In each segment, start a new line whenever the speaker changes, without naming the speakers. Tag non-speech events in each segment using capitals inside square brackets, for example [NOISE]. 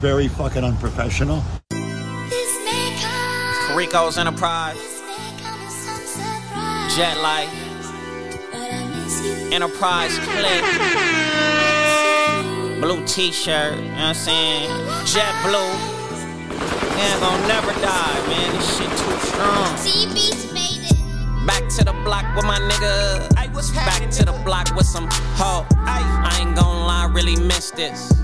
Very fucking unprofessional.
This may come,
Rico's Enterprise,
this may come as some surprise.
Jet Life,
But I miss you.
Enterprise Click, Blue T shirt, you know what I'm saying? Jet Blue. Man, gonna never die, man. This shit too strong.
See, beats made it.
Back to the block with my nigga.
Ay, what's
Back
happening,
to the
nigga?
block with some hoe.
Ay.
I ain't gonna lie, really miss this.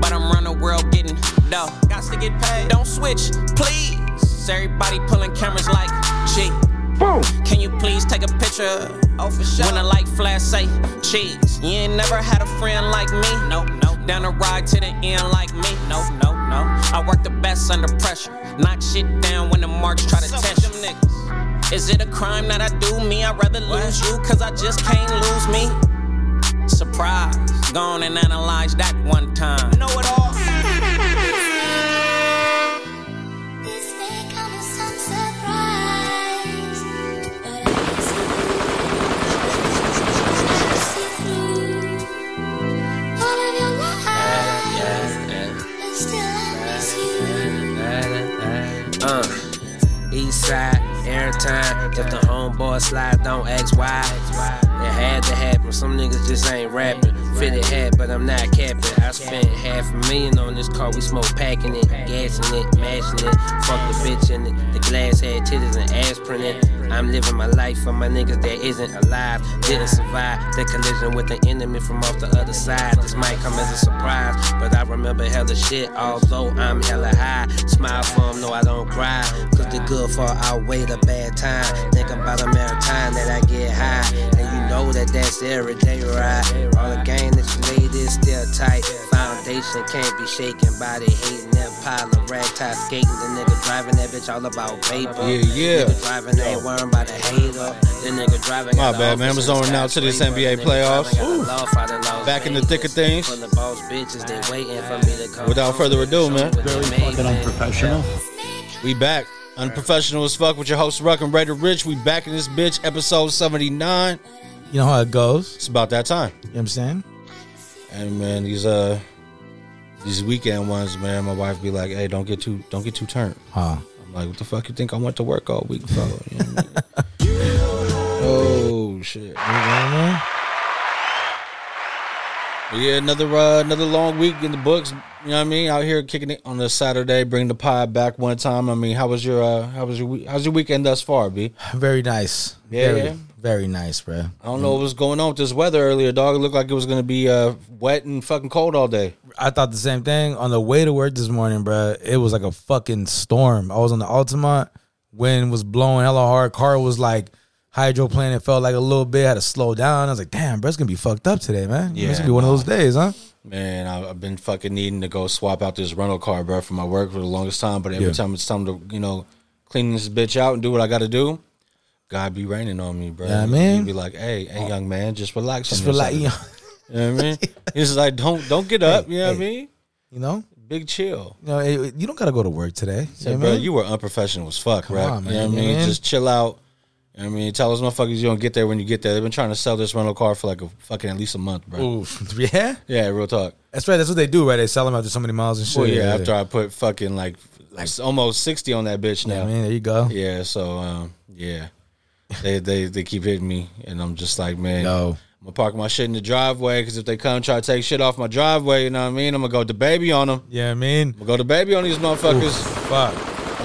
But I'm running the world getting dough.
Got to get paid.
Don't switch, please. Everybody pulling cameras like G. Boom. Can you please take a picture?
Oh, for sure.
When the light flash say cheese. You ain't never had a friend like me. Nope, nope. Down the ride to the end like me. Nope, nope, nope. I work the best under pressure. Knock shit down when the marks try to
Suck
test
them
them niggas. Is it a crime that I do me? I'd rather lose you, cause I just can't lose me. Surprise. Go on and analyze that one time.
know it all.
This may come as some surprise. But I miss you. I miss you through all of your lies. But still, I miss you.
Uh, east side, airtime. If the homeboy slide, don't ask why. It had to happen. Some niggas just ain't rapping. Fitted hat, but I'm not capping. I spent half a million on this car. We smoke packing it, gassing it, mashing it. Fuck the bitch in it. The glass had titties and aspirin in. I'm living my life for my niggas that isn't alive. Didn't survive the collision with the enemy from off the other side. This might come as a surprise, but I remember hella shit. Although I'm hella high, smile for 'em, no, I don't cry. Cause the good far outweigh the bad time. Think about a maritime that I get high. And you know that that's everyday ride. All the game that you laid is still tight. Foundation can't be shaken by the hating that pile of rag ties skating. The nigga driving that bitch all about paper.
Yeah, yeah.
Nigga driving ain't worrying about the hater. The nigga driving. got
My bad,
the
man.
office
We're zoning
in
out to this
skyscraper.
NBA
Nigga
playoffs.
driving
Ooh.
got the love out in Las
Back in the thick of
Vegas.
things.
Full of boss bitches, they waiting for me to come
Without
home.
further ado, man.
Show
Very
what they made,
fucking
man.
unprofessional.
This may come
We back. Unprofessional as fuck with your host Ruck and Raider Rich. We back in this bitch, episode 79.
You know how it goes.
It's about that time.
You know what I'm saying?
And man, these uh these weekend ones, man, my wife be like, hey, don't get too don't get too turned.
Huh.
I'm like, what the fuck you think I went to work all week, fellow? You know what I mean? oh shit.
You know what I
But yeah, another uh, another long week in the books. You know what I mean? Out here kicking it on a Saturday, bringing the pod back one time. I mean, how was your uh, how was your week, how's your weekend thus far, B?
mean? Very nice.
Yeah,
Very,
yeah.
very nice, bro.
I don't know what was going on with this weather earlier, dog. It looked like it was gonna be uh, wet and fucking cold all day.
I thought the same thing on the way to work this morning, bro. It was like a fucking storm. I was on the Altamont. Wind was blowing hella hard. Car was like hydroplane. It felt like a little bit. had to slow down. I was like, damn, bro, it's gonna be fucked up today, man. Yeah,
Yeah,
it's gonna be one of those days, huh?
Man, I, I've been fucking needing to go swap out this rental car, bro, for my work for the longest time. But every
Yeah.
time it's time to you know clean this bitch out and do what I got to do, God be raining on me, bro.
Yeah, man.
He be like, hey, hey, young man, just relax.
Just
on
feel
this
like,
Saturday."
you
You
know,
know
[LAUGHS]
what I mean? He's like, don't don't get up.
Hey,
you know what I
hey.
mean?
you know,
Big chill.
you, know, it- you don't gotta go to work today.
Said,
you know what I
bro,
mean?
you were unprofessional as fuck,
Come
right?
on,
You know what I
man.
mean?
Yeah.
Just chill out. You know what I mean? Tell those motherfuckers you don't get there when you get there. They've been trying to sell this rental car for like a fucking at least a month, bro.
Oof. [LAUGHS] yeah,
Yeah, real talk.
that's right. That's what they do, right? They sell them after so many miles and shit.
Well, yeah, after I put fucking like, like almost 60 on that bitch
yeah,
now.
man, there you go.
Yeah, so um, yeah. They, they they keep hitting me, and I'm just like, man,
No.
I'm gonna park my shit in the driveway because if they come try to take shit off my driveway, you know what I mean? I'm gonna go to baby on them.
Yeah, I mean,
I'm gonna go to baby on these motherfuckers.
fuck.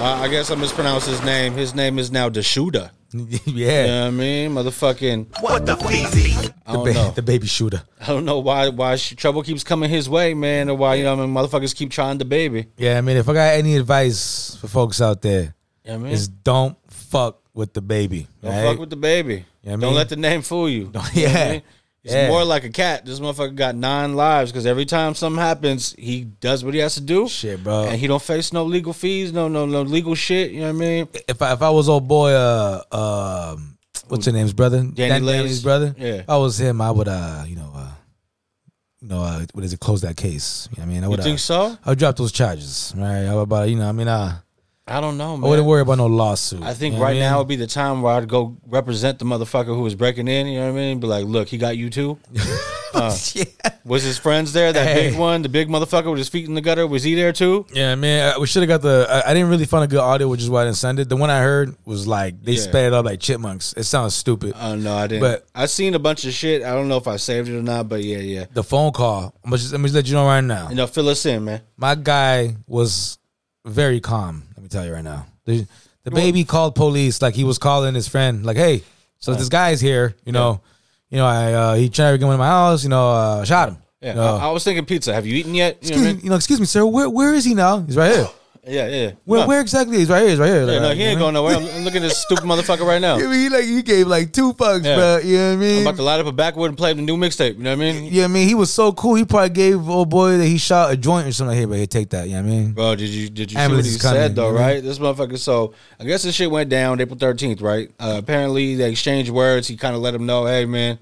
[LAUGHS]
I, I guess I mispronounced his name. His name is now Deshuda. You know
yeah,
what I mean? Motherfucking. What the I
the,
don't
ba-
know.
the baby shooter.
I don't know why why sh- trouble keeps coming his way, man, or why you know what I mean motherfuckers keep trying to baby.
Yeah, I mean, if I got any advice for folks out there,
You know what I mean?
is don't fuck with the baby.
don't
right?
fuck with the baby.
You know what I
Don't
mean?
let the name fool
[LAUGHS]
you.
Don't-
You know what I
yeah.
mean? He's
Yeah.
more like a cat. This motherfucker got nine lives because every time something happens, he does what he has to do.
Shit, bro.
And he don't face no legal fees, no no no legal shit. You know what I mean?
if I if I was old boy, uh, um, what's her name's brother? Danny
Lay's-
Lay's brother.
yeah.
if I was him, I would, uh, you know, uh, you know, uh, what is it? Close that case. You know what I mean, I
You
would.
think
uh,
so?
I would drop those charges, right? How about you know? I mean, uh,
I don't know, man.
I wouldn't worry about no lawsuit.
I think
You know what
right
mean? [LAUGHS]
now would be the time where I'd go represent the motherfucker who was breaking in. You know what I mean? Be like, look, he got you too.
yeah.
Was his friends there? That
Hey.
big one, the big motherfucker with his feet in the gutter. Was he there too?
Yeah, man, I- we should have got the. I, I didn't really find a good audio, which is why I didn't send it. The one I heard was like they
Yeah.
sped it up like chipmunks. It sounds stupid.
Oh no, I didn't.
But-
But I seen a bunch of shit. I don't know if I saved it or not, but yeah, yeah.
the phone call. I'm gonna just, let me just let you know right now.
You know, fill us in, man.
My guy was very calm. Let me tell you right now. The, the baby called police like he was calling his friend. Like, hey, so this guy's here. You know, you know, I uh, he tried to get into my house. You know, uh, shot him.
Yeah,
You know,
I, I was thinking pizza. Have you eaten yet? You know
excuse,
what I
me, you know, excuse me, sir. Where where is he now? He's right here.
mean? Yeah, yeah.
Where
no,
where exactly? He's right here. He's right here.
Yeah,
Like,
no, he
you
ain't
know?
going nowhere. I'm, I'm looking at this stupid motherfucker right now.
[LAUGHS] You know what I mean, like he gave like two fucks,
Yeah.
bro. You know what I mean?
I'm about to light up a backwood and play the new mixtape. You know what I mean?
Yeah, I mean, he was so cool. He probably gave old boy that he shot a joint or something. Like, hey, but here, take that. Yeah, you know what I mean,
Bro, did you did you
Ambulance
see what
is
he
coming,
said though?
you know?
Right, this motherfucker. So I guess this shit went down April thirteenth, right? Uh, apparently they exchanged words. He kind of let him know, hey man,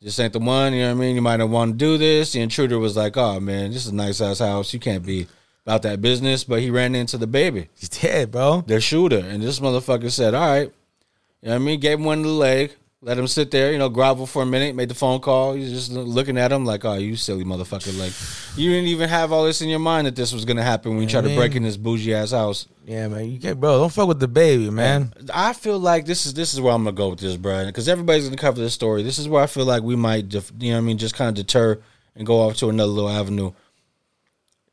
this ain't the one. You know what I mean? You might not want to do this. The intruder was like, oh man, this is a nice ass house. You can't be about that business. But he ran into the baby,
he's dead, bro.
the shooter, and this motherfucker said, all right, you know what I mean? Gave him one in the leg. Let him sit there, you know, grovel for a minute. Made the phone call. He's just looking at him like, "Oh, you silly motherfucker! Like, you didn't even have all this in your mind that this was gonna happen when you tried to
man.
break in this bougie ass house."
Yeah, man, you can't, bro. Don't fuck with the baby, man.
I feel like this is this is where I'm gonna go with this, bro. Because everybody's gonna cover this story. This is where I feel like we might, def- you know, what I mean, just kind of deter and go off to another little avenue.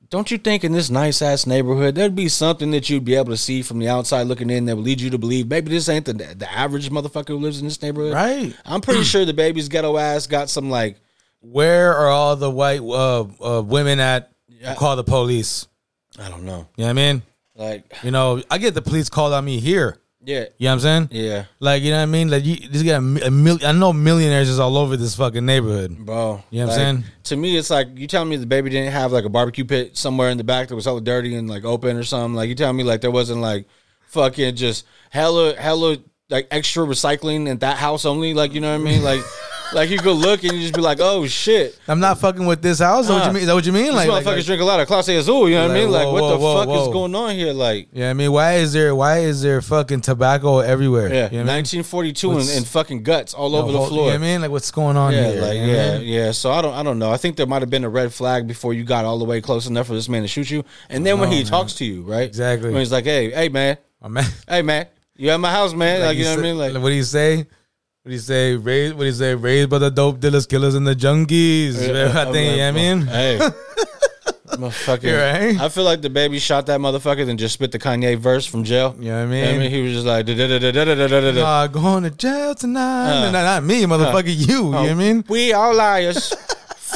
Don't you think in this nice ass neighborhood there'd be something that you'd be able to see from the outside looking in that would lead you to believe maybe this ain't the the average motherfucker who lives in this neighborhood,
Right.
I'm pretty sure the baby's ghetto ass got some like
Where are all the white uh, uh, women at? who Call the police.
I don't know,
You know what I mean?
like
You know, I get the police called on me here.
yeah,
You know what I'm saying?
yeah,
Like, you know what I mean? Like, you just got a, mi- a million. I know millionaires is all over this fucking neighborhood.
Bro,
You know what
like,
I'm saying?
To me, it's like you telling me the baby didn't have like a barbecue pit somewhere in the back that was hella dirty and like open or something. Like you telling me like there wasn't like fucking just hella hella like extra recycling in that house only. Like you know what I mean?
[LAUGHS]
Like like you could look and you just be like, oh shit,
I'm not fucking with this house. Is that what you mean? Is that what you mean?
these motherfuckers drink a lot of Class A Azul. You know what I
Like,
mean? Like
whoa,
what the
whoa,
fuck
whoa,
is
whoa.
going on here? Like
Yeah, I mean, why is there why is there fucking tobacco everywhere?
yeah,
You know what I mean?
1942 and,
What's-
and fucking guts all over the
whole-
floor.
You know what I mean? Like what's going on
Yeah,
here?
like
you know what I
yeah,
mean?
yeah. So I don't, I don't know. I think there might have been a red flag before you got all the way close enough for this man to shoot you. And then when he talks to you, right?
Exactly.
When he's like, "Hey, hey, man,
My man.
hey, man, you at my house, man." [LAUGHS] Like, you
he
know
said-
what I mean? Like,
what do you say? What do you say? Raised what do you say? Raised by the dope dealers, killers, and the junkies. I think, you know what I mean?
hey,
[LAUGHS]
motherfucker.
You're right.
I feel like the baby shot that motherfucker then just spit the Kanye verse from jail.
You know what I
I
mean?
mean, he was just like, da da da da da da da da.
Nah, going to jail tonight.
Uh.
No, no, not me, motherfucker. you, you know
Oh.
what I mean?
We all liars. [LAUGHS]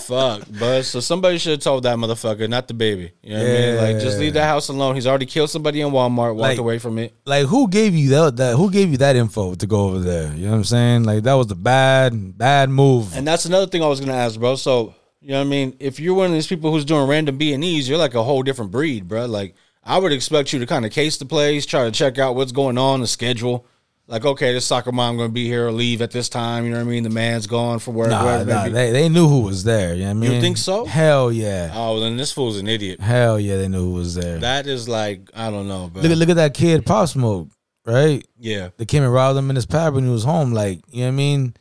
Fuck, bud. So somebody should have told that motherfucker, not the baby. You know what I mean? Like, just
Yeah.
leave that house alone. He's already killed somebody in Walmart. Walked
Like-
away from it.
Like, who gave you that? That who gave you that info to go over there? You know what I'm saying? Like, that was the bad, bad move.
And that's another thing I was gonna ask, bro. So you know what I mean? If you're one of these people who's doing random B and E's, you're like a whole different breed, bro. Like I would expect you to kind of case the place, try to check out what's going on, the schedule. Like, okay, this soccer mom gonna be here or leave at this time. You know what I mean? The man's gone for work.
nah,
wherever it
nah,
may be.
they, they knew who was there. You know what I mean?
think so?
Hell yeah.
oh, then this fool's an idiot.
Hell yeah, they knew who was there.
That is like I don't know, bro.
look at look at that kid Pop Smoke, right?
yeah,
They came and robbed him in his pad when he was home. Like, you know what I mean?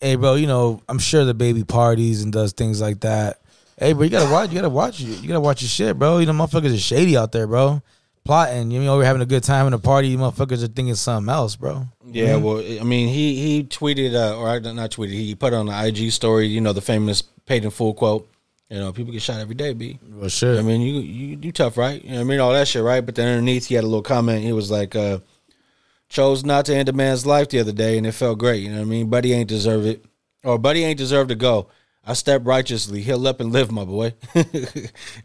Hey, bro, you know I'm sure the baby parties and does things like that. Hey, bro, you gotta watch. You gotta watch. You, you gotta watch your shit, bro. You know, motherfuckers are shady out there, bro. Plotting. You know, we're having a good time in a party. You motherfuckers are thinking something else, bro.
yeah. Well, I mean, he he tweeted uh, or I- not tweeted. He put on the IG story. You know, the famous paid in full quote. You know, people get shot every day, b.
Well, sure.
I mean, you you you tough, right? You know what I mean, all that shit, right? But then underneath, he had a little comment. He was like, uh, "Chose not to end a man's life the other day, and it felt great." You know what I mean? Buddy ain't deserve it, or Buddy ain't deserve to go. I step righteously, heal up and live, my boy. [LAUGHS]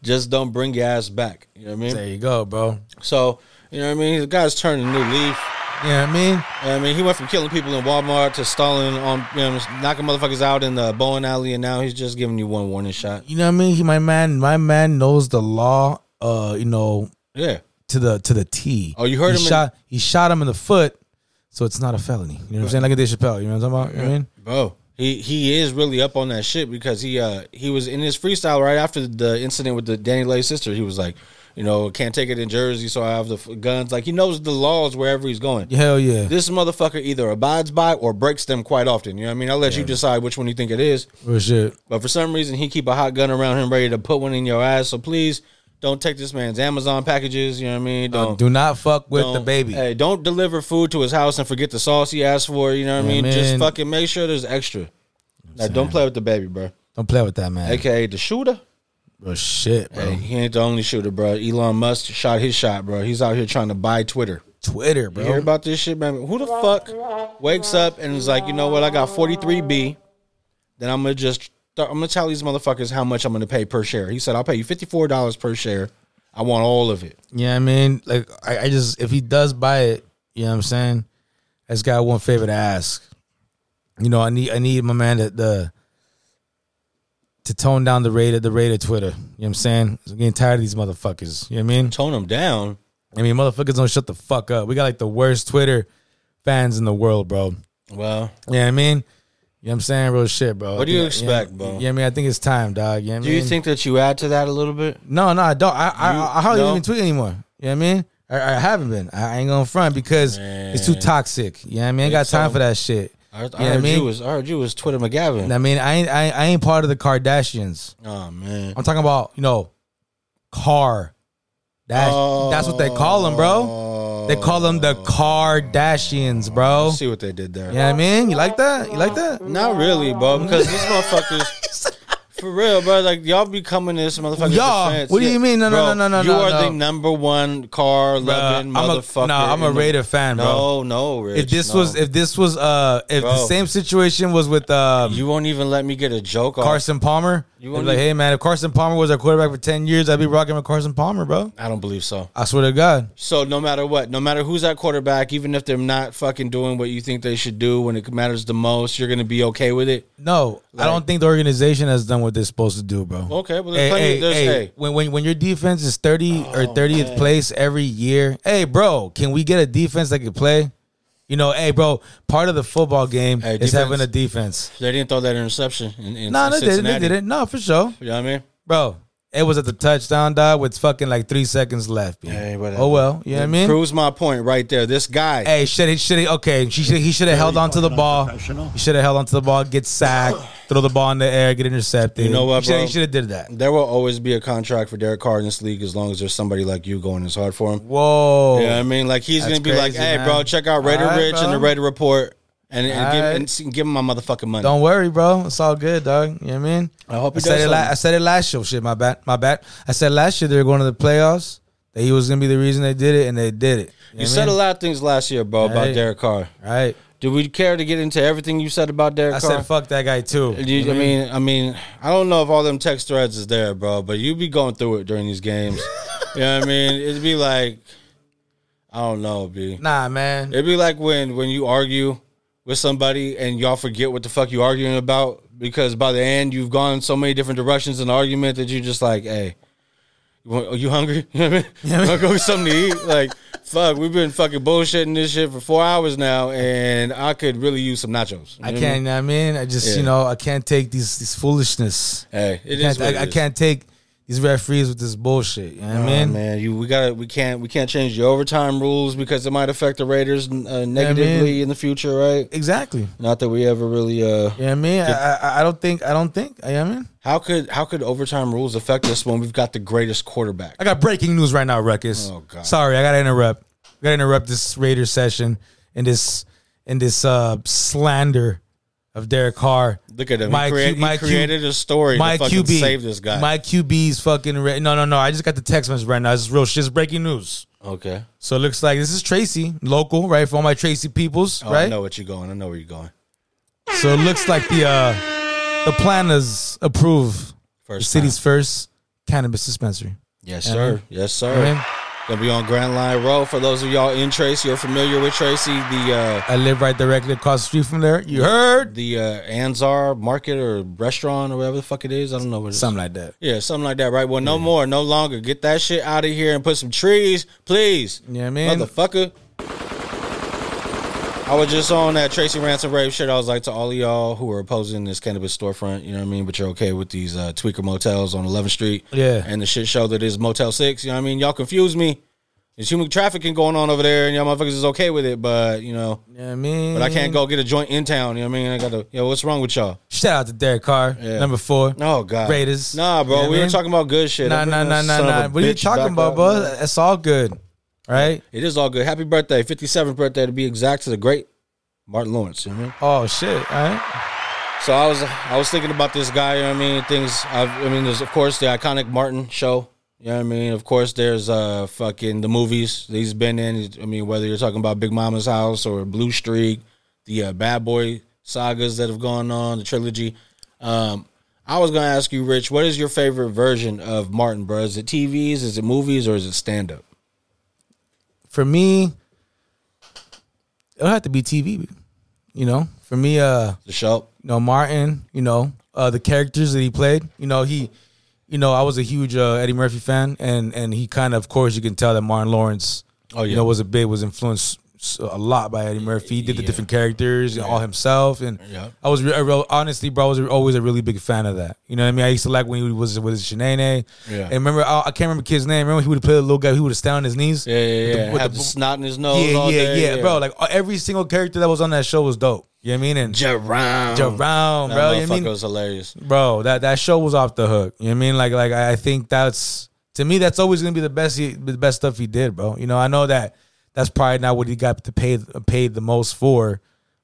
Just don't bring your ass back. You know what I mean?
there you go, bro.
So you know what I mean? The guy's turning a new leaf.
You know what I mean?
I mean, he went from killing people in Walmart to stalling on, you know, knocking motherfuckers out in the bowling alley, and now he's just giving you one warning shot.
You know what I mean? He, my man, my man knows the law. Uh, you know,
Yeah.
to the to the T.
Oh, you heard
he
him in-
Shot, he shot him in the foot, so it's not a felony. You know what I'm saying? Like a Dave Chappelle. You know what I'm talking about? You know what I mean?
Bro, he he is really up on that shit because he uh he was in his freestyle right after the incident with the Danny Lay sister. He was like, You know, can't take it in Jersey, so I have the f- guns. Like he knows the laws wherever he's going.
Hell yeah.
This motherfucker either abides by or breaks them quite often. You know what I mean? I'll let you decide which one you think it is.
Real shit.
But for some reason, he keep a hot gun around him, ready to put one in your ass. So please don't take this man's Amazon packages. You know what I mean? Don't
Do not fuck with the
don't-
baby.
Hey, don't deliver food to his house and forget the sauce he asked for. You know what I
Yeah,
mean? Just
man.
fucking make sure there's extra. Like, don't play with the baby, bro.
Don't play with that man.
AKA the shooter.
Real shit, bro.
Hey, he ain't the only shooter, bro. Elon Musk shot his shot, bro. He's out here trying to buy Twitter.
Twitter,
You hear
bro.
about this shit, man? Who the fuck wakes up and is like, you know what? I got 43B. Then I'm gonna just, I'm gonna tell these motherfuckers how much I'm gonna pay per share. He said, I'll pay you $54 per share. I want all of it.
Yeah, I mean, like I, I just if he does buy it, you know what I'm saying? I just got one favor to ask. You know, I need I need my man to the to tone down the rate of the rate of Twitter. You know what I'm saying? I'm getting tired of these motherfuckers. You know what I mean?
Tone him down.
I mean motherfuckers don't shut the fuck up. We got like the worst Twitter fans in the world, bro.
Well,
Yeah, I mean, you know what I'm saying? Real shit, bro.
What do you
Yeah,
expect,
yeah,
bro?
Yeah, I mean, I think it's time, dog. Yeah, I
do you
mean?
think that you add to that a little bit?
No, no, I don't. I, I,
You-
I, I hardly
no?
even tweet anymore. You know what I mean? I, I haven't been. I, I ain't going to front because it's too toxic. You know what I mean? I ain't got
so?
time for that shit.
I, I
You know what I
heard
mean?
you was, I heard you was Twitter McGavin.
I mean, I ain't, I, I ain't part of the Kardashians.
oh man,
I'm talking about, you know, car. That, that's what they call them,
Oh.
bro. They call them the Kardashians, bro.
see what they did there.
You know what I mean? You like that? You like that?
Not really, bro, because
[LAUGHS]
these motherfuckers. For real, bro. Like y'all be coming to this motherfucker.
Y'all?
defense.
What do you mean? No, no,
Bro,
no, no, no,
You
no,
are
no.
the number one car loving
Bruh, I'm a-
motherfucker.
nah, I'm a
in the-
Raider fan,
No,
bro.
no, Rich,
If this
no.
was, if this was, uh, if the
Bro.
same situation was with, um,
you won't even let me get a joke off.
Carson Palmer.
You
They'd be
won't
like,
even-
hey man, if Carson Palmer was our quarterback for ten years, I'd be rocking with Carson Palmer, bro.
I don't believe so.
I swear to God.
So no matter what, no matter who's at quarterback, even if they're not fucking doing what you think they should do when it matters the most, you're gonna be okay with it.
No, I
Like-
don't think the organization has done what they're supposed to do, bro.
Okay, well,
Hey,
there's plenty.
hey,
there's,
hey,
hey. Oh,
When, when when your defense is thirty or thirtieth place every year, hey bro, can we get a defense that can play? You know, hey bro, part of the football game
Hey,
is having
defense.
a defense.
They didn't throw that interception. In, in
No, they didn't.
Cincinnati.
They didn't. No, for sure,
You know what I mean?
bro. It was at the touchdown, dog, with fucking like three seconds left. B.
Hey, whatever.
oh well, you know what I mean.
Proves my point right there. This guy.
Hey, should he should he okay, she should he should have held on to the
fucking
ball.
unprofessional.
He should have held on to the ball,
[SIGHS]
get sacked, throw the ball in the air, get intercepted.
You know what,
He shoulda-
bro?
He should have did that.
There will always be a contract for Derek Carr in this league as long as there's somebody like you going as hard for him.
Whoa.
Yeah, I mean, like he's
That's
gonna be like,
crazy,
"Hey,
man.
bro, check out Raider
All right,
Rich and the
bro.
Raider Report, and, and,
All
give,
right.
and see- give him my motherfucking money."
Don't worry, bro. It's all good, dog. You know what I mean?
I hope he
I said
does
it la-
something.
I said it last year. Shit, my bad. My bad. I said last year they were going to the playoffs. That he was gonna be the reason they did it, and they did it.
you said a lot of things last year, bro, about
Hey.
Derek Carr.
right?
Do we care to get into everything you said about Derek
I
Carr?
said fuck that guy too.
You- I mean, I mean, I don't know if all them text threads is there, bro, but you be going through it during these
[LAUGHS]
games. you know what I mean? It'd be like, I don't know, B.
nah, man.
It'd be like when when you argue with somebody and y'all forget what the fuck you arguing about because by the end you've gone so many different directions in the argument that you just like, hey, you want- are you hungry? [LAUGHS] You know what I mean? Wanna go get something to eat. Like, fuck, we've been fucking bullshitting this shit for four hours now, and I could really use some nachos. You
I
know what
can't. You know what I mean, I just you
Yeah.
know I can't take these these foolishness.
Hey, it
can't-
is. what
I,
it
I
is.
can't take these referees with this bullshit. You know what I
Nah,
mean?
man, you we got to we can't we can't change the overtime rules because it might affect the Raiders uh,
I mean?
negatively in the future, right?
Exactly.
Not that we ever really uh
You know what I mean? I, I, I don't think I don't think you know what I mean.
How could how could overtime rules affect us when we've got the greatest quarterback?
I got breaking news right now, Ruckus.
Oh, God.
Sorry, I gotta interrupt. I gotta interrupt this Raiders session and this and this uh slander of Derek Carr.
Look at him.
My
he, crea-
Q- my
he
Q-
created a story
My
to fucking
QB,
save this guy.
My QB's fucking. Ra- no, no, no. I just got the text message right now. It's real shit. It's breaking news.
okay.
So it looks like this is Tracy, local, right? For all my Tracy peoples,
Oh,
right?
I know what you're going. I know where you're going.
So it looks like the uh, the planners approve the
First
city's
time.
first cannabis dispensary.
Yes,
Yeah.
sir. Yes, sir.
I mean,
Gonna be on Grand Line Road. For those of y'all in Tracy, you're familiar with Tracy, the
I live right directly across the street from there. You
uh
heard?
the uh Anzar market or restaurant or whatever the fuck it is. I don't know what it is.
Something like that.
Yeah, something like that, right? Well, no more, no longer. Get that shit out of here and put some trees, please.
Yeah, man.
Motherfucker. I was just on that Tracy Ransom rape shit. I was like to all of y'all who are opposing this cannabis storefront, you know what I mean? But you're okay with these uh, tweaker motels on 11th Street.
Yeah.
And the shit show that is Motel 6, you know what I mean? Y'all confuse me. There's human trafficking going on over there and y'all motherfuckers is okay with it, but, you know,
You know what I mean?
but I can't go get a joint in town, you know what I mean? I got to, yo, what's wrong with y'all?
Shout out to Derek Carr,
Yeah.
number four.
Oh, God.
Raiders.
Nah, bro.
You know
we
what I
were
mean?
talking about good shit.
Nah,
I'm
nah,
bringing
nah,
this
nah,
son of a
nah. What are you
bitch
talking
back
about,
up,
bro?
man.
It's all good, right?
It is all good. Happy birthday, 57th birthday to be exact, to the great Martin Lawrence. You know what I mean?
Oh shit, all right.
So I was I was thinking about this guy. You know what I mean? Things. I've, I mean, there's of course the iconic Martin show. You know what I mean? Of course, there's uh fucking the movies that he's been in. I mean, whether you're talking about Big Mama's House or Blue Streak, the uh, Bad Boy sagas that have gone on, the trilogy. Um, I was gonna ask you, Rich, what is your favorite version of Martin, bro? Is it TVs? Is it movies? Or is it stand up?
For me, it'll have to be TV. You know, for me, uh,
The show.
you know Martin, you know uh, the characters that he played. You know he, you know I was a huge uh, Eddie Murphy fan, and and he kind of, of course, you can tell that Martin Lawrence,
Oh, yeah.
you know, was a big was influenced s- a lot by Eddie Murphy. He did the different characters and all himself, and
Yeah.
I was re- I real, honestly, bro, I was always a really big fan of that. You know what I mean? I used to like when he was with his Shanae.
Yeah.
and remember I, I can't remember kid's name. Remember he would play the little guy who would stand on his knees.
Yeah, yeah,
With the-
yeah.
with
Had
the-
the, snot in his nose.
yeah,
all
yeah,
day.
yeah, bro. Like uh, every single character that was on that show was dope. You know what I mean? And
Jerome.
Jerome,
That
bro. You know what I
motherfucker
mean?
was hilarious.
bro that that show was off the hook you know what i mean like like i I think that's to me that's always gonna be the best he, the best stuff he did bro you know i know that that's probably not what he got to pay paid the most for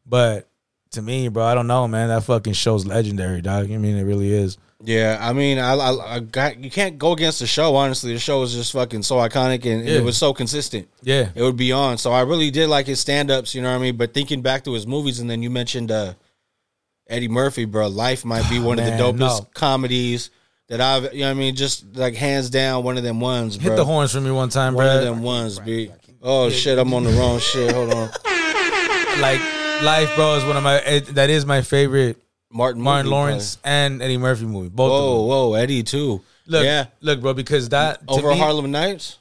but to me bro i don't know man that fucking show's legendary dog i mean it really is
Yeah, I mean, I, I, I got you can't go against the show. Honestly, the show was just fucking so iconic and, and
Yeah.
it was so consistent.
yeah
It would be on. So I really did like his stand ups. You know what I mean? But thinking back to his movies, and then you mentioned uh, Eddie Murphy, bro. Life might be one
Oh,
of
man,
the dopest
no.
comedies that I've. You know what I mean? Just like hands down, one of them ones. Bro.
hit the horns for me one time
One of
bro
them ones, B. Oh shit, I'm on the wrong shit. Hold on,
like life bro is one of my it, that is my favorite
Martin.
[LAUGHS] martin
movie,
lawrence and eddie murphy movie both
bro.
of
Whoa,
them
whoa, Eddie too.
look
yeah,
look bro because that to
over
me-
Harlem Nights.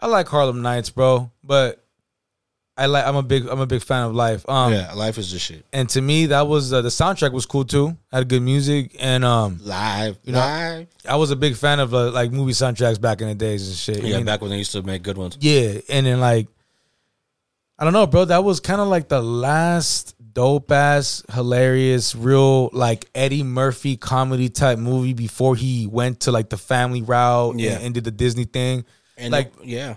I like Harlem Nights, bro, but I like I'm a big I'm a big fan of Life. Um
yeah, life is the shit.
and to me that was uh, the soundtrack was cool too. Had good music and um
Live,
know-
live.
I was a big fan of uh, like movie soundtracks back in the days and shit. you
Yeah,
know?
back when they used to make good ones.
Yeah, and then like I don't know, bro, that was kind of like the last dope ass hilarious real like Eddie Murphy comedy type movie before he went to like the family route
Yeah.
and, and did the Disney thing.
And
like
it- yeah,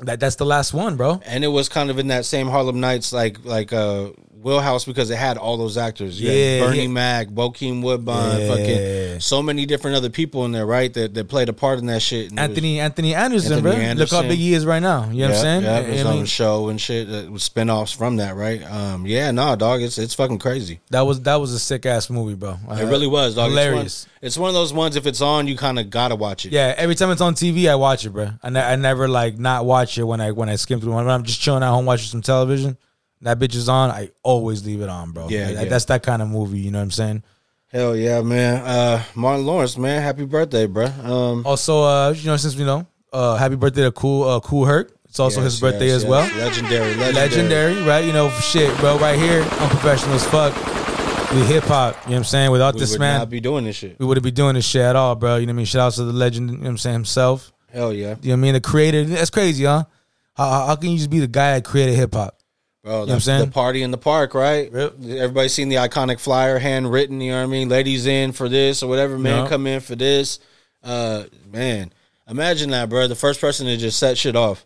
that that's the last one, bro.
and it was kind of in that same Harlem Nights like like uh wheelhouse because it had all those actors. You had
Yeah,
Bernie
yeah.
Mac, Bokeem Woodbine,
Yeah.
fucking so many different other people in there, right? That that played a part in that shit. And it was-
Anthony Anthony Anderson,
Anthony
bro. Look
Anderson.
how big he is right now. You know what I'm saying?
Yeah,
I- I
his
mean,
own show and shit. That was spinoffs from that, right? Um, yeah, nah, dog, it's it's fucking crazy.
that was that was a sick ass movie, bro.
It really was, dog. It's one-
hilarious.
It's one, of those ones. If it's on, you kind of gotta watch it.
Yeah, every time it's on TV, I watch it, bro. I, ne- I never like not watch it when I when I skim through. When I'm just chilling at home watching some television, that bitch is on. I always leave it on, bro.
Yeah,
Like,
yeah.
that's that kind of movie. You know what I'm saying?
Hell yeah, man. Uh, Martin Lawrence, man, happy birthday, bro. Um,
Also, uh, you know, since we know, uh, happy birthday to Cool uh, Cool Herc. It's also
yes,
his birthday
yes,
as
yes.
well.
Legendary, legendary.
legendary, right? You know, shit, bro. Right here, unprofessional as fuck. We hip hop. You know what I'm saying? Without
We
this
would
man,
not be doing this shit.
we wouldn't be doing this shit at all, bro. You know what I mean? Shout out to the legend, you know what I'm saying, himself.
Hell yeah,
You know what I mean? The creator. That's crazy, huh? How, how- how can you just be the guy that created hip hop?
bro.
what I'm
the,
saying?
the party in the park, right?
Yep.
Everybody seen the iconic flyer, handwritten. You know what I mean? Ladies in for this or whatever. Man,
Yeah.
come in for this. Uh, man, imagine that, bro. The first person to just set shit
[SIGHS]
off.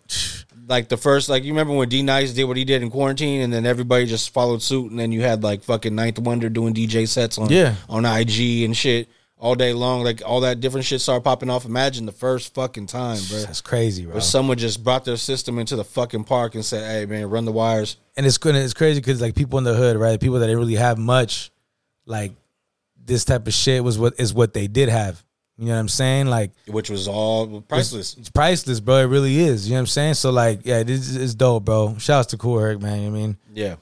Like the first, like you remember when D Nice did what he did in quarantine, and then everybody just followed suit, and then you had like fucking Ninth Wonder doing DJ sets on
Yeah.
on IG and shit all day long. Like all that different shit started popping off. Imagine the first fucking time, bro.
That's crazy, bro.
But someone just brought their system into the fucking park and said, "Hey, man, run the wires."
And it's and it's crazy because like people in the hood, right? People that didn't really have much, like this type of shit was what is what they did have. You know what I'm saying? Like
which was all priceless.
it's priceless, bro. It really is. You know what I'm saying? So like, yeah, this is it's dope, bro. Shouts to Cool Herc, man. You know what I mean?
Yeah,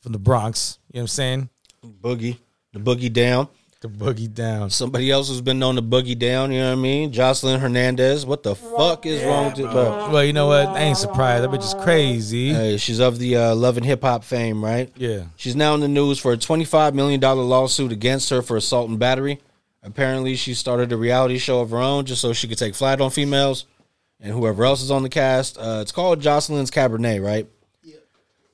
From the Bronx. You know what I'm saying?
boogie the boogie down.
the boogie down.
Somebody else who's been known to boogie down, you know what I mean? Jocelyn Hernandez. What the fuck is wrong with you? But,
Well, you know what? I ain't surprised. That bitch is crazy.
hey, she's of the uh, Love and Hip Hop fame, right?
Yeah.
She's now in the news for a $25 million lawsuit against her for assault and battery. Apparently, she started a reality show of her own just so she could take flight on females and whoever else is on the cast. Uh, it's called Jocelyn's Cabernet, right?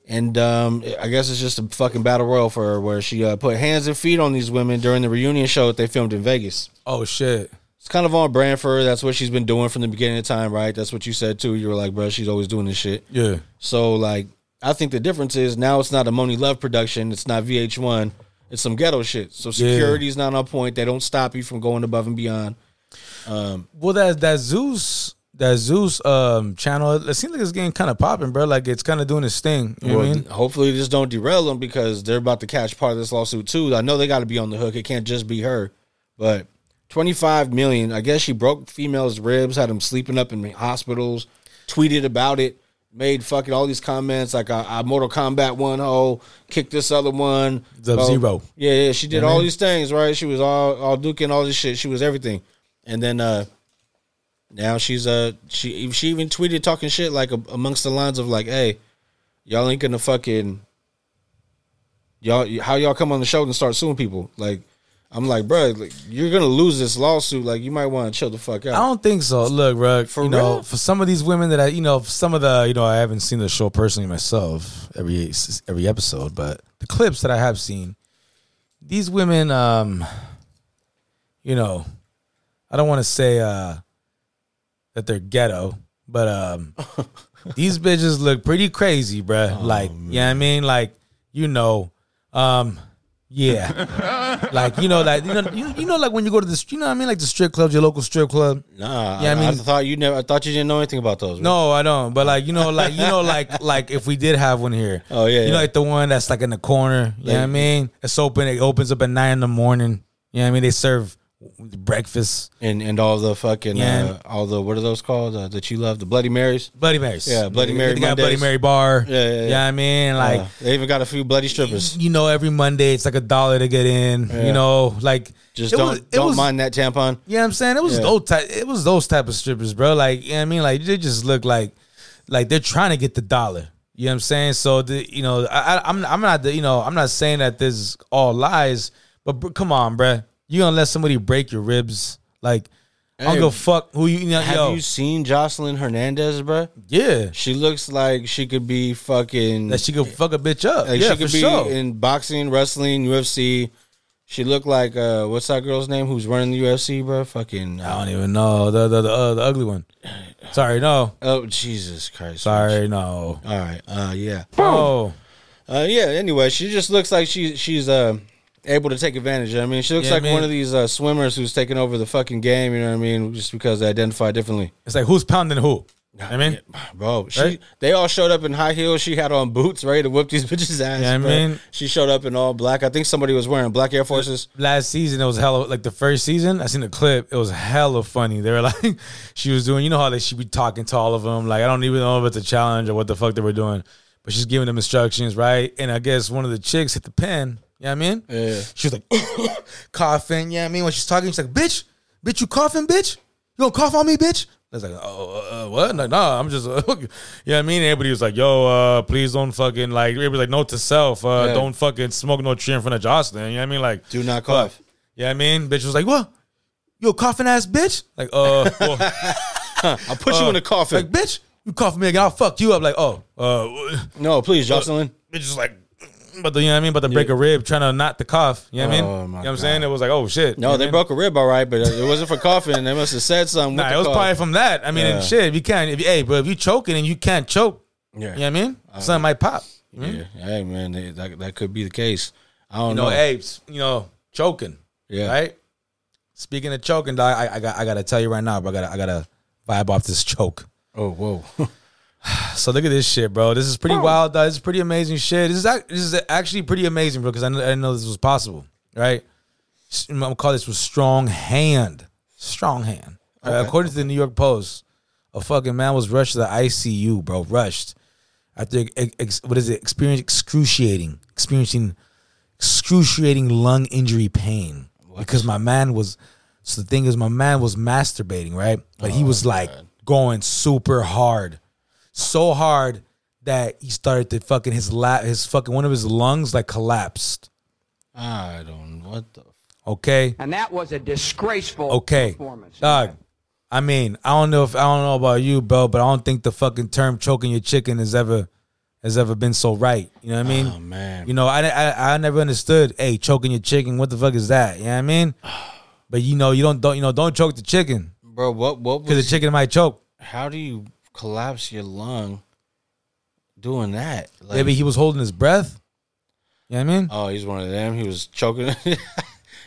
And um, I guess it's just a fucking battle royal for her where she uh, put hands and feet on these women during the reunion show that they filmed in Vegas.
Oh shit.
It's kind of on brand for her. That's what she's been doing from the beginning of time, right? That's what you said too. You were like, bro, she's always doing this shit.
Yeah.
So like, I think the difference is now it's not a Moni Love production. It's not VH1. It's some ghetto shit. So
Yeah.
security's not on point. They don't stop you from going above and beyond.
Well, that that Zeus that Zeus um channel. It seems like it's getting kind of popping, bro. Like it's kind of doing its thing. You know what I
Well,
mean?
hopefully, this don't derail them because they're about to catch part of this lawsuit too. I know they got to be on the hook. It can't just be her. But twenty five million. I guess she broke females' ribs, had them sleeping up in hospitals, tweeted about it, made fucking all these comments like I, I Mortal Kombat one hoe, kicked this other one. Oh,
Sub Zero.
Yeah, yeah. She did all these things, right? She was all all duking all this shit. She was everything. And then uh now she's uh she she even tweeted talking shit like a, amongst the lines of like, hey, y'all ain't gonna fucking y'all how y'all come on the show and start suing people like. I'm like, bro, like, you're gonna lose this lawsuit. Like, you might want to chill the fuck out.
I don't think so. Look, bro.
For
you know,
real?
for some of these women that I, you know, for some of the, you know, I haven't seen the show personally myself every every episode, but the clips that I have seen, these women, um, you know, I don't want to say uh that they're ghetto,
[LAUGHS]
but um, these bitches look pretty crazy, bruh.
Oh,
like, yeah, I mean, like, you know, um, yeah,
[LAUGHS]
like, you know, like, you know, you, you know, like when you go to the, you know, what I mean, like the strip clubs, your local strip club.
nah,
Yeah, I
I, I
mean-
thought you never. I thought you didn't know anything about those. man.
No, I don't. But like you know, like you
[LAUGHS]
know, like like if we did have one here.
Oh, yeah,
You
yeah.
know, like the one that's like in the corner. You know what I
Like-
mean? It's open. It opens up at nine in the morning. You know what I mean? They serve breakfast,
and and all the fucking
Yeah.
uh, all the what are those called uh, that you love? The Bloody Marys.
Bloody Marys.
Yeah, Bloody Mary
They got Bloody
Mondays.
Mary bar.
Yeah, yeah, yeah.
You know what I mean? Like
Uh, they even got a few bloody strippers.
you know, every Monday it's like a dollar to get in. You
Yeah.
know, like
Just
it
don't
was- it
don't
was-
mind that tampon.
You know what I'm saying? It was
Yeah.
those type it was those type of strippers, bro. Like, you know what I mean? Like they just look like like they're trying to get the dollar. You know what I'm saying? So the you know, I, I I'm I'm not the, you know, I'm not saying that this is all lies, but br- come on, bro. You gonna let somebody break your ribs? Like I don't
Hey,
give a fuck who you, you know,
Have
yo,
you seen Jocelyn Hernandez, bruh?
yeah.
She looks like she could be fucking.
That she could fuck a bitch up.
like
yeah,
she could
for
be
sure.
in boxing, wrestling, UFC. She looked like uh, what's that girl's name who's running the UFC, bruh? Fucking. uh,
I don't even know the the the, uh, the ugly one. Sorry, no.
Oh Jesus Christ!
Sorry, no.
All right. Uh, yeah.
Oh,
Uh, yeah. Anyway, she just looks like she she's uh able to take advantage. I mean, she looks
Yeah,
like
man.
one of these uh, swimmers who's taking over the fucking game. You know what I mean? Just because they identify differently. [SIGHS]
it's like who's pounding who? I mean,
Bro, she
Right?
they all showed up in high heels. She had on boots ready to whip these [LAUGHS] bitches' ass.
Yeah, I
bro.
mean-
she showed up in all black. I think somebody was wearing black Air Forces.
last season it was hella like the first season I seen the clip it was hella funny they were [LAUGHS] like she was doing you know how like she be talking to all of them like I don't even know if it's a challenge or what the fuck they were doing but she's giving them instructions right and I guess one of the chicks hit the pen you know what I mean
Yeah.
she was like [COUGHS] coughing you know what I mean when she's talking she's like bitch bitch you coughing bitch you gonna cough on me bitch I was like, oh, uh, uh, what? Like, nah, I'm just, [LAUGHS] uh, you know what I mean? Everybody was like, yo, uh, please don't fucking, like, everybody was like, note to self, uh,
Yeah.
don't fucking smoke no tree in front of Jocelyn. You know what I mean? Like,
Do not cough.
yeah, I mean, bitch was like, "What? You a coughing ass bitch?" Like,
[LAUGHS]
uh, [LAUGHS] well,
I'll put you in the coffin.
Uh, like, bitch, you cough me again, I'll fuck you up. Like, oh, uh, [LAUGHS]
no, please, Jocelyn.
bitch was like, but the, you know what I mean, but the break a rib, trying to not the cough. You know what I
Oh,
mean?
my
you know what I'm
God.
saying? It was like, oh shit.
No,
You know
they
what I mean?
broke a rib, all right, but uh, it wasn't for coughing. They must have said something. with
Nah,
the
it was
cough.
probably from that. I mean, and
Yeah.
shit, if you can't, if you, hey, but if you choking and you can't choke,
Yeah.
you know what I mean?
Uh-huh.
Something might pop. You
Yeah. Hey, man, they, that, that could be the case. I don't
know,
know.
apes, hmm? you know, choking.
yeah.
right? Speaking of choking, dog, I, I got I gotta tell you right now, but I gotta I gotta vibe off this [LAUGHS] choke.
Oh, whoa. [LAUGHS]
So look at this shit, bro. This is pretty wild. Dog. This is pretty amazing shit. This is ac- this is actually pretty amazing, bro. Because I, kn- I didn't know this was possible, right? S- I'm gonna call this with strong hand, strong hand. All right, according to the New York Post, a fucking man was rushed to the ICU, bro. Rushed after e-, ex- ex- what is it? Experience excruciating, experiencing excruciating lung injury pain. because my man was. So the thing is, my man was masturbating, right? But he was like going super hard, so hard that he started to fucking his lap, his fucking one of his lungs like collapsed.
I don't. What the.
Okay.
And that was a disgraceful
Oh,
okay.
performance.
Dog. I mean, I don't know if I don't know about you, bro, but I don't think the fucking term choking your chicken has ever has ever been so right. You know what I mean?
Oh, man.
You know, I, I I never understood. Hey, choking your chicken, what the fuck is that? You know what I mean? But you know, you don't don't you know don't choke the chicken
Bro, what, what
because
was.
the chicken might choke.
how do you collapse your lung doing that? Like,
Maybe he was holding his breath. You know what I mean?
oh, he's one of them. He was choking. [LAUGHS]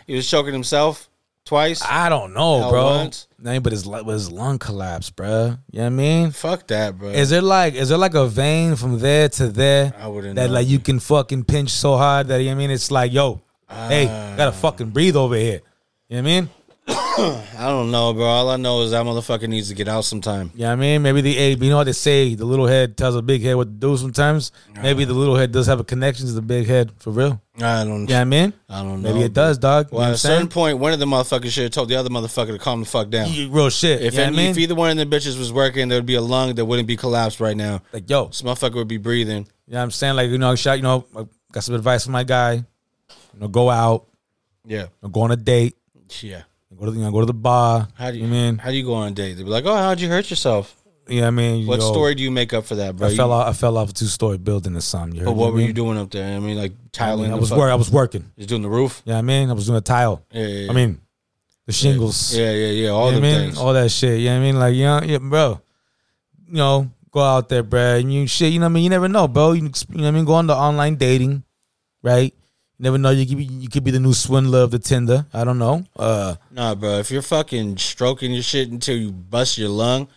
he was choking himself twice.
I don't know,
Hell,
bro.
once.
Nah, but his lu- but his lung collapsed, bro. You know what I mean?
Fuck that, bro.
Is there like is there like a vein from there to there
I wouldn't
that
know.
like you can fucking pinch so hard that you know what I mean it's like yo, hey,
Ah.
gotta fucking breathe over here. You know what I mean?
I don't know, bro. All I know is that motherfucker needs to get out sometime.
Yeah, I mean maybe the hey, you know how they say the little head tells the big head what to do sometimes. Maybe the little head does have a connection to the big head for real.
I don't.
Yeah, I mean
I don't know.
maybe it does, dog.
Well, at a
you know
certain
what
point, one of the motherfuckers should have told the other motherfucker to calm the fuck down.
I'm saying? Real shit.
If,
you know what
any-
I mean?
if either one of them bitches was working, there'd be a lung that wouldn't be collapsed right now.
like yo,
This motherfucker would be breathing.
you know what I'm saying like you know shot you know I got some advice from my guy. You know, go out,
Yeah,
you know, go on a date,
yeah.
go to you know, go to the bar.
How do you,
you know what I mean?
How do you go on a date? They'd be like, "Oh, how'd you hurt yourself?
Yeah, I mean,
What
yo,
story do you make up for that, bro?"
I fell
You-
off. I fell off a two story building or something.
But what were
I
you
mean?
doing up there? I mean, like
I,
tiling.
mean, I
the
was
fuck-
work. I was working.
Just doing the roof.
Yeah, I mean, I was doing a tile.
Yeah, yeah, yeah.
I mean, the shingles.
Yeah, yeah, yeah. All
you know
the
what I mean,
things.
all that shit. You know what I mean, like you know, yeah, bro. You know, go out there, bro, and you shit. You know what I mean? You never know, bro. You, ex- you know what I mean? Go on the online dating, right? You never know. You could be, you could be the new swindler of the Tinder. I don't know. Uh,
Nah, bro. If you're fucking stroking your shit until you bust your lung,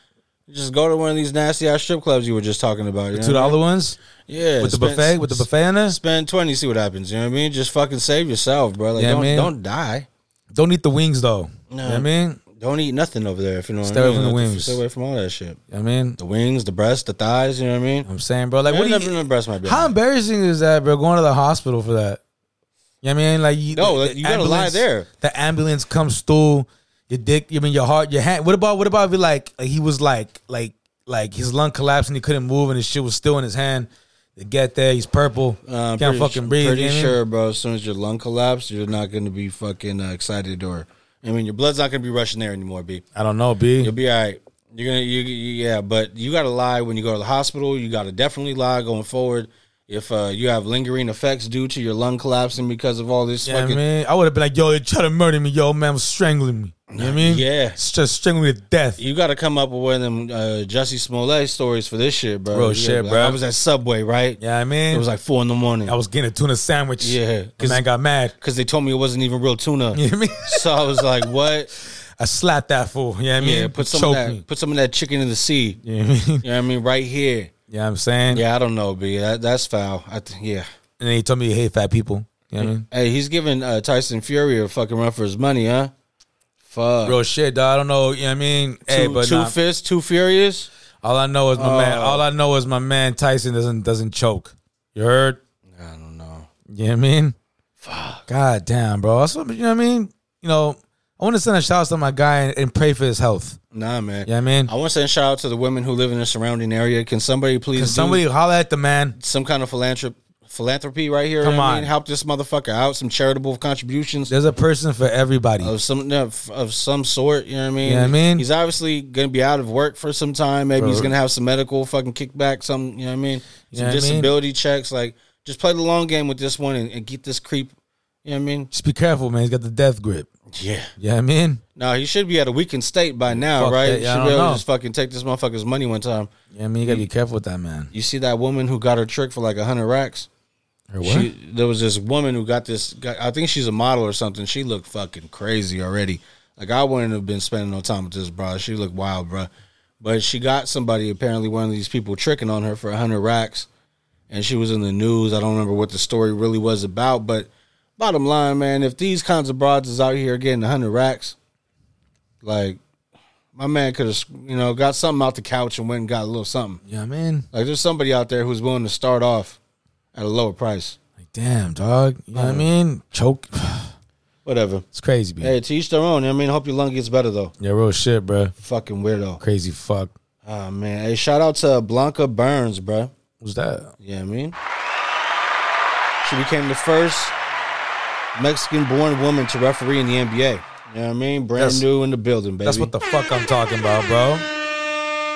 just go to one of these nasty ass strip clubs you were just talking about. You know
two
what I mean?
dollar ones
Yeah,
with the
spend-
buffet, with the buffet in there.
Spend twenty, see what happens. You know what I mean? Just fucking save yourself, bro. Like
Yeah,
don't
man.
don't die.
Don't eat the wings though. You know what I mean,
Don't eat nothing over there if you know.
Stay
what I
away
mean.
from the
Like,
wings.
Stay away from all that shit.
I mean,
The wings, the breast, the thighs. You know what I mean?
I'm saying, bro. Like,
Man,
what do
nothing
you?
in the breast might be.
How embarrassing is that, bro? Going to the hospital for that. You know what I mean? Like, you,
No, you gotta lie
ambulance-
there.
The ambulance comes through. Your dick. You mean your heart. Your hand. What about? What about if it like, like he was like like like his lung collapsed and he couldn't move and his shit was still in his hand. They get there. He's purple.
Uh,
can't
pretty-
fucking breathe.
Pretty
you know what I mean?
sure, bro. As soon as your lung collapse, you're not going to be fucking uh, excited or. I mean, your blood's not going to be rushing there anymore, b.
I don't know, B.
You'll be all right. You're gonna, you, you, yeah, but you gotta lie when you go to the hospital. You gotta definitely lie going forward. If uh, you have lingering effects due to your lung collapsing because of all this
You know what I
fucking,
mean? I would have been like, yo, they tried to murder me. Yo, man was strangling me. You know what I mean?
Yeah.
It's Just strangling me to death.
you gotta come up with one of them uh, Jesse Smollett stories for this shit, bro.
Real
You
shit,
gotta-
bro.
I was at Subway, right?
Yeah, I mean,
It was like four in the morning.
I was getting a tuna sandwich.
Yeah,
Because I got mad.
because they told me it wasn't even real tuna.
[LAUGHS] You know what I mean?
So I was like, what?
I slapped that fool. You know what [LAUGHS] I mean?
Yeah, put some
Choke
of that,
me. [LAUGHS]
put some of that chicken in the sea.
You know what I mean?
You know what I mean? Right here.
You know what I'm saying?
Yeah, I don't know, B. That, that's foul. I th- yeah.
And then he told me he hate fat people. You know what I mean?
Hey, he's giving uh, Tyson Fury a fucking run for his money, huh? Fuck.
Real shit, dog. I don't know. You know what I mean?
two
hey, but
two
nah,
fists, two furious.
all I know is my man.
Oh.
All I know is my man Tyson doesn't doesn't choke. You heard?
I don't know.
You know what I mean? Fuck. God damn, bro. That's what, you know what I mean? You know, I want to send a shout out to my guy and, and pray for his health.
Nah, man.
You know what I mean?
I want to send a shout out to the women who live in the surrounding area. Can somebody please
Can
do
somebody holler at the man?
some kind of philanthropy? Philanthropy right here. you
Come
know what I
on.
mean? help this motherfucker out. Some charitable contributions
There's a person for everybody.
of some of, of some sort. You know what I mean?
You know what I mean?
he's obviously gonna be out of work for some time. Maybe he's
Bro.
gonna have some medical fucking kickback. Some you know what I mean?
You
Some
know what I mean?
disability checks. Like just play the long game with this one and, and get this creep. You know what I mean?
Just be careful, man. He's got the death grip.
Yeah.
You know what I mean?
No, he should be at a weakened state by now,
Fuck
right?
that, yeah, I
should be
don't
able
know.
to just fucking take this motherfucker's money one time.
You know what I mean? You got to be careful with that man.
You see that woman who got her trick for like a hundred racks?
Or what?
She, there was this woman who got this. Got, I think she's a model or something. She looked fucking crazy already. Like I wouldn't have been spending no time with this bro. She looked wild, bro. But she got somebody apparently one of these people tricking on her for a hundred racks, and she was in the news. I don't remember what the story really was about, but bottom line, man, if these kinds of broads is out here getting a hundred racks, like my man could have, you know, got something out the couch and went and got a little something.
you know what I mean?
Like there's somebody out there who's willing to start off at a lower price.
Like, damn, dog. You know what I mean? Choke. [SIGHS]
Whatever.
It's crazy, B.
Hey, to each their own. I mean, hope your lung gets better though.
Yeah, real shit, bro.
Fucking weirdo.
Crazy fuck.
Ah man. Hey, shout out to Blanca Burns, bruh.
What's that?
Yeah, I mean, she became the first Mexican-born woman to referee in the NBA. You know what I mean? Brand
That's-
new in the building, baby.
That's what the fuck I'm talking about, bro.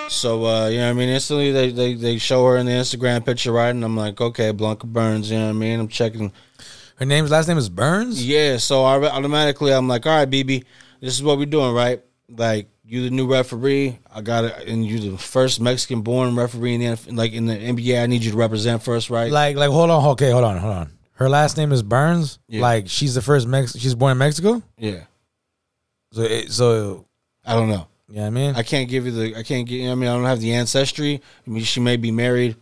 So uh, you know what I mean? Instantly they, they they show her in the Instagram picture, right? And I'm like, okay, Blanca Burns, you know what I mean? I'm checking.
Her name's last name is Burns.
Yeah, so I automatically I'm like, all right, BB, this is what we're doing, right? Like you the new referee, I got it, and you the first Mexican born referee in the NF like in the NBA. I need you to represent for us, right?
Like, like, hold on, okay, hold on, hold on. Her last name is Burns.
Yeah.
Like, she's the first Mex. She's born in Mexico.
yeah,
So, it, so
I don't know.
you know what I mean?
I can't give you the. I can't get. You know what I mean, I don't have the ancestry. I mean, she may be married.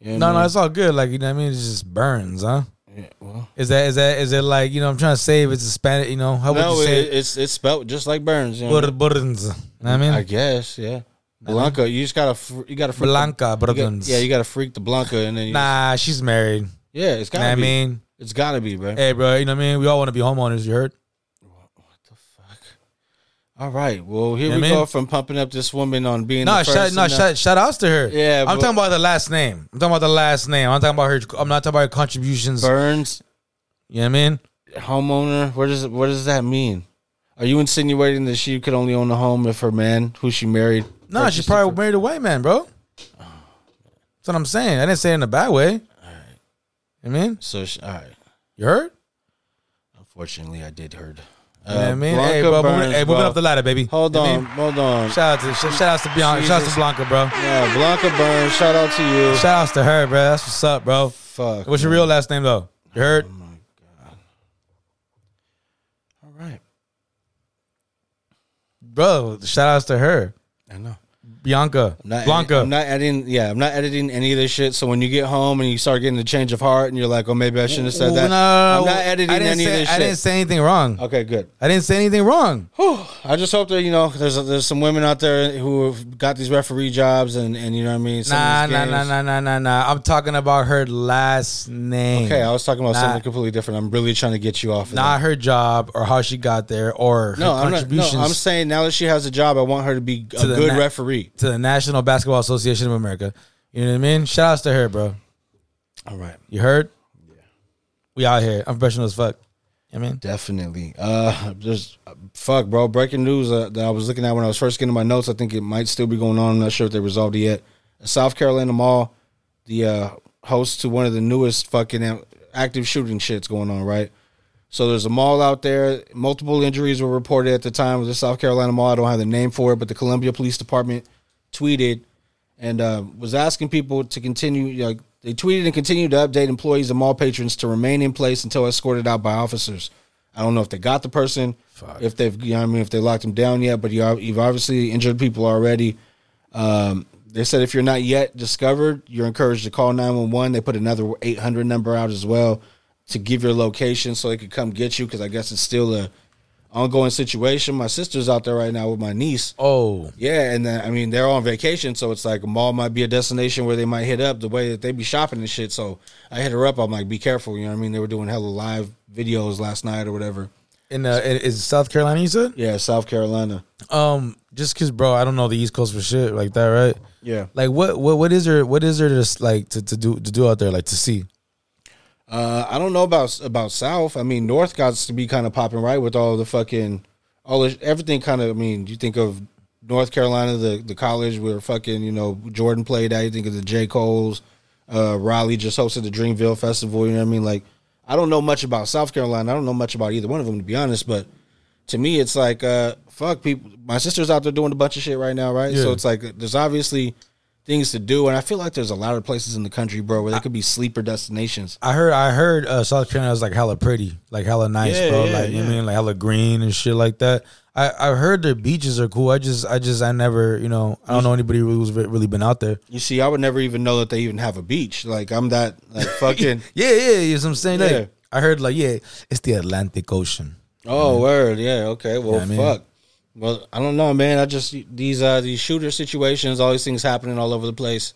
You know
no,
what
no,
I
it's all good. Like, you know what I mean? It's just Burns, huh?
mean? Yeah, well,
Is that is that is it like you know? I'm trying to say if it's a Spanish. You know how would
no,
you say
it, it's it's spelled just like Burns. You know?
Bur- Burns? You know what I mean?
I guess, yeah. Blanca, you just gotta fr- you gotta freak
Blanca
The, you got-
Burns.
yeah, you gotta freak the Blanca, and then you
nah, she's married. You
yeah, it's
know
gotta
what I
be.
mean?
It's gotta be, bro.
Hey, bro, you know what I mean? We all want to be homeowners. You heard?
All right, well here
Yeah,
we
man.
go from pumping up this woman on being the
No,
first
shout,
and
no,
the-
shout, shout outs to her.
Yeah,
I'm
but-
talking about the last name. I'm talking about the last name. I'm talking about her. I'm not talking about her contributions.
Burns
You know what I mean?
homeowner. What does what does that mean? Are you insinuating that she could only own a home if her man, who she married,
No, she
purchased it
probably married a white man, bro. That's what I'm saying. I didn't say it in a bad way. I mean,
for- so she, all right.
you heard?
Unfortunately, I did heard.
You know what I mean?
Uh, Blanca
hey, bro,
Burns,
moving, hey, moving
bro.
up the ladder, baby.
Hold
You know what I
on,
mean?
hold on.
Shout out to shout outs to Bianca. Shout outs
Jesus.
to Blanca, bro.
yeah, Blanca Burns. Shout out to you.
Shout outs to her, bro. That's what's up, bro.
Fuck.
What's your real last name though? You heard?
All right,
Bro, shout outs to her.
I know.
Bianca.
I'm not
Blanca.
Edit, I'm not editing. Yeah, I'm not editing any of this shit. So when you get home and you start getting the change of heart, and you're like, "Oh, maybe I shouldn't have said that."
No, no, no,
I'm
no.
not editing
I didn't
any
say,
of this
I
shit.
didn't say anything wrong.
okay, good.
I didn't say anything wrong.
Whew. I just hope that you know there's there's some women out there who have got these referee jobs, and and you know what I mean. some
Nah,
of these
nah, nah,
games.
nah, nah, nah, nah. I'm talking about her last name.
Okay, I was talking about
Nah.
something completely different. I'm really trying to get you off. Of that.
not her job or how she got there or her
No, I'm not, no,
contributions
I'm saying now that she has a job, I want her to be a
the
good
na-
referee.
to the National Basketball Association of America. You know what I mean? Shout outs to her, bro.
All right,
You heard? Yeah. We out here. I'm professional as fuck. You know what I mean,
definitely. Uh, just fuck, bro. Breaking news uh, that I was looking at when I was first getting my notes. I think it might still be going on. I'm not sure if they resolved it yet. South Carolina Mall, the uh, host to one of the newest fucking uh, active shooting shits going on, right? So there's a mall out there. Multiple injuries were reported at the time of the South Carolina Mall. I don't have the name for it, but the Columbia Police Department tweeted and uh, was asking people to continue. Like, they tweeted and continued to update employees and mall patrons to remain in place until escorted out by officers. I don't know if they got the person, if they've, you know, what I mean, if they locked him down yet. But you, ob- you've obviously injured people already. Um, they said if you're not yet discovered, you're encouraged to call 911. They put another 800 number out as well to give your location so they could come get you because I guess it's still a ongoing situation. My sister's out there right now with my niece.
oh,
Yeah, and then, I mean they're on vacation, so it's like a mall might be a destination where they might hit up the way that they be shopping and shit. So I hit her up. I'm like, be careful. You know what I mean? They were doing hella live videos last night or whatever.
in uh, in- is it South Carolina, you said?
Yeah, South Carolina.
Um, just cause, bro, I don't know the East Coast for shit like that, right?
Yeah.
Like, what, what, what is there? What is there to s- like to, to do to do out there, like to see?
Uh, I don't know about about South. I mean, North got to be kind of popping right with all the fucking all the, everything. Kind of. I mean, you think of North Carolina, the the college where fucking you know Jordan played at. You think of the J Cole's. Uh, Raleigh just hosted the Dreamville Festival. You know what I mean? Like, I don't know much about South Carolina. I don't know much about either one of them to be honest. But to me, it's like uh, fuck people. My sister's out there doing a bunch of shit right now, right? So
Yeah.
it's like there's obviously things to do, and I feel like there's a lot of places in the country, bro, where there could be sleeper destinations.
I heard, I heard, uh, South Carolina was like hella pretty, like hella nice,
Yeah,
bro.
yeah,
like, you know what I
yeah.
mean, like hella green and shit like that. I, I heard their beaches are cool. I just, I just, I never, you know, I don't know anybody who's re- really been out there.
You see, I would never even know that they even have a beach. Like I'm that
[LAUGHS]
like fucking
Yeah, yeah, yeah. You know what I'm saying? Like,
Yeah.
I heard, like, yeah, it's the Atlantic Ocean.
oh word yeah okay well
Yeah, I mean-
fuck well I don't know man I just these uh these shooter situations all these things happening all over the place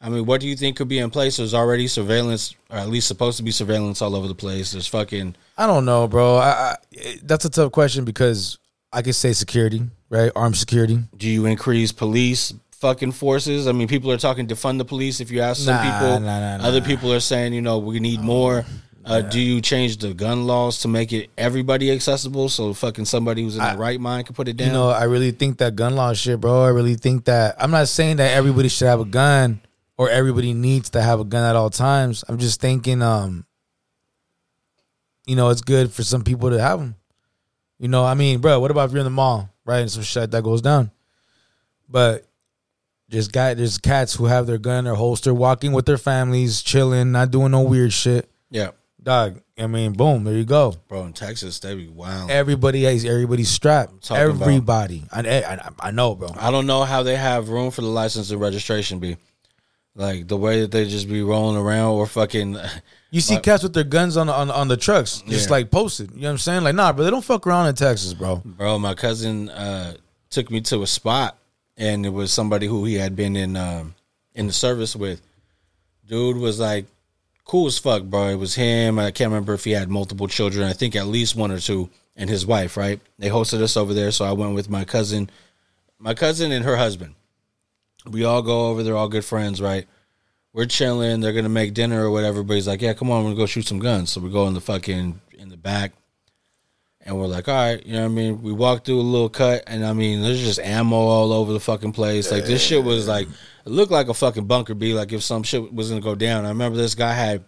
I mean, what do you think could be in place? There's already surveillance, or at least supposed to be surveillance all over the place. There's fucking
I don't know, bro. I, I it, that's a tough question because I could say security, right? Armed security.
do you increase police fucking forces? I mean, people are talking defund the police. If you ask some
Nah,
people,
nah, nah,
other
nah.
people are saying, you know, we need more. Uh, do you change the gun laws to make it everybody accessible so fucking somebody who's in the right mind can put it down?
You know, I really think that gun law shit, bro. I really think that I'm not saying that everybody should have a gun or everybody needs to have a gun at all times. I'm just thinking, um, you know, it's good for some people to have them. You know, I mean, bro, what about if you're in the mall, right, and some shit that goes down? But there's guy, there's cats who have their gun, their holster, walking with their families, chilling, not doing no weird shit.
yeah,
Dog, I mean, boom, there you go
bro, in Texas, they be wild.
everybody has everybody's strapped.
talking about-
Everybody, I, I I know, bro.
I don't know how they have room for the license and registration be. Like the way that they just be rolling around or fucking
You see cats with their guns on the, on the- on the trucks, just
Yeah.
like posted. You know what I'm saying? Like, nah, bro, they don't fuck around in Texas, bro.
Bro, my cousin uh, took me to a spot, and it was somebody who he had been in um, in the service with. Dude was like cool as fuck, bro. It was him. I can't remember if he had multiple children. I think at least one or two, and his wife. Right? They hosted us over there, so I went with my cousin, my cousin and her husband. We all go over. They're all good friends, right? We're chilling. They're gonna make dinner or whatever. But he's like, "Yeah, come on, we're gonna go shoot some guns." So we go in the fucking in the back. And we're like, all right, you know what I mean? We walked through a little cut, and I mean, there's just ammo all over the fucking place. Like, this shit was like, it looked like a fucking bunker B, like if some shit was gonna go down. I remember this guy had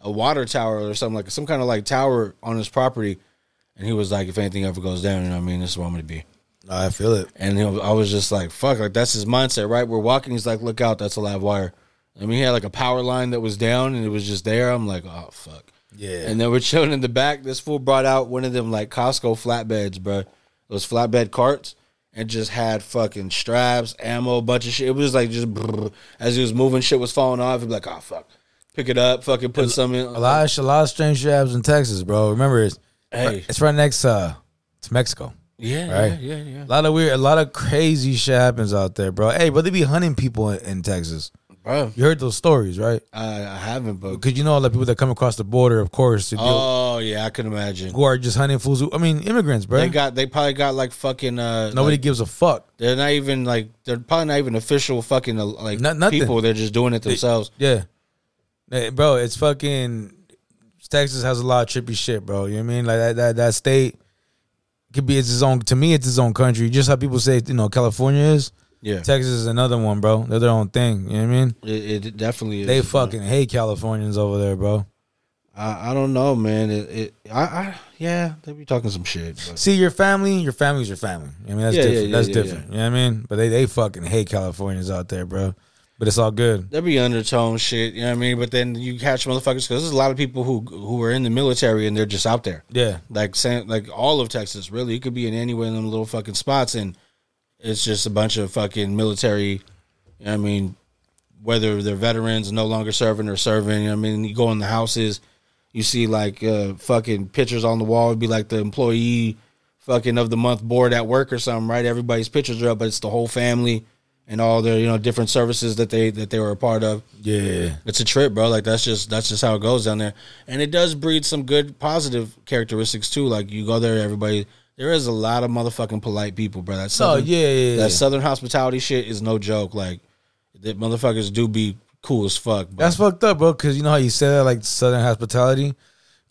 a water tower or something, like some kind of like tower on his property. And he was like, if anything ever goes down, you know what I mean? This is where I'm gonna be.
I feel it.
And he, I was just like, fuck, like that's his mindset, right? We're walking. He's like, look out, that's a live wire. I mean, he had like a power line that was down and it was just there. I'm like, oh, fuck.
Yeah.
And then we're chilling in the back. This fool brought out one of them like Costco flatbeds, bro. Those flatbed carts and just had fucking straps, ammo, bunch of shit. It was like just brrr. as he was moving, shit was falling off. He'd be like, oh, fuck. Pick it up, fucking put some in.
A lot of sh- a lot of strange shit happens in Texas, bro. Remember, it's
Hey.
it's right next uh to Mexico.
Yeah,
Right.
yeah, yeah, yeah.
A lot of weird, a lot of crazy shit happens out there, bro. Hey, bro, they be hunting people in, in Texas.
Bro,
You heard those stories, right?
I, I haven't, but.
Because you know, like people that come across the border, of course, to deal-
Oh, yeah, I can imagine.
who are just hunting fools. Who, I mean, immigrants, bro.
They got, they probably got like fucking, uh,
Nobody
like,
gives a fuck.
they're not even like, they're probably not even official fucking, uh, like,
Not- nothing.
people. They're just doing it themselves.
Yeah. Eh, bro, it's fucking Texas has a lot of trippy shit, bro. You know what I mean? Like that that, that state could be it's its own to me, it's its own country. Just how people say, you know, California is.
Yeah.
Texas is another one, bro. They're their own thing. You know what I mean?
It, it definitely is.
They
bro.
fucking hate Californians over there, bro.
I, I don't know, man. It, it I, I yeah, they be talking some shit. but-
See your family, your family's your family. You know what I mean, that's
Yeah, yeah,
different.
yeah,
that's
yeah,
different. You know what I mean? But they, they fucking hate Californians out there, bro. But it's all good.
There be undertone shit, you know what I mean? But then you catch motherfuckers because there's a lot of people who who are in the military and they're just out there.
Yeah.
Like San, like all of Texas, really. You could be in any one of them little fucking spots and it's just a bunch of fucking military, you know what I mean, whether they're veterans no longer serving or serving, you know what I mean? You go in the houses, you see like uh fucking pictures on the wall, it'd be like the employee fucking of the month board at work or something, right? Everybody's pictures are up, but it's the whole family and all their, you know, different services that they that they were a part of
Yeah.
it's a trip, bro. Like that's just that's just how it goes down there, and it does breed some good positive characteristics too. Like you go there, everybody. There is a lot of motherfucking polite people, bro. That's
Oh, yeah, yeah, yeah.
that southern hospitality shit is no joke. Like that motherfuckers do be cool as fuck. Bro.
That's fucked up, bro. Because you know how you say that, like Southern hospitality,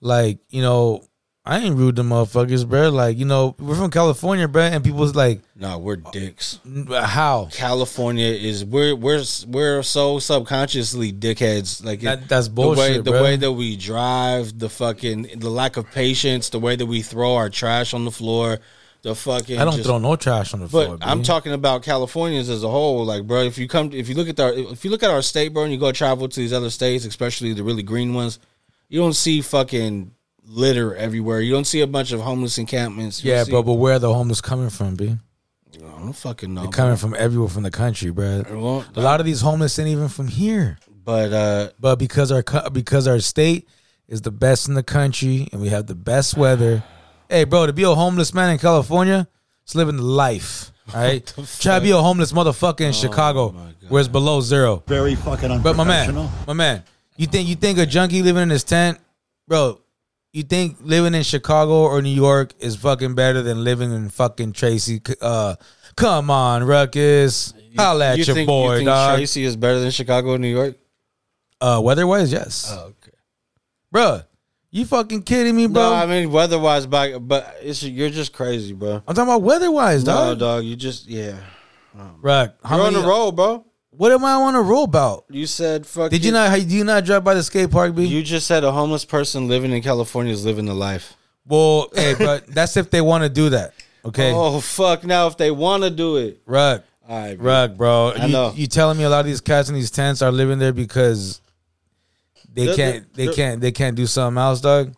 like you know, I ain't rude to motherfuckers, bro. Like you know, we're from California, bro, and people's like,
nah, we're dicks.
"N- how?
California is we're we're we're so subconsciously dickheads. Like
That- that's
The way,
bullshit,
the
bro.
way that we drive, the fucking the lack of patience, the way that we throw our trash on the floor, the fucking
I don't
just-
throw no trash on the
But
floor.
I'm
B.
talking about Californians as a whole. Like, bro, if you come, if you look at our, if you look at our state, bro, and you go travel to these other states, especially the really green ones, you don't see fucking litter everywhere. You don't see a bunch of homeless encampments. You
Yeah,
see,
bro. But where are the homeless coming from, b?
I don't fucking know.
Coming from everywhere from the country, bro.
won't-
A lot of these homeless ain't even from here,
But uh,
but because our co- because our state is the best in the country and
[LAUGHS]
we have the best weather. Hey, bro, to be a homeless man in California, it's living the life. All right, try to be a homeless motherfucker
Oh
in Chicago where it's below zero.
Very fucking unprofessional.
But my man, my man, you think you think a junkie living in his tent, bro? You think living in Chicago or New York is fucking better than living in fucking Tracy? Uh, come on, Ruckus, holla at
you
your
think,
boy,
you think
dog.
Tracy is better than Chicago and New York?
Uh, weather-wise, yes,
Oh, Okay.
bro. You fucking kidding me, bro?
No, I mean weather-wise, but but it's you're just crazy, bro.
I'm talking about weather-wise,
No,
dog.
dog, you just yeah.
Right? How
You're on
many-
the road, bro.
What am I on a roll about?
You said fuck.
Did you not? How, do you not drive by the skate park, B?
You just said a homeless person living in California is living the life.
well, hey, but [LAUGHS] that's if they want to do that. Okay,
Oh fuck! Now if they want to do it,
Rug,
all right, bro.
rug, bro.
I
you,
know.
You telling me a lot of these cats in these tents are living there because they
They're-
can't, they
they're-
can't, they can't do something else, dog.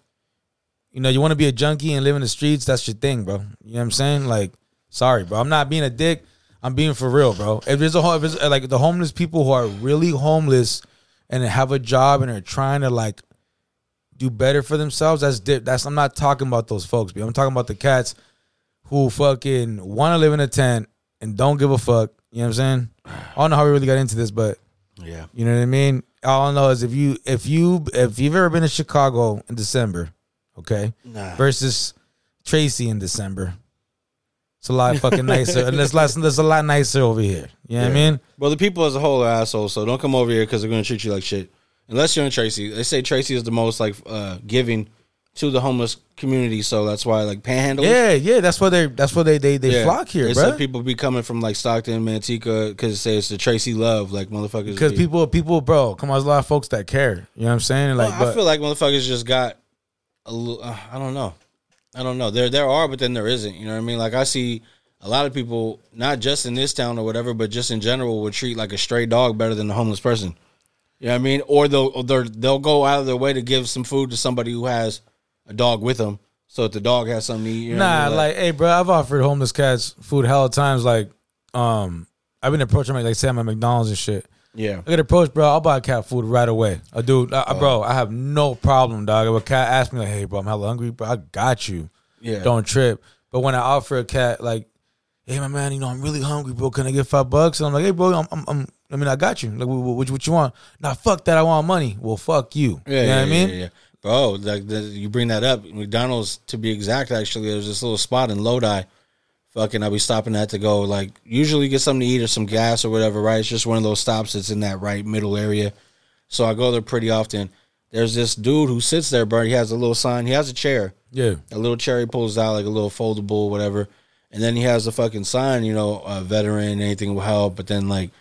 You know, you want to be a junkie and live in the streets. That's your thing, bro. You know what I'm saying? Like, sorry, bro. I'm not being a dick. I'm being for real, bro. If there's a whole, if it's, uh, like the homeless people who are really homeless and have a job and are trying to like do better for themselves, that's di- that's. I'm not talking about those folks, but I'm talking about the cats who fucking want to live in a tent and don't give a fuck. You know what I'm saying? I don't know how we really got into this, but
Yeah.
you know what I mean. All I know is if you if you if you've ever been to Chicago in December, okay,
Nah.
versus Tracy in December, it's a lot fucking nicer. And it's less, there's a lot nicer over here. You know what I mean?
Well, the people as a whole are assholes, so don't come over here because they're going to treat you like shit. Unless you're in Tracy. They say Tracy is the most like uh, giving to the homeless community, so that's why like panhandle.
Yeah, yeah. That's why they that's why they they they flock here,
They
bro.
said people be coming from like Stockton, Manteca, because it says the Tracy love, like motherfuckers.
Because
be-
people people bro, come on, there's a lot of folks that care. You know what I'm saying? Like,
Well,
but,
I feel like motherfuckers just got a little. Uh, I don't know. I don't know. There there are, but then there isn't. You know what I mean? Like I see a lot of people, not just in this town or whatever, but just in general, will treat like a stray dog better than a homeless person. You know what I mean? Or they'll or they're- they'll go out of their way to give some food to somebody who has a dog with them, so that the dog has something to eat. You know what I
Nah,
mean?
like, hey, bro, I've offered homeless cats food hella times. Like, um, I've been approaching like, like say I'm at McDonald's and shit.
yeah.
I get approached, bro. I'll buy a cat food right away. A dude, uh,
Oh.
bro, I have no problem, dog. If a cat asks me like, hey, bro, I'm hella hungry, bro, I got you.
Yeah.
Don't trip. But when I offer a cat, like, hey, my man, you know, I'm really hungry, bro. Can I get five bucks? And I'm like, hey, bro, I'm, I'm, I'm I mean, I got you. Like, what, what, what you want? Nah, fuck that. I want money. Well, fuck you.
Yeah,
you know
yeah,
what I mean?
yeah, yeah. bro. Like the, you bring that up, McDonald's to be exact. Actually, there's this little spot in Lodi. Fucking, I'll be stopping at to go. Like usually, get something to eat or some gas or whatever. Right? It's just one of those stops that's in that right middle area. So I go there pretty often. There's this dude who sits there, bro. He has a little sign. He has a chair.
Yeah.
A little chair he pulls out, like a little foldable, whatever. And then he has a fucking sign, you know, a veteran, anything will help. But then, like,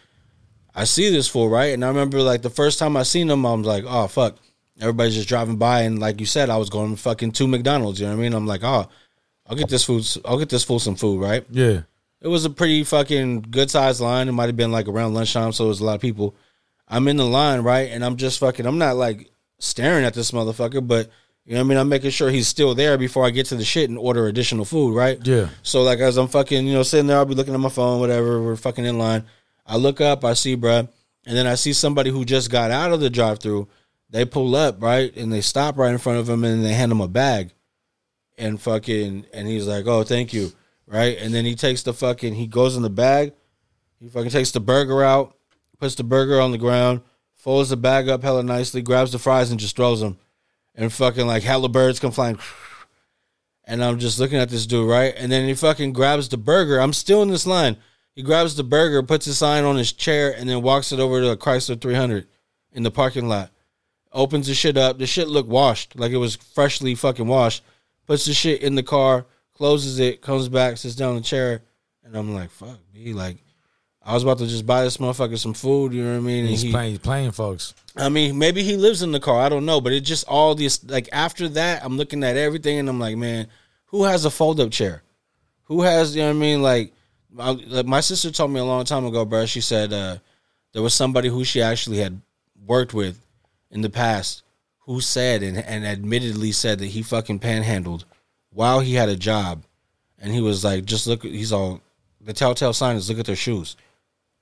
I see this fool, right? And I remember, like, the first time I seen him, I was like, oh, fuck. Everybody's just driving by. And like you said, I was going fucking to McDonald's, you know what I mean? I'm like, oh, I'll get this food. I'll get this fool some food, right?
Yeah.
It was a pretty fucking good sized line. It might have been like around lunchtime, so it was a lot of people. I'm in the line, right? And I'm just fucking, I'm not like staring at this motherfucker, but you know what I mean? I'm making sure he's still there before I get to the shit and order additional food, right?
Yeah.
So, like, as I'm fucking, you know, sitting there, I'll be looking at my phone, whatever. We're fucking in line. I look up, I see, bruh, and then I see somebody who just got out of the drive through. They pull up, right? And they stop right in front of him and they hand him a bag and fucking and he's like, "Oh, thank you." Right? And then he takes the fucking he goes in the bag. He fucking takes the burger out, puts the burger on the ground, folds the bag up hella nicely, grabs the fries and just throws them. And fucking like hella birds come flying. And I'm just looking at this dude, right? And then he fucking grabs the burger. I'm still in this line. He grabs the burger, puts his sign on his chair, and then walks it over to a Chrysler 300 in the parking lot opens the shit up. The shit looked washed, like it was freshly fucking washed. Puts the shit in the car, closes it, comes back, sits down in the chair, and I'm like, fuck me, like. I was about to just buy this motherfucker some food, you know what I mean? And
He's
he-
playing. He's playing, folks.
I mean, maybe he lives in the car. I don't know, but it just all this like after that, I'm looking at everything and I'm like, man, who has a fold up chair? Who has you know what I mean? Like, I, like my sister told me a long time ago, bro. She said uh, there was somebody who she actually had worked with in the past who said and, and admittedly said that he fucking panhandled while he had a job, and he was like, just look. He's all the telltale sign is look at their shoes.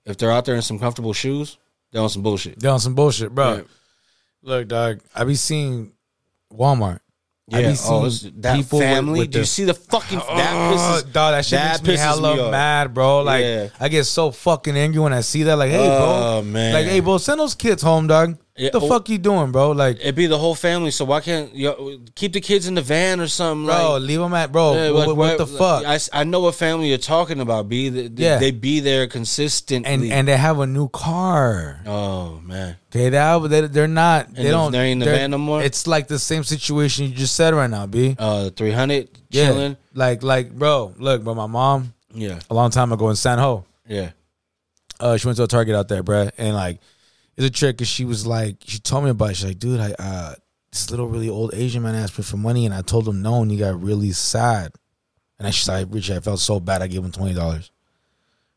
If they're out there in some comfortable shoes, they're on some bullshit.
They're on some bullshit, bro.
Right.
Look, dog, I be seeing Walmart. I be seeing
oh, it's that
people with-
family.
with
Do you
the-
see the fucking that
Oh,
pisses,
dog, that shit makes me hella
off.
mad, bro. Like,
Yeah.
I get so fucking angry when I see that. Like, hey, bro,
Oh, man.
like, hey, bro, send those kids home, dog.
Yeah,
the
oh.
fuck you doing, bro? Like,
It'd be the whole family, so why can't you keep the kids in the van or something?
bro,
like,
leave them at, bro.
Yeah,
what,
like,
what the
like,
fuck?
I s- I, know what family you're talking about. Be the, they-
Yeah.
they be there consistently.
and and they have a new car.
oh man,
Okay, they have, they, they're not. They
if
don't.
they ain't in the
they're-
van no more?
It's like the same situation you just said right now, b.
uh, three hundred
Yeah,
chilling.
like like, bro, look, bro. My mom
Yeah,
a long time ago in San Ho.
yeah.
uh, she went to a Target out there, bruh. And like, it's a trick because she was like, she told me about it. She's like, dude, I uh, this little really old Asian man asked me for money, and I told him no, and he got really sad. And I she's like, Richie, I felt so bad. I gave him twenty dollars.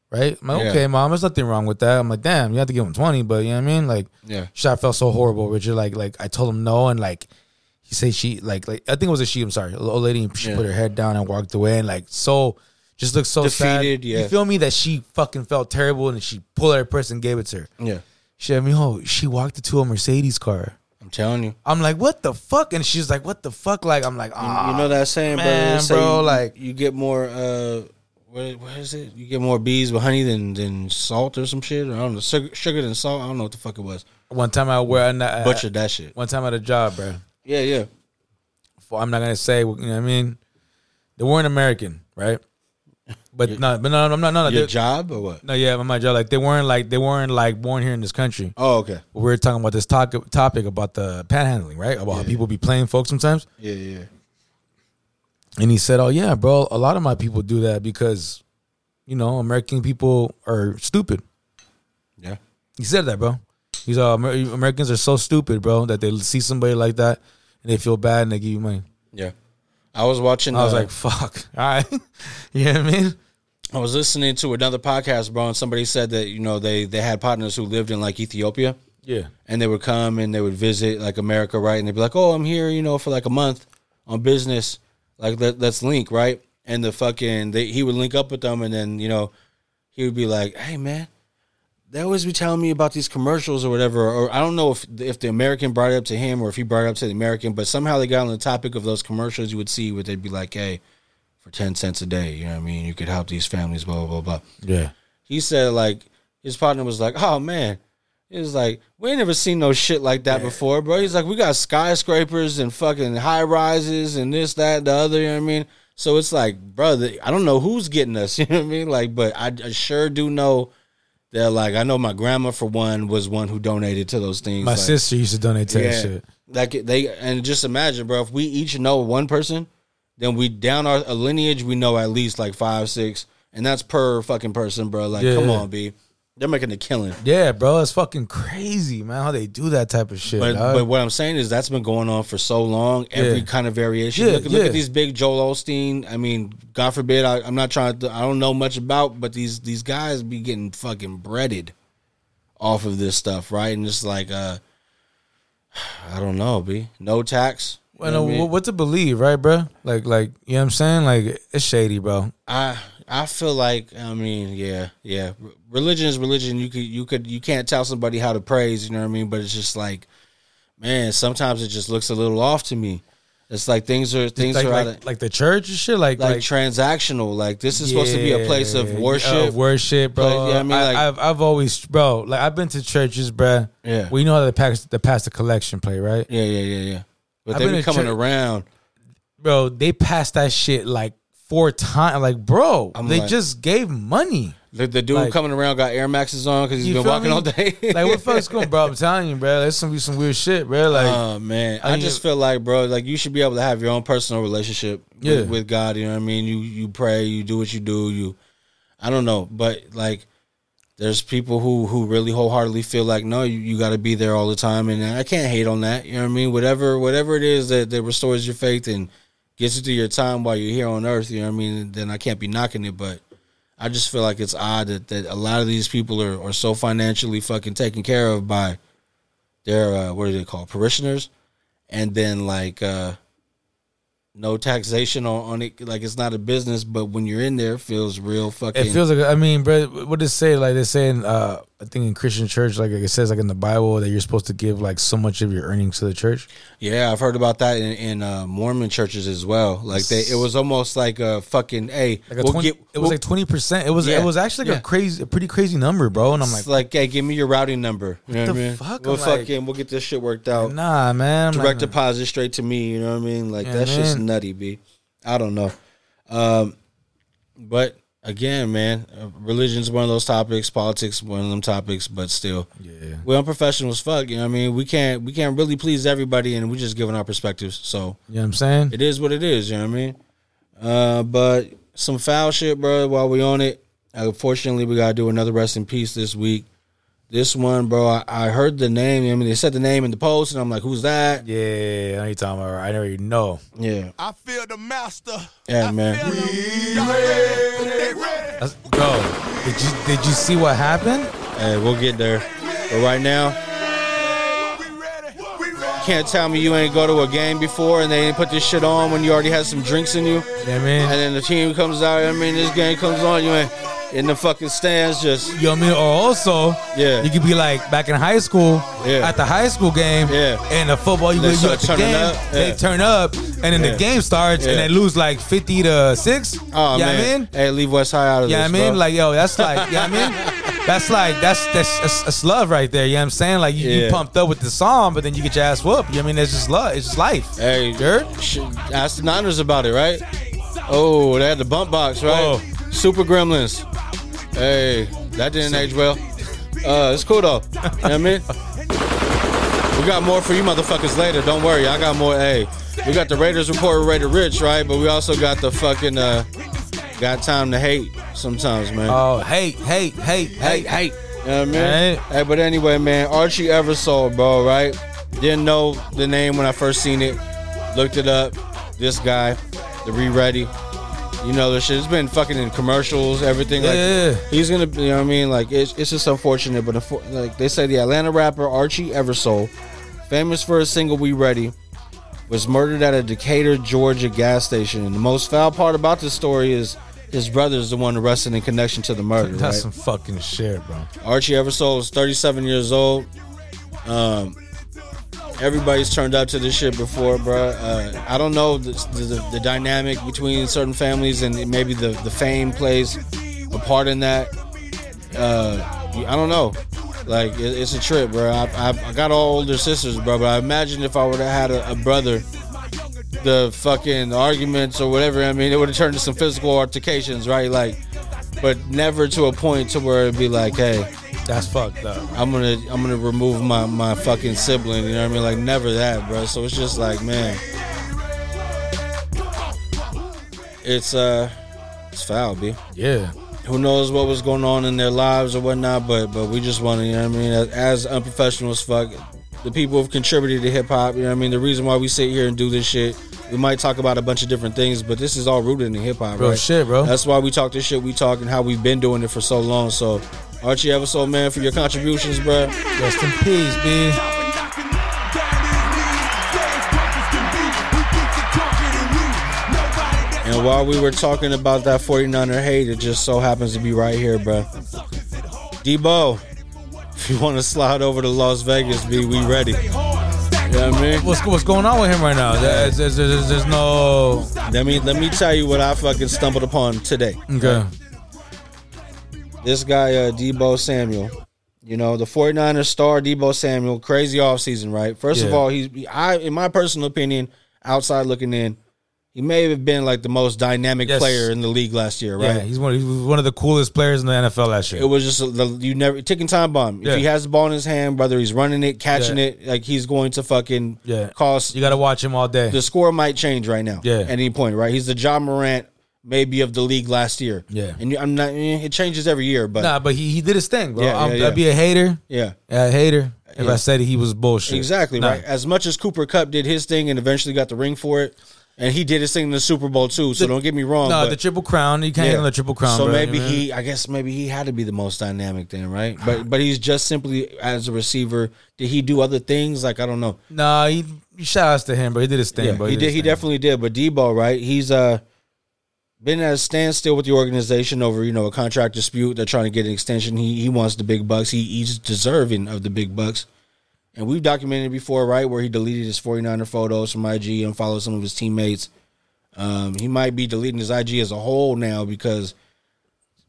Right? I'm like,
Yeah.
okay, mom, there's nothing wrong with that. I'm like, damn, you have to give him twenty, but you know what I mean? Like,
Yeah.
she's like, I felt so horrible, Richard. Like, like I told him no, and like. He said she like like I think it was a she. I'm sorry, the old lady. She
Yeah.
put her head down and walked away, and like so, just looked so sad.
Defeated, yeah.
You feel me? That she fucking felt terrible, and she pulled out her purse and gave it to her.
Yeah,
She had me home. She walked into a Mercedes car.
I'm telling you.
I'm like, what the fuck? And she's like, what the fuck? Like, I'm like, ah,
you know that saying,
man,
brother, They say
bro,
you-
like-
you get more. uh what, what is it? You get more bees with honey than, than salt or some shit. Or I don't know, sugar, sugar than salt. I don't know what the fuck it was.
One time I where I,
Butchered that shit.
uh, One time at a job, bro.
Yeah, yeah,
For, I'm not gonna say. You know what I mean? They weren't American, right? But no, but no, no, no, no,
Your
no.
job or what?
No, yeah, my job. Like they weren't like they weren't like born here in this country.
Oh, okay.
we were talking about this talk, topic about the panhandling, right? About how people be playing folks sometimes.
Yeah, yeah.
And he said, "Oh yeah, bro, a lot of my people do that because, you know, American people are stupid."
Yeah.
He said that, bro. He's uh, Amer- Americans are so stupid, bro, that they see somebody like that and they feel bad and they give you money.
Yeah. I was watching
I was
uh,
like, "Fuck, [LAUGHS] all right," you know what I mean?
I was listening to another podcast, bro, and somebody said that, you know, they they had partners who lived in like Ethiopia
Yeah,
and they would come and they would visit like America, right? And they'd be like, "Oh, I'm here, you know, for like a month on business. Like let, let's link, right?" And the fucking they, he would link up with them, and then you know he would be like, "Hey, man." They always be telling me about these commercials or whatever, or I don't know if if the American brought it up to him or if he brought it up to the American, but somehow they got on the topic of those commercials. You would see where they'd be like, "Hey, for ten cents a day, you know what I mean? You could help these families, blah blah blah." blah
yeah,
he said like his partner was like, "Oh man," it was like we ain't never seen no shit like that before, bro. He's like, "We got skyscrapers and fucking high rises and this, that, the other." You know what I mean? So it's like, brother, I don't know who's getting us. [LAUGHS] You know what I mean? Like, but I, I sure do know that. Like, I know my grandma for one was one who donated to those things.
my
like,
sister used to donate to that shit.
like they and just imagine, bro. If we each know one person, then we down our a lineage. We know at least like five, six, and that's per fucking person, bro. Like,
Yeah,
come
yeah.
on, b. They're making a killing.
Yeah, bro, it's fucking crazy, man. How they do that type of shit.
But
dog.
but what I'm saying is that's been going on for so long. Every
Yeah.
kind of variation.
Yeah,
look, look
yeah.
at these big Joel Osteen. I mean, God forbid. I, I'm not trying to. I don't know much about, but these these guys be getting fucking breaded off of this stuff, right? And it's like, uh, [SIGHS] I don't know, b. No tax. You
Well,
know what I
no,
mean?
what, what to believe, right, bro? Like, like you know what I'm saying? Like, it's shady, bro.
I I feel like I mean yeah yeah Re- religion is religion you could you could you can't tell somebody how to praise you know what I mean but it's just like man sometimes it just looks a little off to me it's like things are things
Like,
are
like,
out of, like,
like the church and shit. Like, like,
transactional like this is supposed to be a place of
Yeah,
worship
of worship, bro.
Place- yeah, I mean, like-
I, have I've always, bro. Like, I've been to churches, bro.
Yeah.
we know how the past the pastor collection play, right,
yeah yeah yeah yeah but
I've
they
been
be
to
coming
church-
around
bro? They passed that shit like four times. Like, bro,
I'm
they
like-
just gave money.
the, the dude
Like-
coming around got Air Maxes on because he's
You
been
feel
walking
me?
all day
like,
[LAUGHS]
what the fuck's going, bro? I'm telling you, bro. That's gonna be some weird shit, bro. Like,
oh man,
I
I,
mean,
just feel like, bro, like you should be able to have your own personal relationship
Yeah.
with, with God. You know what I mean? You you pray, you do what you do. You, I don't know, but like, there's people who who really wholeheartedly feel like, no, you, you got to be there all the time, and I can't hate on that. You know what I mean? Whatever whatever it is that that restores your faith and gets you through your time while you're here on earth. You know what I mean? Then I can't be knocking it, but. I just feel like it's odd that, that a lot of these people are, are so financially fucking taken care of by their uh, what do they call it? parishioners, and then like uh, no taxation on, on it. Like it's not a business, but when you're in there, it feels real fucking.
It feels like I mean, bro. What does it say? Like they say in uh, I think in Christian church, like it says like in the Bible that you're supposed to give like so much of your earnings to the church.
Yeah, I've heard about that in, in uh, Mormon churches as well. Like they, it was almost like a fucking hey,
Like a
we'll
20,
get-
it was
we'll-
like twenty percent. It was
Yeah.
it was actually like
Yeah.
a crazy, a pretty crazy number, bro. And I'm like,
it's like hey, give me your routing number. You know what
the
I mean?
fuck?
We'll
I'm like-
fucking we'll get this shit worked out.
nah, man. I'm like,
Direct deposit straight to me. You know what I mean? Like
Yeah,
that's just
man.
nutty, b. I don't know, um, but again, man, uh, religion's one of those topics. Politics, one of them topics. But still,
Yeah.
we're unprofessional as fuck. You know what I mean? We can't we can't really please everybody, and we're just giving our perspectives. So
You know what I'm saying?
it is what it is. You know what I mean? Uh, but some foul shit, bro. While we on it, unfortunately, we gotta do another rest in peace this week. This one, bro, I, I heard the name. I mean, they said the name in the post, and I'm like, "Who's that?"
yeah, I know you're talking about. I already know.
Yeah,
I feel the master.
yeah, man.
That's, bro, did you did you see what happened?
Hey, we'll get there. But right now, can't tell me you ain't go to a game before and they didn't put this shit on when you already had some drinks in you.
You know what I mean?
And then the team comes out. I mean, this game comes on. You ain't in the fucking stands. Just
You know what I mean? Or also,
Yeah.
you could be like back in high school,
Yeah.
at the high school game,
Yeah.
and the football you,
They
you
start
at the
turning
game,
up,
they
yeah.
turn up, and then
Yeah.
the game starts, and
Yeah.
they lose like fifty to six.
oh
you know
man,
what I mean?
hey, leave West High out of
You know what I
this.
mean?
bro.
Like yo, that's like, you know
[LAUGHS]
what I mean? That's like that's that's, that's, that's love right there. You know what I'm saying? Like you,
Yeah.
you pumped up with the song, but then you get your ass whooped. You know what I mean? That's just love. It's just life.
hey,
Dirt.
sh- ask the Niners about it, right? Oh, they had the bump box, right?
Whoa.
Super Gremlins. Hey, that didn't age well. Uh, it's cool though. you know what I mean? We got more for you motherfuckers later. Don't worry, I got more. Hey, we got the Raiders report with Raider Rich, right? But we also got the fucking uh, got time to hate sometimes, man.
Oh, hate, hate, hate,
Hey,
hate.
hey. You know what I mean? Hey.
Hey.
but anyway, man, Archie Eversole, bro, right? Didn't know the name when I first seen it. Looked it up. This guy, the re ready. You know, this shit. It's been fucking in commercials, everything.
Yeah.
Like, he's gonna, you know what I mean? Like, it's, it's just unfortunate, but unfor- like they say, the Atlanta rapper Archie Eversole, famous for his single "We Ready," was murdered at a Decatur, Georgia gas station. And the most foul part about this story is his brother is the one arrested in connection to the murder.
That's
right?
some fucking shit, bro.
Archie Eversole is 37 years old. Um, everybody's turned up to this shit before, bro. Uh, I don't know the, the, the dynamic between certain families, and maybe the, the fame plays a part in that. Uh, I don't know. Like it, it's a trip, bro. I, I, I got all older sisters, bro. But I imagine if I would have had a, a brother, the fucking arguments or whatever. I mean, it would have turned to some physical altercations, right? Like, but never to a point to where it'd be like, hey,
That's fucked up.
I'm gonna I'm gonna remove my my fucking sibling. You know what I mean? Like never that, bro. So it's just like man, it's uh, it's foul, b.
Yeah.
Who knows what was going on in their lives or whatnot? But but we just want to, you know what I mean? As, as unprofessional as fuck, the people who've contributed to hip hop. You know what I mean? The reason why we sit here and do this shit. We might talk about a bunch of different things, but this is all rooted in hip hop,
Real
right?
shit, bro.
That's why we talk this shit we talk and how we've been doing it for so long. So, Archie Eversole, man, for your contributions, bro.
Rest in peace, B.
And while we were talking about that 49er hate, it just so happens to be right here, bro. Debo, [LAUGHS] if you want to slide over to Las Vegas, be we ready. You know what I mean?
What's what's going on with him right now? There's, there's, there's, there's no
Let me let me tell you what I fucking stumbled upon today.
okay.
This guy, uh, Debo Samuel, you know, the 49er star Debo Samuel, crazy offseason, right? First of
Yeah.
all, he's I in my personal opinion, outside looking in, he may have been like the most dynamic
Yes.
player in the league last year, right?
Yeah, he's one. He was one of the coolest players in the NFL last year.
It was just a, the, you never ticking time bomb.
Yeah.
If he has the ball in his hand, whether he's running it, catching
Yeah.
it, like he's going to fucking
Yeah.
cause
You got to watch him all day.
the score might change right now.
Yeah.
At any point, right? He's the John Morant maybe of the league last year.
Yeah.
And you- I'm not eh, it changes every year, but
nah, but he, he did his thing, bro.
Yeah, yeah,
I'm,
yeah.
I'd be a hater.
yeah.
A hater. If
Yeah.
I said he was bullshit.
Exactly,
Nah.
right? As much as Cooper Cup did his thing and eventually got the ring for it, And he did his thing in the Super Bowl too. So
The-
don't get me wrong.
no,
but-
the triple crown. You can't
Yeah.
get on the triple crown.
So
bro,
maybe
you know?
he, I guess maybe he had to be the most dynamic then, right? But but he's just simply as a receiver. Did he do other things? Like I don't know.
Nah, he, he shout outs to him, bro. He did his thing,
Yeah,
bro.
he did.
his
He
thing.
definitely did. But Debo, right? He's uh been at a standstill with the organization over you know a contract dispute. They're trying to get an extension. He he wants the big bucks. He, he's deserving of the big bucks. And we've documented before, right, where he deleted his 49er photos from IG and followed some of his teammates. Um, he might be deleting his IG as a whole now because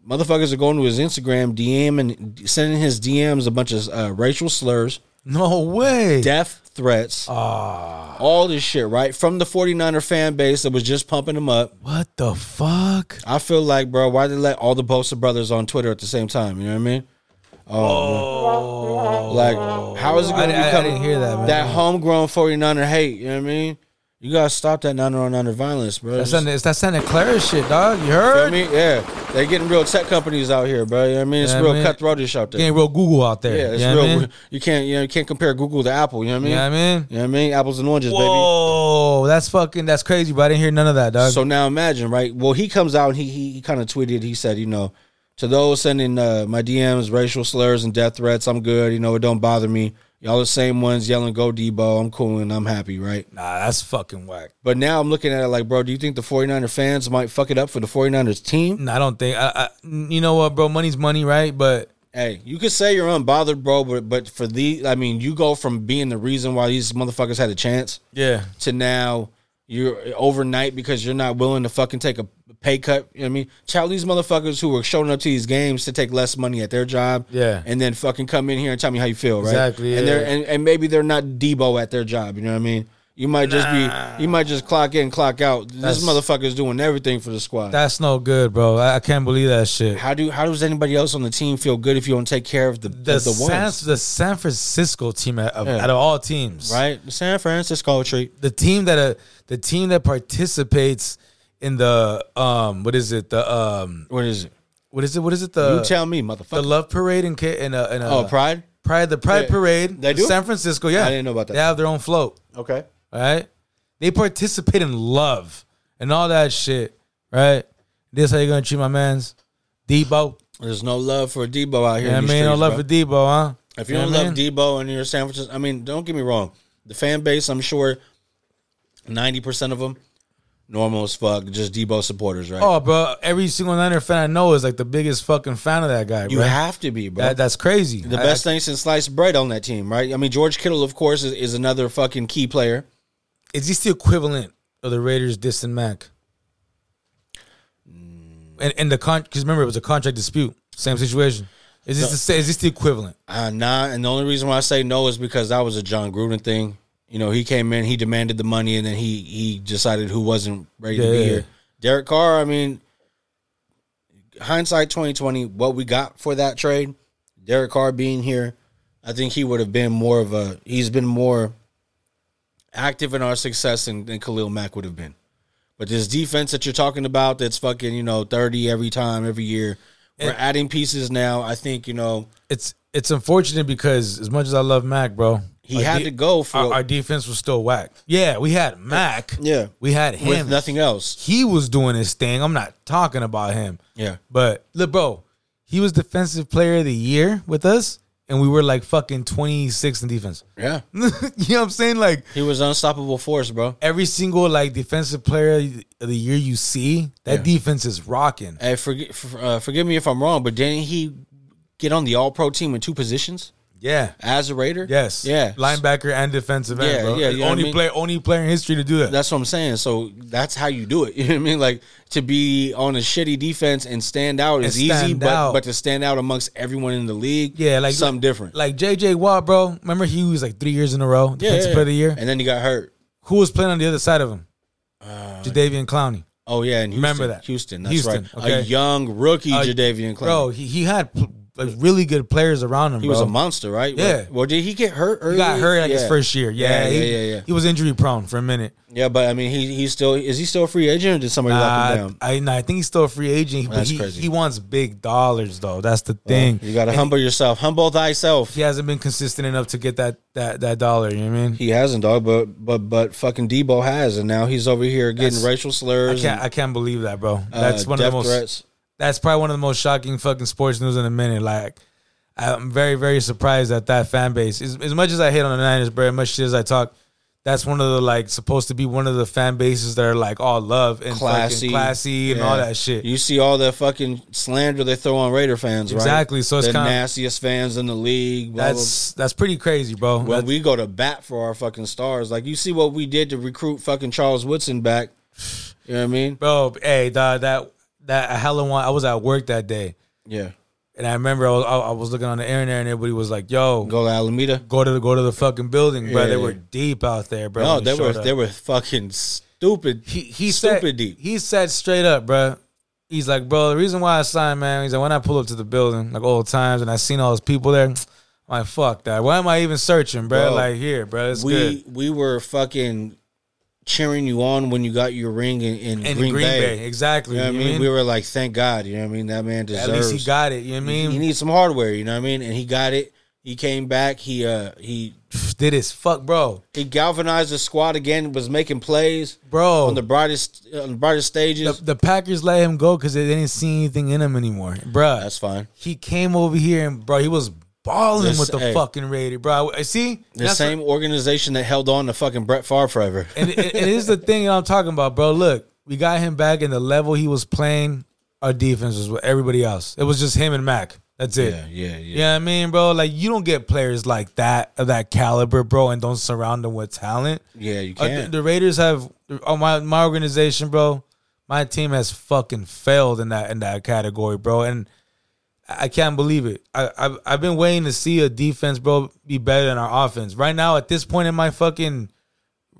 motherfuckers are going to his Instagram DM and sending his DMs a bunch of uh, racial slurs
No way.
death threats,
Ah.
all this shit, right? From the 49er fan base that was just pumping them up.
what the fuck?
I feel like, bro, why they let all the Bosa brothers on Twitter at the same time? You know what I mean? Oh, man. like, how is it
I,
going to
di- I, I
become
didn't hear that, man.
that homegrown 49er hate? You know what I mean? You got to stop that 9 on 9 violence, bro.
that's
Just-
Santa, it's that Santa Clara shit, dog. You
you know
heard?
what I mean? Yeah. They're getting real tech companies out here, bro. You know what I mean? It's
Yeah,
real
man.
cutthroatish out there.
Getting real Google out there.
yeah, it's
you know
real.
What I mean?
You can't, you know, you can't compare Google to Apple. You know what I mean?
You know what I mean?
You know what I mean? Apples and oranges, baby.
Whoa, that's fucking that's crazy, bro. I didn't hear none of that, dog.
So now imagine, right? Well, he comes out and he he, he kind of tweeted. He said, you know, to those sending uh, my DMs racial slurs and death threats, I'm good. You know, it don't bother me. Y'all the same ones yelling, "Go Debo!" I'm cool and I'm happy, right?
nah, that's fucking whack.
But now I'm looking at it like, bro, do you think the 49er fans might fuck it up for the 49ers team?
Nah, I don't think. I, I, you know what, bro? Money's money, right? But
Hey, you could say you're unbothered, bro, but but for the, I mean, you go from being the reason why these motherfuckers had a chance
yeah,
to now you're overnight because you're not willing to fucking take a pay cut. You know what I mean? Child, these motherfuckers who were showing up to these games to take less money at their job,
Yeah.
and then fucking come in here and tell me how you feel, right?
Exactly,
And they're
yeah.
and, and maybe they're not Debo at their job. You know what I mean? You might just be you might just clock in, clock out.
That's-
this motherfucker's doing everything for the squad.
that's no good, bro. I, I can't believe that shit.
how do how does anybody else on the team feel good if you don't take care of the
The,
the, the
San,
ones?
the San Francisco team out of,
Yeah.
out of all teams,
Right, the San Francisco treat.
The team that uh, the team that participates in the um, what is it? The um,
What is it?
what is it? What is it? The
you tell me, motherfucker.
the love parade in K in a, in a
oh, Pride.
Pride the Pride
Yeah.
parade.
They do?
San Francisco. Yeah,
I didn't know about that.
They have their own float.
Okay.
right? They participate in love and all that shit, right? This how you gonna treat my man's Debo.
There's no love for Debo out here.
Yeah, I
in these
mean, no
streets,
love
bro.
for Debo, huh?
If you
Yeah,
don't
I
love
mean?
Debo and you're San Francisco, I mean, don't get me wrong. The fan base, I'm sure, ninety percent of them, normal as fuck, just Debo supporters, right?
oh, bro, every single Niner fan I know is like the biggest fucking fan of that guy.
you
bro.
have to be, bro.
that, that's crazy.
the best thing since sliced bread on that team, right? I mean, George Kittle, of course, is, is another fucking key player.
is this the equivalent of the Raiders dissing Mac?
Mm.
And and the con because remember it was a contract dispute, same situation. Is this the sa- is this the equivalent?
Uh, nah, and the only reason why I say no is because that was a John Gruden thing. You know, he came in, he demanded the money, and then he he decided who wasn't ready to
Yeah.
be here. Derek Carr, I mean, hindsight twenty twenty, what we got for that trade, Derek Carr being here, I think he would have been more of a. He's been more active in our success than, than Khalil Mack would have been. But this defense that you're talking about, that's fucking you know thirty every time, every year. We're adding pieces now. I think you know.
It's it's unfortunate because as much as I love Mac, bro,
He
like,
had
the-
to go for
our, our defense was still whack. Yeah, we had Mac.
Yeah.
we had
with
him.
nothing else.
He was doing his thing. I'm not talking about him.
Yeah.
but look, bro, he was defensive player of the year with us, and we were like fucking 26 in defense. [LAUGHS]
Yeah.
you know what I'm saying? Like
He was unstoppable force, bro.
every single like defensive player of the year you see, that defense is rocking.
Hey, forgi- f uh, forgive me if I'm wrong, but didn't he get on the All Pro team in two positions
Yeah.
as a Raider?
Yes.
Yeah.
Linebacker and defensive end,
Yeah,
bro.
yeah, you know what I
only
mean?
player, only player in history to do that.
That's what I'm saying. So that's how you do it. [LAUGHS] You know what I mean? Like to be on a shitty defense and stand out is easy,
stand out.
but, but to stand out amongst everyone in the league,
yeah, like
something different.
Like JJ Watt, bro. Remember he was like three years in a row, defensive player of the year.
And then he got hurt.
Who was playing on the other side of him?
Uh,
Jadavian Clowney.
Oh yeah, and Houston,
Remember that.
Houston. That's
Houston,
right.
okay.
A young rookie,
Uh,
Jadavian Clowney.
Bro, he, he had pl- like really good players around him.
He
bro.
was a monster, right?
Yeah.
Well, did he get hurt early?
He got hurt like his
Yeah.
first year. Yeah,
yeah,
he,
yeah, yeah.
He was injury prone for a minute.
Yeah, but I mean, he he's still is he still a free agent or did somebody lock him
Uh,
down?
I, nah, I think he's still a free agent, but
That's
he,
crazy.
he wants big dollars though. That's the thing.
You gotta humble yourself, humble thyself.
He hasn't been consistent enough to get that that that dollar. You know what I mean?
He hasn't, dog, but but but fucking Debo has, and now he's over here getting
That's-
racial
I
slurs.
can't
and,
I can't believe that, bro. That's
uh,
one of the
death
most.
threats.
That's probably one of the most shocking fucking sports news in a minute. Like, I'm very very surprised at that fan base. As, as much as I hate on the Niners, bro, as much shit as I talk, that's one of the like supposed to be one of the fan bases that are like all love and
Classy,
classy, classy and all
Yeah.
that shit.
You see all that fucking slander they throw on Raider fans, right?
Exactly, so it's
the
kinda-
nastiest fans in the league. blah, blah,
that's that's pretty crazy, bro.
when
That-
we go to bat for our fucking stars. Like you see what we did to recruit fucking Charles Woodson back. You know what I mean?
bro. Hey, dog, that that hella one. I was at work that day,
Yeah.
and I remember I was, I, I was looking on the internet, and everybody was like, "Yo, go,
Go to Alameda.
to the go to the fucking building, bro."
Yeah,
they
yeah.
were deep out there, bro.
No,
when
they were
showed up.
they were fucking stupid.
He, he
stupid
said,
deep.
He said straight up, bro. He's like, bro, the reason why I signed, man, he's like, when I pull up to the building, like old times, and I seen all those people there, I'm like, fuck that. Why am I even searching, bro?
Bro,
like, here, bro, it's
we
good.
we were fucking cheering you on when you got your ring in, in
And
Green, Bay.
exactly.
You know what I mean? We were like, thank God. You know what I mean? That man deserves.
At least he got it. You know what I
He,
mean?
he needs some hardware. You know what I mean? And he got it. He came back. He uh he
did his fuck, bro.
he galvanized the squad again. Was making plays
Bro.
on the brightest on the brightest
the,
stages.
the Packers let him go because they didn't see anything in him anymore, bruh.
That's fine.
He came over here and bro, he was balling
This-
with the
hey.
fucking Raider, bro. I see
The
That's
same organization that held on to fucking Brett Favre forever.
and it, it is the thing that I'm talking about, bro. Look, we got him back in the level he was playing. Our defense was with everybody else. It was just him and Mac. That's it.
[LAUGHS] yeah, yeah, yeah.
You know what I mean, bro? Like you don't get players like that of that caliber, bro, and don't surround them with talent.
Yeah, you
Uh,
can't.
the, the Raiders have oh, my my organization, bro. My team has fucking failed in that in that category, bro, and I I can't believe it. I I've, I've been waiting to see a defense, bro, be better than our offense. Right now, at this point in my fucking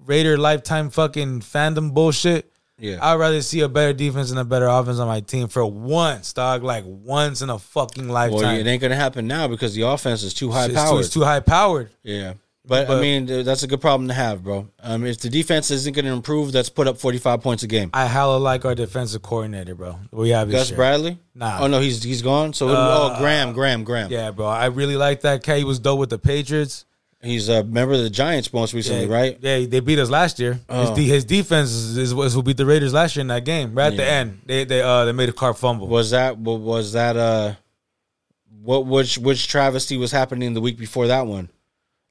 Raider lifetime fucking fandom bullshit,
yeah.
I'd rather see a better defense and a better offense on my team for once, dog. Like once in a fucking
well,
lifetime.
it ain't gonna happen now because the offense is too high
it's, too,
powered.
it's too high powered.
yeah, but, I
But-
mean th- that's a good problem to have, bro. Um, if the defense isn't gonna improve, that's put up forty five points a game.
I hella like our defensive coordinator, bro. We have this
Gus
year.
Bradley?
Nah. Uh,
Oh no, he's he's gone. So who do- oh Graham, Graham, Graham.
Yeah, bro. I really like that cat. He was dope with the Patriots.
He's a member of the Giants most recently, right? Oh.
Yeah, they beat us last year. His, de- his defense is, is, what- is who beat the Raiders last year in that game. Right at the end, they they uh they made a car fumble.
Was that wa- was that uh what which which travesty was happening the week before that one?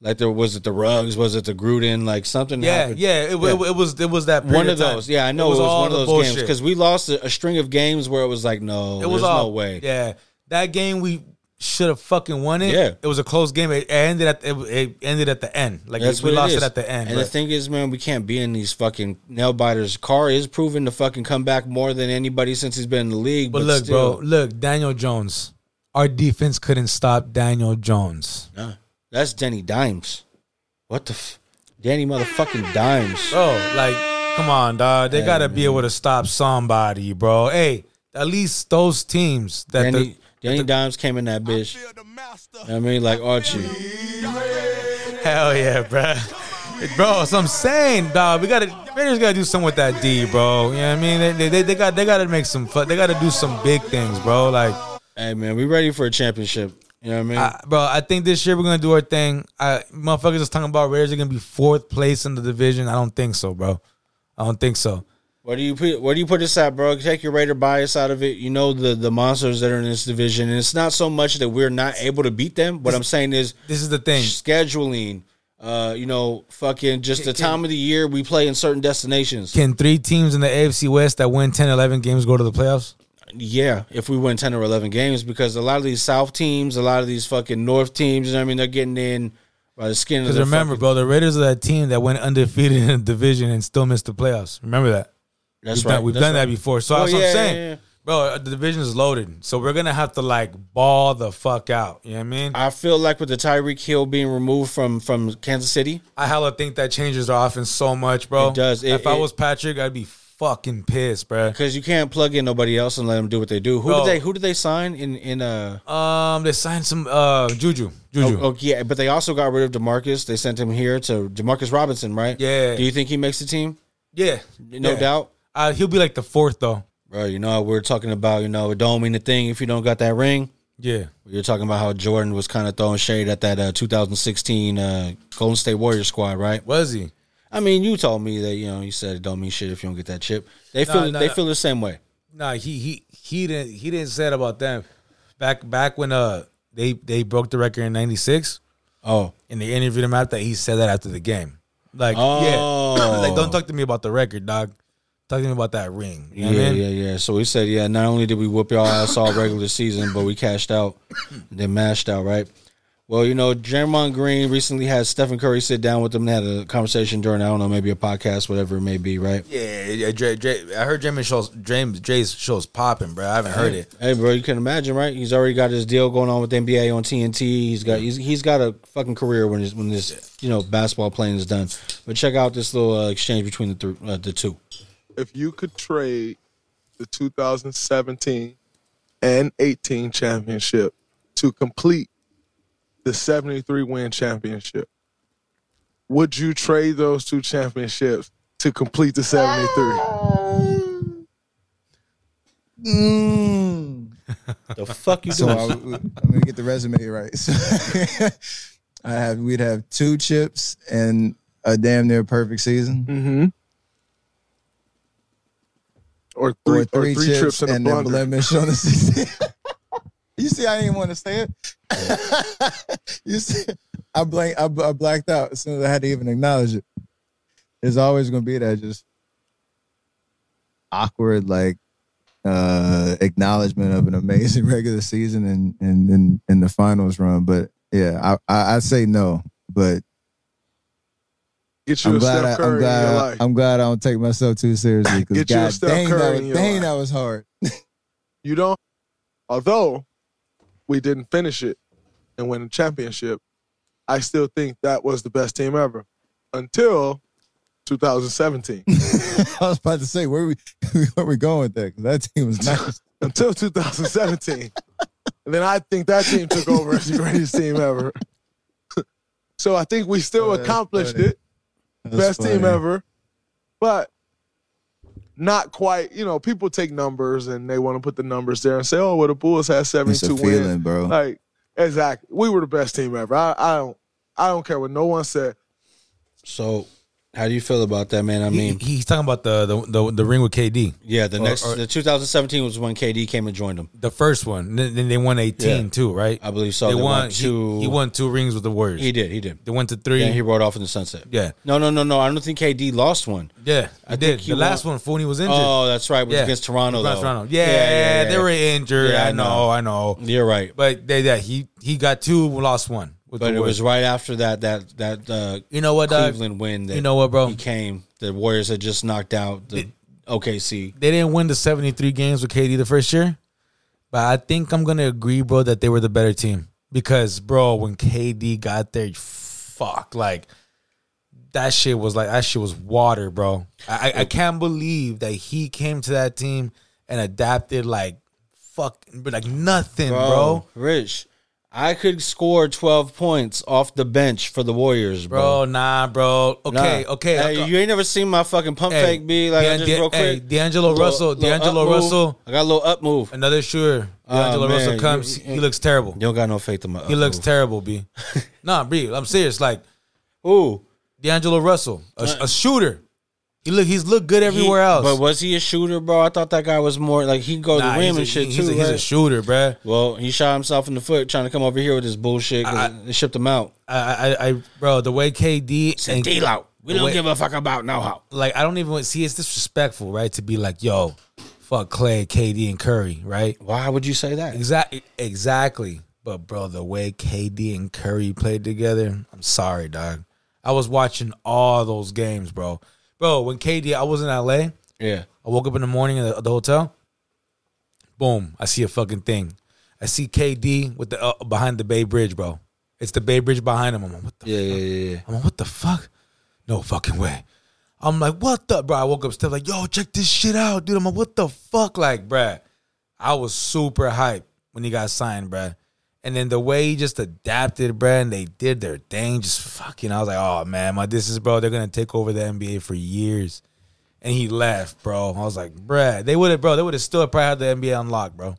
Like there was it the rugs, was it the Gruden, like something
yeah,
happened.
yeah. It, wa-
Yeah.
It, wa- it was it was that period
One of
time.
those, yeah, I know it was,
all
one of
the
those games
bullshit.
because we lost a, a string of games where it was like, no,
it was
there's
all
no way.
Yeah, that game we should have fucking won it.
Yeah.
it was a close game. It ended at it, it ended at the end. Like
That's
we
what
lost
it
it,
is.
at the end.
And
bro.
the thing is, man, we can't be in these fucking nail biters. Carr is proving to fucking come back more than anybody since he's been in the league. But,
But look,
still,
bro, look, Daniel Jones. Our defense couldn't stop Daniel Jones.
Nah, that's Danny Dimes. What the f- Danny motherfucking Dimes.
Bro, Oh, like, come on, dog. They gotta be able to stop somebody, bro. Hey, at least those teams that
Danny,
the
Danny Dimes came in that bitch. I mean, like Archie.
[LAUGHS] hell yeah, bro. [LAUGHS] Bro, so I'm saying, dog, we gotta Raiders gotta do something with that D, bro. You know what I mean? They they, they, they got they gotta make some fun. They gotta do some big things, bro. Like,
Hey man, we ready for a championship. You know what I mean?
I, bro, I think this year we're gonna do our thing. I motherfuckers is talking about Raiders are gonna be fourth place in the division. I don't think so, bro. I don't think so.
What do you put? What do you put this at, bro? Take your Raider bias out of it. You know the the monsters that are in this division, and it's not so much that we're not able to beat them. What I'm saying is
This is the thing.
scheduling. Uh, you know, fucking just the time of the year we play in certain destinations.
Can three teams in the AFC West that win 10, 11 games go to the playoffs?
Yeah, if we win ten or eleven games, because a lot of these South teams, a lot of these fucking North teams, you know what I mean, they're getting in by the skin of
Because
their
remember,
fucking-
bro, the Raiders are that team that went undefeated in the division and still missed the playoffs. Remember that.
that's
we've
right.
done, we've
that's
done
right.
that before. So
Oh,
that's what
yeah,
I'm saying.
yeah, yeah.
Bro, uh, the division is loaded. So we're going to have to, like, ball the fuck out. You know what I mean? I,
I feel like with the Tyreek Hill being removed from from Kansas City,
hella think that changes our offense so much, bro.
It does. It-
if I
it-
was Patrick, I'd be fucking pissed, bro.
Because you can't plug in nobody else and let them do what they do. Who
Bro.
did they? Who did they sign in? In uh,
Um, they signed some uh Juju, Juju.
oh, oh, yeah, but they also got rid of Demarcus. They sent him here to Demarcus Robinson, right?
Yeah.
Do you think he makes the team?
Yeah,
No
Yeah.
doubt,
Uh, he'll be like the fourth though.
bro. You know how we're talking about. You know, it don't mean a thing if you don't got that ring.
Yeah,
You're talking about how Jordan was kind of throwing shade at that uh, 2016 uh, Golden State Warriors squad, right?
was he?
I mean, you told me that you know you said it don't mean shit if you don't get that chip. They feel
no,
they
no.
feel the same way.
Nah, he he he didn't he didn't say it about them. Back back when uh they they broke the record in '96
Oh,
and they interviewed him after he said that after the game. Like
Oh.
yeah, [CLEARS THROAT] like don't talk to me about the record, dog. Talk to me about that ring. You know what I
yeah,
mean?
yeah, yeah. So we said, yeah. Not only did we whoop y'all ass all regular season, but we cashed out, [COUGHS] then mashed out, right? Well, you know, Draymond Green recently had Stephen Curry sit down with them and had a conversation during I don't know maybe a podcast, whatever it may be, right?
Yeah, yeah, Dre, Dre, I heard Draymond shows James Dre's shows popping, bro. I haven't heard it.
Hey, bro, you can imagine, right? He's already got his deal going on with the NBA on TNT. He's got he's, he's got a fucking career when his, when this you know basketball playing is done. But check out this little uh, exchange between the three uh, the two.
if you could trade the 2017 and 18 championship to complete the 73 win championship, would you trade those two championships to complete the 73?
The fuck you
Mm. So
doing?
I, am gonna get the resume right. So [LAUGHS] I have we'd have two chips and a damn near perfect season,
Or three,
or three, chips
in a
and then
blunder.
blemish on
[LAUGHS]
the season. you see, I didn't want to say it. you see, I blank, I, I blacked out as soon as I had to even acknowledge it. There's always gonna be that just awkward, like uh acknowledgement of an amazing [LAUGHS] regular season and and and, and the finals run. But yeah, I, I I say no, but
Get you
I'm
a
glad,
Steph
I,
Curry
am
in your
glad
life.
I, am glad I don't take myself too seriously. Because
Get you a
God
Steph
dang,
Curry
that,
in
was-
your
dang
life.
that was hard.
you don't. Although we didn't finish it and win the championship, I still think that was the best team ever until 2017.
[LAUGHS] I was about to say where we where we going with that 'Cause that team was nice.
[LAUGHS] until 2017. and then I think that team took over as the greatest team ever. so I think we still
Oh, [LAUGHS] that's
accomplished
funny.
it.
That's
Best team
funny.
ever. But not quite, you know, people take numbers and they want to put the numbers there and say, oh, well, the Bulls had
It's
72
a
wins.
feeling, bro.
Like, exactly. We were the best team ever. I, I don't I don't care what no one said.
So, how do you feel about that, man? I
He-
mean,
he, he's talking about the, the the the ring with KD,
yeah, the next
or-
the 2017 was when KD came and joined them.
the first one. Then, then they won eighteen
Yeah.
too, right?
I believe so. They won two-
He, he won two rings with the Warriors.
He did, he did.
They went to three.
Then he rode off in the sunset.
Yeah.
No, no, no, no. I don't think KD lost one.
Yeah, he
I
did.
think he
the last
won-
one, Fournier was injured.
Oh, that's right. It was
yeah.
against Toronto.
Against
though.
Toronto. Yeah, they were injured.
Yeah, I
I know, I know.
You're right. But,
But they, yeah, he he got two, lost one. With the
it was
Warriors.
right after that that that uh,
you know what, dog?
Cleveland win that
you know what, bro?
he came. The Warriors had just knocked out the OKC.
They didn't win the seventy three games with KD the first year, but I think I'm gonna agree, bro, that they were the better team because, bro, when KD got there, fuck, like that shit was like that shit was water, bro. I, I, I can't believe that he came to that team and adapted like fuck, like nothing, bro.
Oh, Rich, I could score 12 points off the bench for the Warriors, bro.
Bro, nah, bro. Okay,
Nah.
okay.
Hey,
okay.
you ain't never seen my fucking pump
Hey,
fake be like I
Dan-
just
Dan-
real quick.
hey, D'Angelo
Little-
Russell,
little up
D'Angelo
move.
Russell.
I got a little up move. You
Another shooter. D'Angelo
Ah, man,
Russell
you-
comes.
you-
he looks terrible.
don't got no faith in my.
he
up
looks
move.
terrible, B. nah, B, I'm serious. Like
[LAUGHS] Ooh,
D'Angelo Russell, a, a shooter. He look he's looked good everywhere
He-
else.
But was he a shooter, bro? I thought that guy was more like he go to
Nah,
the rim
he's a-
and shit
he's
too.
A, he's a
right?
shooter, bruh.
well, he shot himself in the foot trying to come over here with his bullshit. 'cause
I-
they shipped him out.
I, I, I, bro, the way KD and
deal out. We
don't give
a fuck about no how.
like I don't even want- see it's disrespectful, right? To be like, yo, fuck Clay, KD, and Curry, right?
Why would you say that?
Exactly. Exactly. But bro, the way KD and Curry played together, I'm sorry, dog. I was watching all those games, bro. Bro, when KD, I was in LA.
Yeah.
I woke up in the morning at the, the hotel. Boom! I see a fucking thing. I see KD with the uh, behind the Bay Bridge, bro. It's the Bay Bridge behind him. I'm like, what the
Yeah, yeah, yeah.
I'm like, what the fuck? No fucking way. I'm like, what the, bro? I woke up, still like, yo, check this shit out, dude. I'm like, what the fuck, like, bruh. I was super hyped when he got signed, bruh. And then the way he just adapted, bruh, and they did their thing, just fucking. I was like, oh man, my this is, bro. They're gonna take over the NBA for years. And he left, bro. I was like, bruh, they would have, bro. They would have still probably had the NBA unlocked, bro.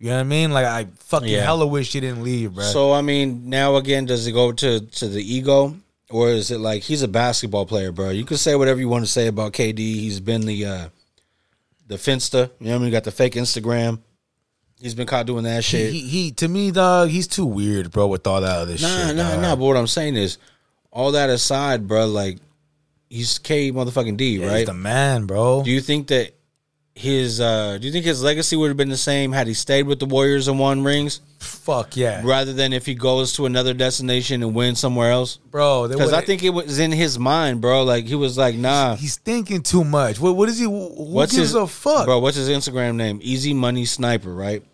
You know what I mean? Like, I fucking
Yeah.
hella wish he didn't leave, bruh.
So I mean, now again, does it go to to the ego, or is it like he's a basketball player, bro? You can say whatever you want to say about KD. He's been the uh the finster. You know what I mean? Got the fake Instagram. He's been caught doing that
he,
shit.
he, he- to me, dog, he's too weird, bro, with all that other
nah,
shit.
nah,
dog.
nah. But what I'm saying is, all that aside, bro, like he's K motherfucking D,
Yeah,
right?
He's the man, bro.
Do you think that his uh do you think his legacy would have been the same had he stayed with the Warriors and won rings
Fuck yeah,
rather than if he goes to another destination and wins somewhere else?
bro. they
Because I
would've-
think it was in his mind, bro. Like he was like, nah.
he's thinking too much. What? What is he? Who
What's
gives
his
a fuck,
bro? What's his Instagram name? Easy Money Sniper, right?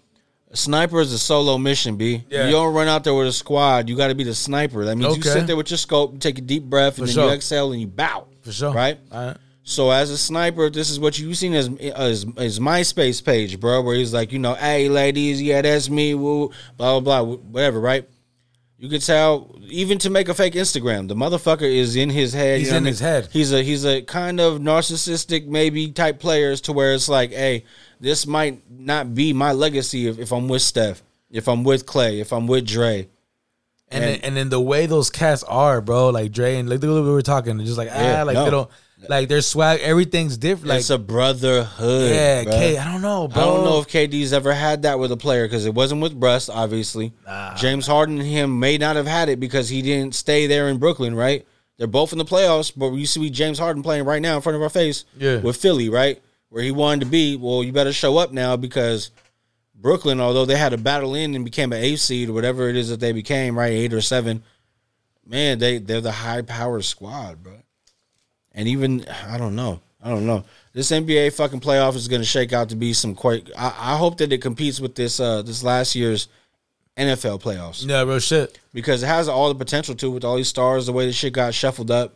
A sniper is a solo mission, b.
Yeah.
You don't run out there with a squad. You got to be the sniper. That means you
Okay.
sit there with your scope, take a deep breath, and
For
then
sure.
you exhale and you bow.
For sure, Uh,
right?
All right.
So as a sniper, this is what you've seen as as his MySpace page, bro, where he's like, you know, hey ladies, yeah, that's me, woo, blah blah blah, whatever, right? You can tell even to make a fake Instagram, the motherfucker is in his head.
He's
you know
in
what I
his
mean?
head.
He's a he's a kind of narcissistic maybe type players to where it's like, hey, this might not be my legacy if, if I'm with Steph, if I'm with Clay, if I'm with Dre.
And then, and then the way those cats are, bro. Like Dre and like look at what we were talking, just like
Yeah,
ah, like
no.
they don't like their swag. Everything's different. Like
it's a brotherhood.
yeah,
bruh.
K. I don't know, bro.
I don't know if KD's ever had that with a player because it wasn't with Russ, obviously. James Harden and him may not have had it because he didn't stay there in Brooklyn, right? They're both in the playoffs, but you see James Harden playing right now in front of our face
Yeah.
with Philly, right? Where he wanted to be. Well, you better show up now because Brooklyn, although they had a battle in and became an eight seed or whatever it is that they became, right? Eight or seven, man, they, they're the high power squad, bro. And even I don't know. I don't know. This NBA fucking playoff is going to shake out to be some quite. I, I hope that it competes with this uh this last year's NFL playoffs
Yeah, bro. Shit.
because it has all the potential to with all these stars. The way the shit got shuffled up,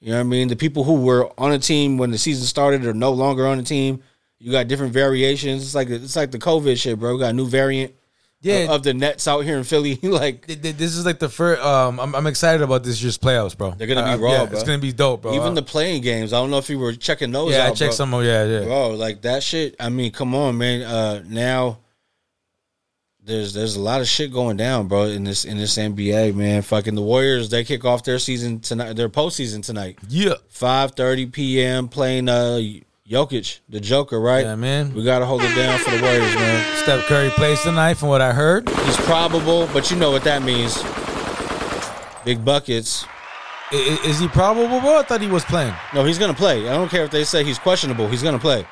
you know what I mean. The people who were on a team when the season started are no longer on the team. You got different variations. It's like it's like the COVID shit, bro. We got a new variant
Yeah.
of, of the Nets out here in Philly. [LAUGHS] like
th- th- this is like the first. Um, I'm, I'm excited about this year's playoffs, bro.
They're gonna be
I- I-
raw,
yeah,
bro.
It's gonna be dope, bro.
even
I-
the playing games. I don't know if you were checking those.
yeah, I
out, bro.
checked some. Oh yeah, yeah.
bro like that shit i mean come on man uh now there's there's a lot of shit going down bro in this in this nba man fucking the warriors they kick off their season tonight their postseason tonight
Yeah.
5:30 p.m. playing uh Jokic the Joker right
Yeah, man.
we gotta hold it down for the Warriors man
Steph Curry plays tonight, from what I heard.
he's probable but you know what that means big buckets
I- i- Is he probable, bro? I thought he was playing.
No, he's gonna play. I don't care if they say he's questionable. He's gonna play.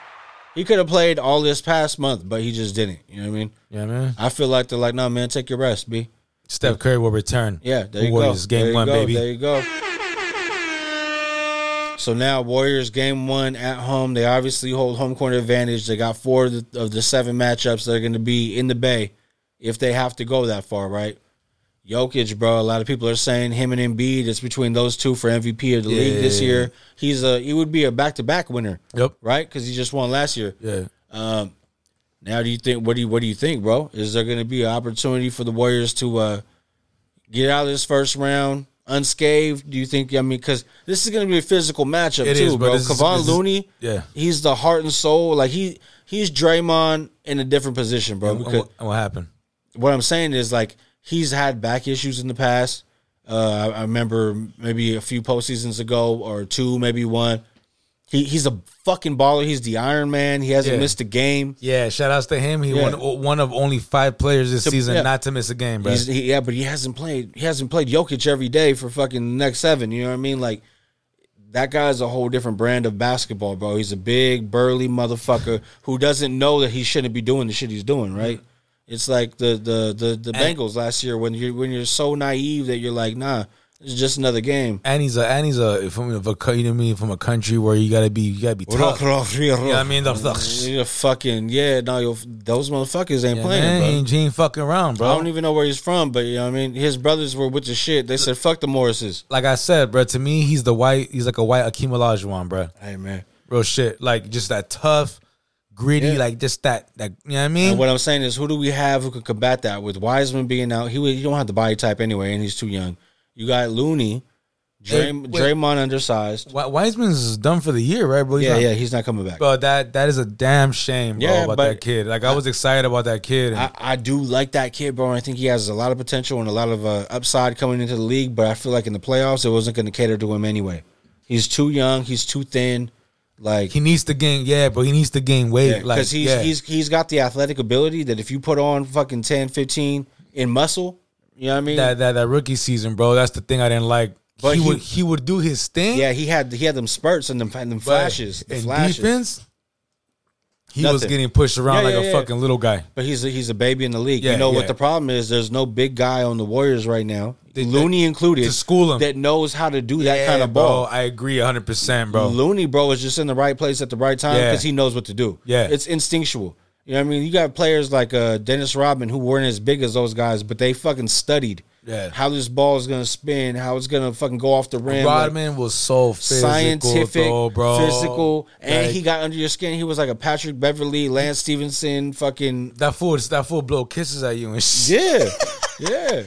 He could have played all this past month, but he just didn't. You know what I mean?
Yeah, man.
I feel like they're like, no, man, take your rest, B.
Steph Curry will return.
Yeah, there you
Warriors,
go.
Game
There you
one,
go.
baby.
There you go. So now Warriors game one at home. They obviously hold home court advantage. They got four of the, of the seven matchups that are going to be in the Bay if they have to go that far, right? Jokic, bro. A lot of people are saying him and Embiid. It's between those two for MVP of the league this
Yeah.
year. He's a he would be a back to back winner,
Yep.
right? Because he just won last year.
Yeah.
Now, do you think what do you what do you think, bro? Is there going to be an opportunity for the Warriors to uh, get out of this first round unscathed? Do you think? I mean, because this is going to be a physical matchup
It
too,
is, but
bro.
this is-
Kevon
this is-
Looney,
yeah.
he's the heart and soul. Like he he's Draymond in a different position, bro.
And
Because
what, and what happened?
what I'm saying is like he's had back issues in the past. Uh, I, I remember maybe a few postseasons ago or two, maybe one. He, he's a fucking baller. He's the Iron Man. He hasn't
Yeah.
missed a game.
Yeah, shout outs to him. He
Yeah.
won o- one of only five players this
To-
season
yeah.
not to miss a game, bro.
He's, he, yeah, but he hasn't played. He hasn't played Jokic every day for fucking the next seven. You know what I mean? Like that guy's a whole different brand of basketball, bro. He's a big burly motherfucker who doesn't know that he shouldn't be doing the shit he's doing. Right? It's like the the the the Bengals last year when you when you're so naive that you're like, nah, It's just another game.
And he's a and he's a from a vac- you know what I mean from a country where you gotta be you gotta be tough. You know what I mean? The- the-
You're fucking yeah. No, you're, those motherfuckers ain't
Yeah,
playing,
man,
bro.
he ain't- he ain't fucking around, bro.
I don't even know where he's from, but you know what I mean. His brothers were with the shit. They said, "Fuck the Morrises."
like I said, bro, to me, he's the white, he's like a white Akeem Olajuwon, bro.
Hey man.
Real shit. Like just that tough, gritty,
Yeah.
like just that, that you know what I mean?
And what I'm saying is, who do we have who could combat that? With Wiseman being out, he would- he don't have the body type anyway, and he's too young. You got Looney,
Hey,
Draym-
wait.
Draymond undersized.
Wi- Wiseman's is done for the year, right, bro? He's
yeah,
not-
yeah, he's not coming back.
Bro, that that is a damn shame, bro,
Yeah,
about
but-
that kid. Like I was excited about that kid. and-
I, I do like that kid, bro. And I think he has a lot of potential and a lot of uh, upside coming into the league. But I feel like in the playoffs, it wasn't going to cater to him anyway. He's too young. He's too thin. Like
he needs to gain, yeah, but he needs to gain weight.
because
like
he's
yeah.
he's he's got the athletic ability that if you put on fucking 10, 15 in muscle, you know what I mean?
that, that that rookie season, bro. That's the thing I didn't like.
But
he,
he-
would he would do his thing.
yeah, he had he had them spurts and them, and them
but
flashes, the
in
flashes.
defense, he was
Nothing.
getting pushed around
Yeah,
like
yeah,
a
yeah.
fucking little guy.
But he's a, he's a baby in the league.
Yeah,
you know
yeah.
what the problem is? There's no big guy on the Warriors right now,
They-
Looney included,
to school him.
that knows how to do that
Yeah,
kind of
bro,
ball.
I agree 100%, bro.
Looney, bro, is just in the right place at the right time
Yeah.
because he knows what to do.
Yeah.
It's instinctual. You know what I mean? You got players like uh, Dennis Rodman who weren't as big as those guys, but they fucking studied
Yeah.
how this ball is going to spin, how it's going to fucking go off the rim. like,
Rodman was so physical,
scientific,
though, bro.
physical, and
Like,
he got under your skin. He was like a Patrick Beverly, Lance Stevenson, fucking.
that fool. That fool blow kisses at you and shit. [LAUGHS]
Yeah. yeah.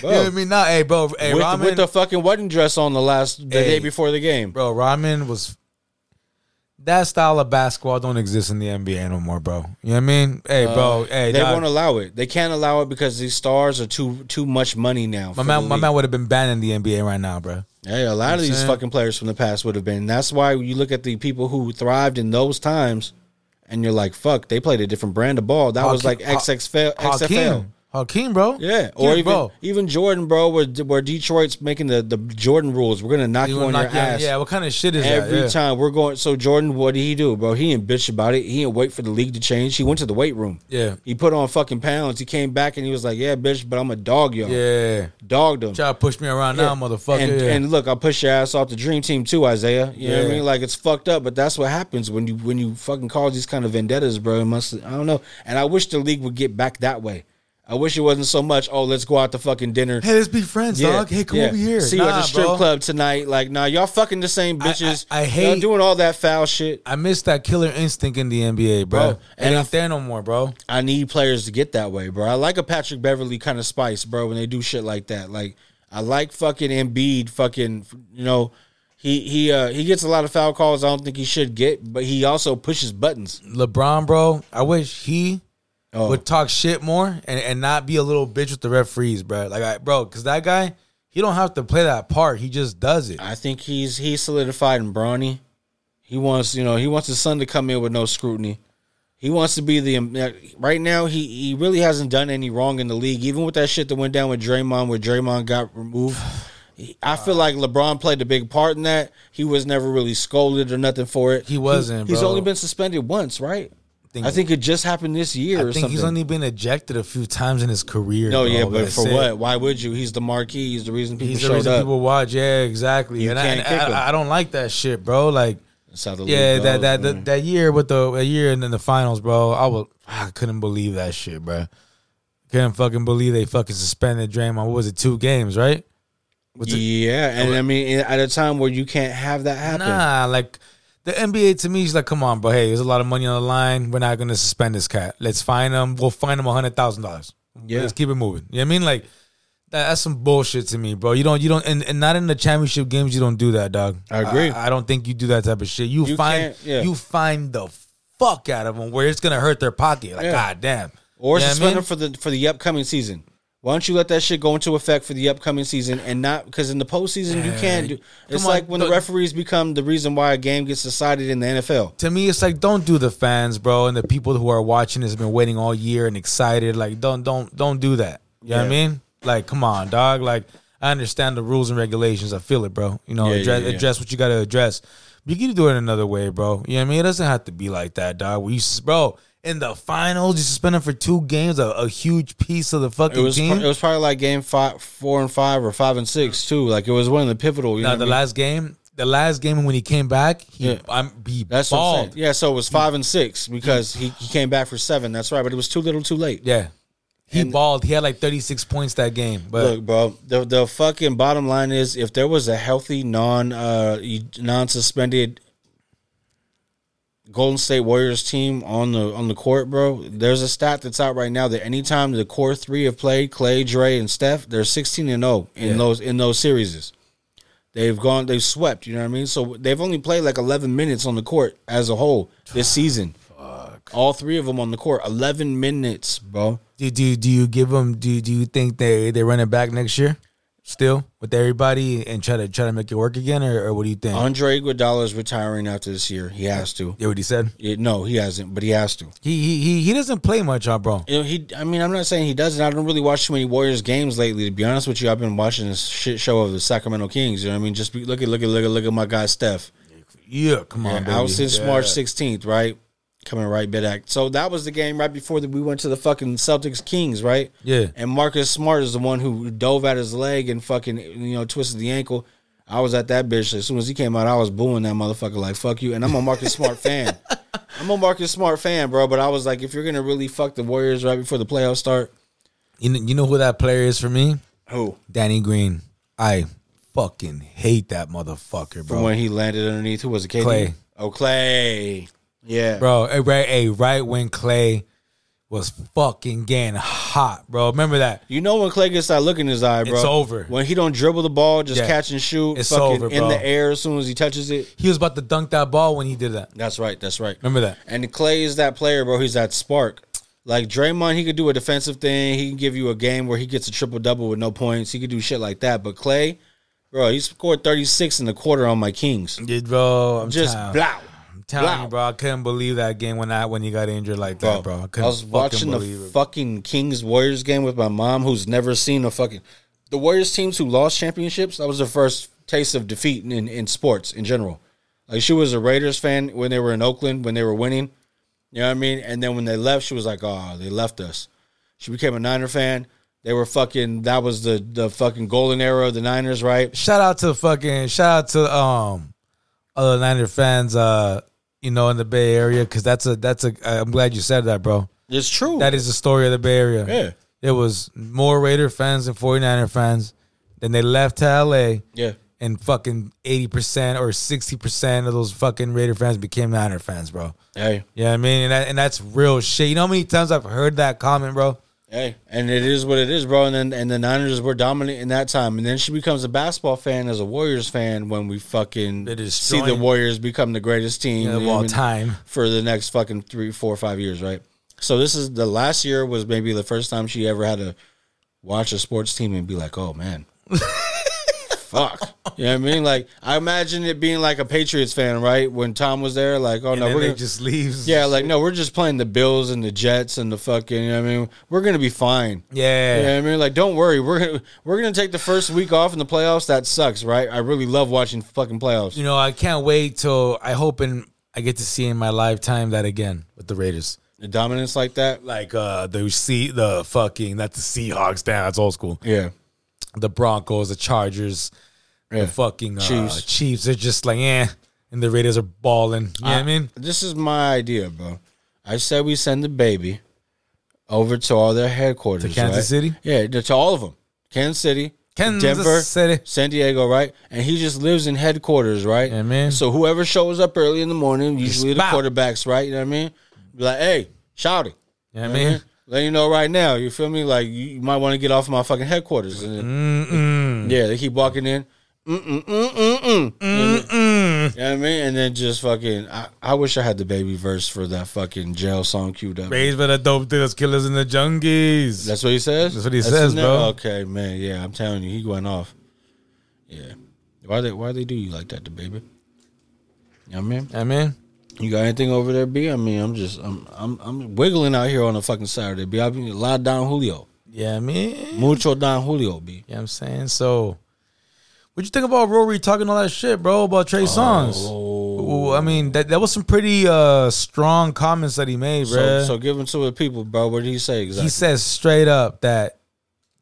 Bro.
You know what I mean? Nah, hey, bro. Hey,
with,
Rodman,
with the fucking wedding dress on the last the
Hey.
day before the game.
bro. Rodman was that style of basketball don't exist in the NBA no more, bro. You know what I mean? Hey, bro. hey,
Uh, they
dog,
won't allow it. They can't allow it because these stars are too too much money now.
my
for
man,
the
my
league.
man would have been banned in the NBA right now, bro.
Hey, a lot of these
saying?
fucking players from the past would have been. That's why you look at the people who thrived in those times, and you're like, fuck, they played a different brand of ball. That was like
Hakeem- Ha-
XXFL, XFL.
Hakeem, Hakeem, bro.
Yeah, or even
bro.
even Jordan, bro, where where Detroit's making the, the Jordan rules. We're gonna knock
You
you,
wanna
on
knock
your
down-
ass
Yeah, what kind of shit is
every
that? Yeah.
time. We're going. So Jordan, what did he do, bro? He didn't bitch about it. He didn't wait for the league to change. He went to the weight room.
Yeah.
He put on fucking pounds. He came back and he was like, "Yeah, bitch, but I'm a dog, y'all.
Yeah.
Dogged him.
Try to push me around now, motherfucker.
And,
yeah.
and look, I push your ass off the dream team too, Isaiah. You know what
Yeah.
I mean? Like it's fucked up, but that's what happens when you when you fucking cause these kind of vendettas, bro. It must I don't know. And I wish the league would get back that way. I wish it wasn't so much. Oh, let's go out to fucking dinner.
hey, let's be friends, dog. Hey, come
yeah.
over here.
See you at
Nah,
the strip
bro.
club tonight. Like, nah, y'all fucking the same
I-
bitches.
I- I
y'all
hate-
doing all that foul shit.
I miss that killer instinct in the NBA, bro.
Bro,
It
and
ain't
I-
there no more, bro.
I need players to get that way, bro. I like a Patrick Beverly kind of spice, bro, when they do shit like that. Like I like fucking Embiid, fucking you know, he he uh he gets a lot of foul calls. I don't think he should get, but he also pushes buttons.
LeBron, bro. I wish he
Oh,
would talk shit more and, and not be a little bitch with the referees, bro. Like, I, bro, because that guy, he don't have to play that part. He just does it.
I think he's he's solidified in Brawny. He wants you know he wants his son to come in with no scrutiny. He wants to be the right now. He he really hasn't done any wrong in the league, even with that shit that went down with Draymond, where Draymond got removed. He- I feel like LeBron played a big part in that. He was never really scolded or nothing for it.
He wasn't,
he's
bro.
only been suspended once, right?
think-
I think it just happened this year
I
or
think
something.
he's only been ejected a few times in his career.
no,
bro.
yeah, but
That's
for
it.
what? Why would you? He's the marquee. He's the reason people
He's the
showed
reason
up.
people watch. Yeah, exactly.
You
and I,
can't
and
kick
I-
'em.
I don't like that shit, bro. Like,
That's how the
yeah,
league
that
goes,
that
man.
that, that year with the a year and then the finals, bro. I was I couldn't believe that shit, bro. Couldn't fucking believe they fucking suspended Draymond. What was it? Two games, right? What's it-
yeah, and I mean, eh, at a time where you can't have that happen.
Nah, like the NBA to me is like, come on, bro. Hey, there's a lot of money on the line. We're not gonna suspend this cat. Let's find him. We'll find him hundred thousand dollars.
Yeah.
let's keep it moving. You know what I mean? Like that, that's some bullshit to me, bro. You don't, you don't, and, and not in the championship games. You don't do that, dog.
I agree.
I, I don't think you do that type of shit. You,
You
find,
can't- yeah.
you find the fuck out of them where it's gonna hurt their pocket. Like,
Yeah.
god damn.
Or
You know what I
suspend
mean?
them for the for the upcoming season. Why don't you let that shit go into effect for the upcoming season and not because in the postseason you can't do. It's
Come on,
like when the
don't-
referees become the reason why a game gets decided in the NFL.
to me it's like don't do the fans bro and the people who are watching this have been waiting all year and excited like don't don't don't do that you know what i
Yeah.
mean like come on dog like i understand the rules and regulations i feel it bro you know
Yeah,
address,
yeah, yeah.
address what you gotta address but you can do it another way bro you know what i mean it doesn't have to be like that dog we bro in the finals. You suspended for two games, a, a huge piece of the
It
fucking
was
team.
it was probably like game five, four and five, or five and six too. Like it was one of the pivotal. You
now
know
the
what I mean?
last game, the last game when he came back, he
Yeah.
I'm he
That's what I'm saying.
balled.
Yeah, so it was five and six because he, he came back for seven. That's right, but it was too little, too late.
Yeah, he
And-
balled. He had like 36 points that game, but
Look, bro. The the fucking bottom line is, if there was a healthy non uh non suspended Golden State Warriors team on the on the court, bro, there's a stat that's out right now that anytime the core three have played Clay, Dre, and Steph, they're sixteen and zero in
Yeah.
those in those series. They've gone, they've swept. You know what I mean? So they've only played like eleven minutes on the court as a whole
Ah,
this season. All three of them on the court, eleven minutes, bro.
do do do you give them? Do do you think they they run it back next year? Still with everybody and try to try to make it work again, or, or what do you think?
Andre Iguodala is retiring after this year. He has to.
yeah, what he said.
Yeah, no, he hasn't, but he has to.
He he he, he doesn't play much, huh, bro.
You know, he. I mean, I'm not saying he doesn't. I don't really watch too many Warriors games lately. To be honest with you, I've been watching this shit show of the Sacramento Kings. You know what I mean? Just be, look at look at look at look at my guy Steph.
Yeah, come on,
Yeah,
baby.
out since
Yeah.
March 16th, right? Coming right bit act. So that was the game right before that we went to the fucking Celtics Kings, right?
Yeah.
And Marcus Smart is the one who dove at his leg and fucking you know twisted the ankle. I was at that bitch as soon as he came out. I was booing that motherfucker like fuck you. And I'm a Marcus Smart
[LAUGHS]
fan. I'm a Marcus Smart fan, bro. But I was like, if you're gonna really fuck the Warriors right before the playoffs start,
You know, you know who that player is for me?
who
Danny Green. I fucking hate that motherfucker,
from
bro.
when he landed underneath, who was it? KD?
Clay.
Oh, Clay. Yeah,
bro, eh, right, hey, right when Clay was fucking getting hot, bro. Remember that?
You know when Clay gets that look in his eye, bro.
It's over.
When he don't dribble the ball, just
Yeah.
catch and shoot,
It's
fucking
over,
in
bro.
the air as soon as he touches it.
He was about to dunk that ball when he did that.
That's right. That's right.
Remember that?
And Clay is that player, bro. He's that spark. Like Draymond, he could do a defensive thing. He can give you a game where he gets a triple double with no points. He could do shit like that. But Clay, bro, he scored thirty six in the quarter on my Kings.
Yeah, bro. I'm
Just
just telling,
blow.
I'm telling
blah.
you, bro. I couldn't believe that game when I when he got injured like that, bro. I,
I
couldn't
was watching the
believe it.
fucking Kings Warriors game with my mom, who's never seen a fucking the Warriors teams who lost championships. That was the first taste of defeat in, in, in sports in general. Like she was a Raiders fan when they were in Oakland when they were winning. You know what I mean? And then when they left, she was like, "Oh, they left us." She became a Niner fan. They were fucking. That was the the fucking golden era of the Niners, right?
shout out to fucking shout out to um other Niner fans, uh, you know, in the Bay Area, because that's a that's a. I'm glad you said that, bro.
It's true.
That is the story of the Bay Area.
Yeah.
There was more Raider fans than 49er fans. Then they left to LA
yeah.
and fucking 80% or 60% of those fucking Raider fans became Niner fans, bro.
Hey.
You know what I mean? And, that, and that's real shit. You know how many times I've heard that comment, bro?
Hey, and it is what it is, bro. And then and the Niners were dominant in that time, and then she becomes a basketball fan as a Warriors fan when we fucking
They
see
destroyed-
the Warriors become the greatest team
You know,
you
of
know what I
all
mean,
time.
for the next fucking three, four, five years, right? So this is the last year was maybe the first time she ever had to watch a sports team and be like, oh
[LAUGHS]
man, fuck. You know what I mean? Like I imagine it being like a Patriots fan, right? When Tom was there, like, oh
And
no,
then
we're
they
gonna-
just leaves.
yeah, like no, we're just playing the Bills and the Jets and the fucking. You know what I mean, we're gonna be fine.
Yeah.
Yeah, I mean, like, don't worry. We're gonna we're gonna take the first week off in the playoffs. That sucks, right? I really love watching fucking playoffs.
You know, I can't wait till I hope and I get to see in my lifetime that again with the Raiders.
The dominance like that.
Like uh the see the fucking not the Seahawks down, that's old school.
Yeah,
the Broncos, the Chargers,
Yeah.
the fucking uh,
Chiefs.
Chiefs. They're just like, eh. And the Raiders are balling. You know
Ah.
what I mean?
this is my idea, bro. I said we send the baby over to all their headquarters,
To Kansas
right?
City?
Yeah, to to all of them. Kansas City,
Kansas
Denver,
City.
San Diego, right? And he just lives in headquarters, right?
Yeah, man.
So whoever shows up early in the morning, usually the
Spot.
quarterbacks, right? You know what I mean? Be like, hey, shout it.
You know what I mean?
Let you know right now. You feel me? Like you you might want to get off my fucking headquarters. And then,
Mm-mm.
yeah, they keep walking in. Mm mm mm mm mm. You
Mm-mm.
know what I mean? And then just fucking. I, I wish I had the baby verse for that fucking jail song queued up.
Raised by the dope dealers, killers, and the junkies.
That's what he says.
That's what he says,
the-
bro.
Okay, man. Yeah, I'm telling you, he going off. Yeah. Why they Why they do you like that, the baby? You know what I mean?
You know what I mean?
You got anything over there, B? I mean, I'm just I'm I'm I'm wiggling out here on a fucking Saturday, B. I mean, a lot of Don Julio,
Yeah, I mean.
mucho Don Julio, B.
You know what I'm saying? So, what you think about Rory talking all that shit, bro, about Trey Songz?
Oh,
Ooh, I mean, that that was some pretty uh strong comments that he made, bro.
So, so give them to the people, bro. What did he say exactly?
He says straight up that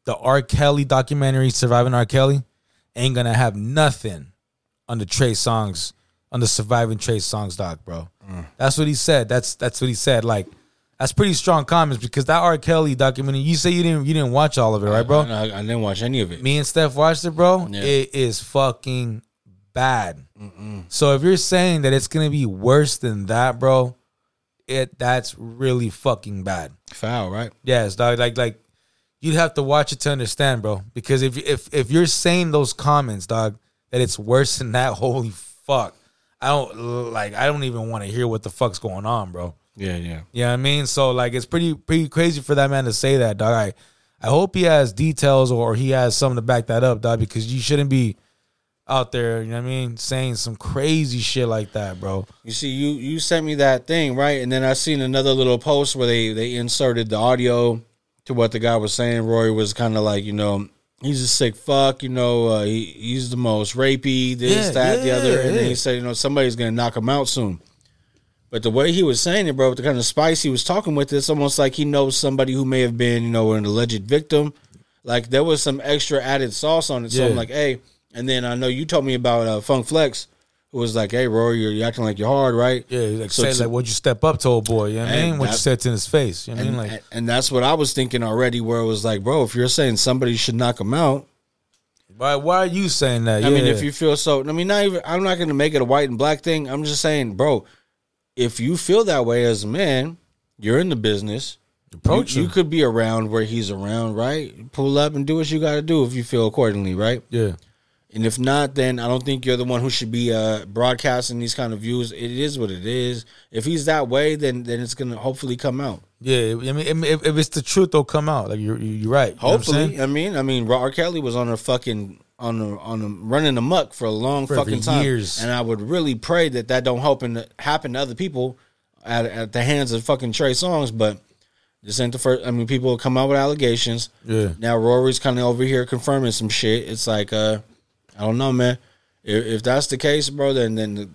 the R. Kelly documentary, Surviving R. Kelly, ain't gonna have nothing on the Trey Songs, on the Surviving Trey Songs doc, bro.
Mm.
That's what he said. That's that's what he said. Like, that's pretty strong comments because that R. Kelly documentary. You say you didn't you didn't watch all of it, right, bro?
I, I- I didn't watch any of it.
Me and Steph watched it, bro.
Yeah.
It is fucking bad. So if you're saying that it's gonna be worse than that, bro, it that's really fucking bad.
Foul, right?
Yes, dog. Like like you'd have to watch it to understand, bro. Because if if if you're saying those comments, dog, that it's worse than that, [LAUGHS] holy fuck. I don't like I don't even want to hear what the fuck's going on, bro.
Yeah, yeah.
You know what I mean? So like it's pretty pretty crazy for that man to say that, dog. I I hope he has details or he has something to back that up, dog, because you shouldn't be out there, you know what I mean, saying some crazy shit like that, bro.
You see, you you sent me that thing, right? And then I seen another little post where they they inserted the audio to what the guy was saying. Roy was kind of like, you know, he's a sick fuck. You know, uh, he he's the most rapey, this,
Yeah,
that, the
yeah,
other. And then
yeah.
he said, you know, somebody's gonna knock him out soon. But the way he was saying it, bro, with the kind of spice he was talking with, it's almost like he knows somebody who may have been, you know, an alleged victim. Like there was some extra added sauce on it. So I'm
Yeah.
like, hey. And then I know you told me about uh, Funk Flex, who was like, hey, Roy, you're, you're acting like you're hard, right?
Yeah, like
So
say
it's-
like what you step up to old boy, you know what I
Hey,
mean? What you
that-
said to his face. You know what I
And,
mean? Like
and- and that's what I was thinking already, where it was like, bro, if you're saying somebody should knock him out,
Why? Why are you saying that?
I mean,
Yeah.
if you feel so, I mean, not even, I'm not going to make it a white and black thing. I'm just saying, bro, if you feel that way as a man, you're in the business.
approach
you,
him,
you could be around where he's around, right? Pull up and do what you got to do if you feel accordingly, right?
yeah,
And if not, then I don't think you're the one who should be uh, broadcasting these kind of views. It is what it is. If he's that way, then then it's going to hopefully come out.
yeah. I mean, if, if it's the truth, they'll come out. Like you're, you're right. You know what I'm
Hopefully,
saying?
I mean, I mean, R. Kelly was on a fucking on a, on a, running amok for a long
For
fucking time,
years.
and I would really pray that that don't happen happen to other people at, at the hands of fucking Trey Songs. But this ain't the first. I mean, people come out with allegations.
Yeah.
Now Rory's kind of over here confirming some shit. It's like, uh, I don't know, man. If, if that's the case, bro, then then the,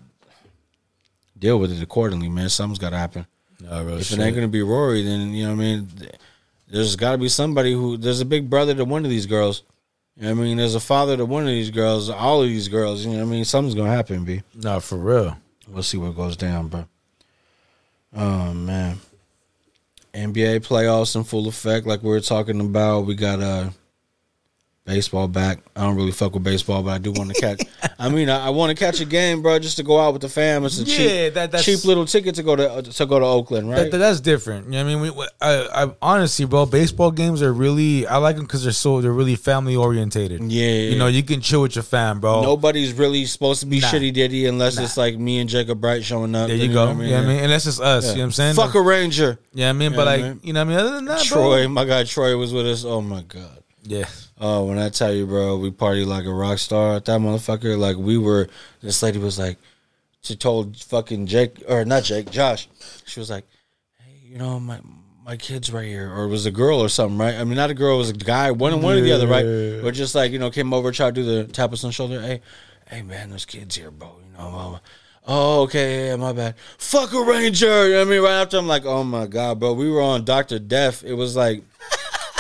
deal with it accordingly, man. Something's got to happen.
Nah, bro,
If
shit.
it ain't gonna be Rory, then you know what I mean. th- There's got to be somebody who there's a big brother to one of these girls. You know what I mean, there's a father to one of these girls, all of these girls. You know what I mean. Something's gonna happen, b.
Nah, for real.
We'll see what goes down, bro. Oh man, NBA playoffs in full effect, like we were talking about. We got uh baseball back. I don't really fuck with baseball, but I do want to
[LAUGHS]
catch. I mean, I, I want to catch a game, bro, just to go out with the fam. It's a
Yeah,
cheap,
that- that's-
cheap little ticket to go to to go to Oakland, right?
That, that- that's different. You know what I mean? We, we- I, I honestly, bro, baseball games are really. I like them because they're so they're really family orientated.
Yeah.
you know, you can chill with your fam, bro.
Nobody's really supposed to be
Oh. Nah.
shitty ditty unless it's like me and Jacob Bright showing up.
There you go.
know
You know what I mean? And that's just us.
Yeah.
You know what I'm saying?
Fuck a ranger.
Yeah, I mean,
Yeah,
but like,
man.
you know what I mean? Other than that, bro.
Troy, my guy Troy was with us. Oh my god.
Yeah.
Oh, when I tell you, bro, we party like a rock star. That motherfucker, like we were. This lady was like, she told fucking Jake or not Jake, Josh. She was like, hey, you know my. My kid's right here, or it was a girl or something, right? I mean, not a girl, it was a guy, one and one or the other, right? But just like you know, came over, tried to do the tap us on the shoulder. Hey, hey, man, there's kids here, bro. You know, mama. Oh, okay, yeah, my bad. Fuck a ranger. You know what I mean, right after I'm like, oh my god, bro, we were on Doctor Death. It was like,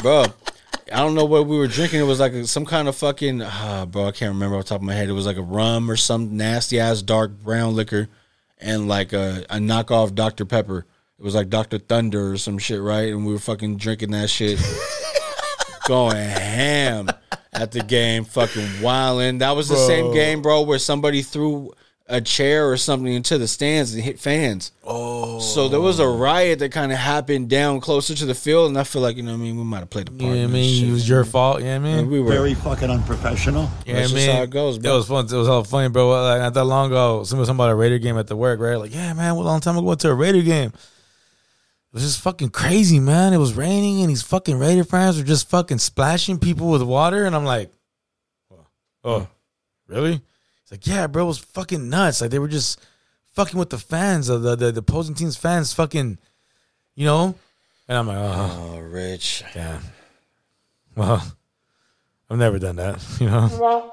bro. I don't know what we were drinking. It was like some kind of fucking, uh, bro. I can't remember off the top of my head. It was like a rum or some nasty ass dark brown liquor, and like a, a knockoff Dr Pepper. It was like Dr Thunder or some shit, right? And we were fucking drinking that shit, going ham at the game, fucking wilding. That was the same game, bro, where somebody threw a chair or something into the stands and hit fans. So there was a
Oh.
riot that kind of happened down closer to the field, and I feel like you know, what I mean, we might have played a part.
You know what I
in this
mean?
shit.
It was your fault. You know what I mean?
we were
Very fucking unprofessional.
Yeah,
That's just
I mean,
how it goes, bro.
It was fun. It was all funny, bro. Like, not that long ago, somebody was talking about a Raider game at the work, right? Like, yeah, man, what a long time ago went to a Raider game. It was just fucking crazy, man. It was raining, and these fucking Raider fans were just fucking splashing people with water, and I'm like, oh, really? It's like, yeah, bro, it was fucking nuts. Like they were just fucking with the fans of the the, the opposing team's fans, fucking, you know. And I'm like, oh,
oh, Rich.
Damn. Well, I've [LAUGHS] never done that, you know?
What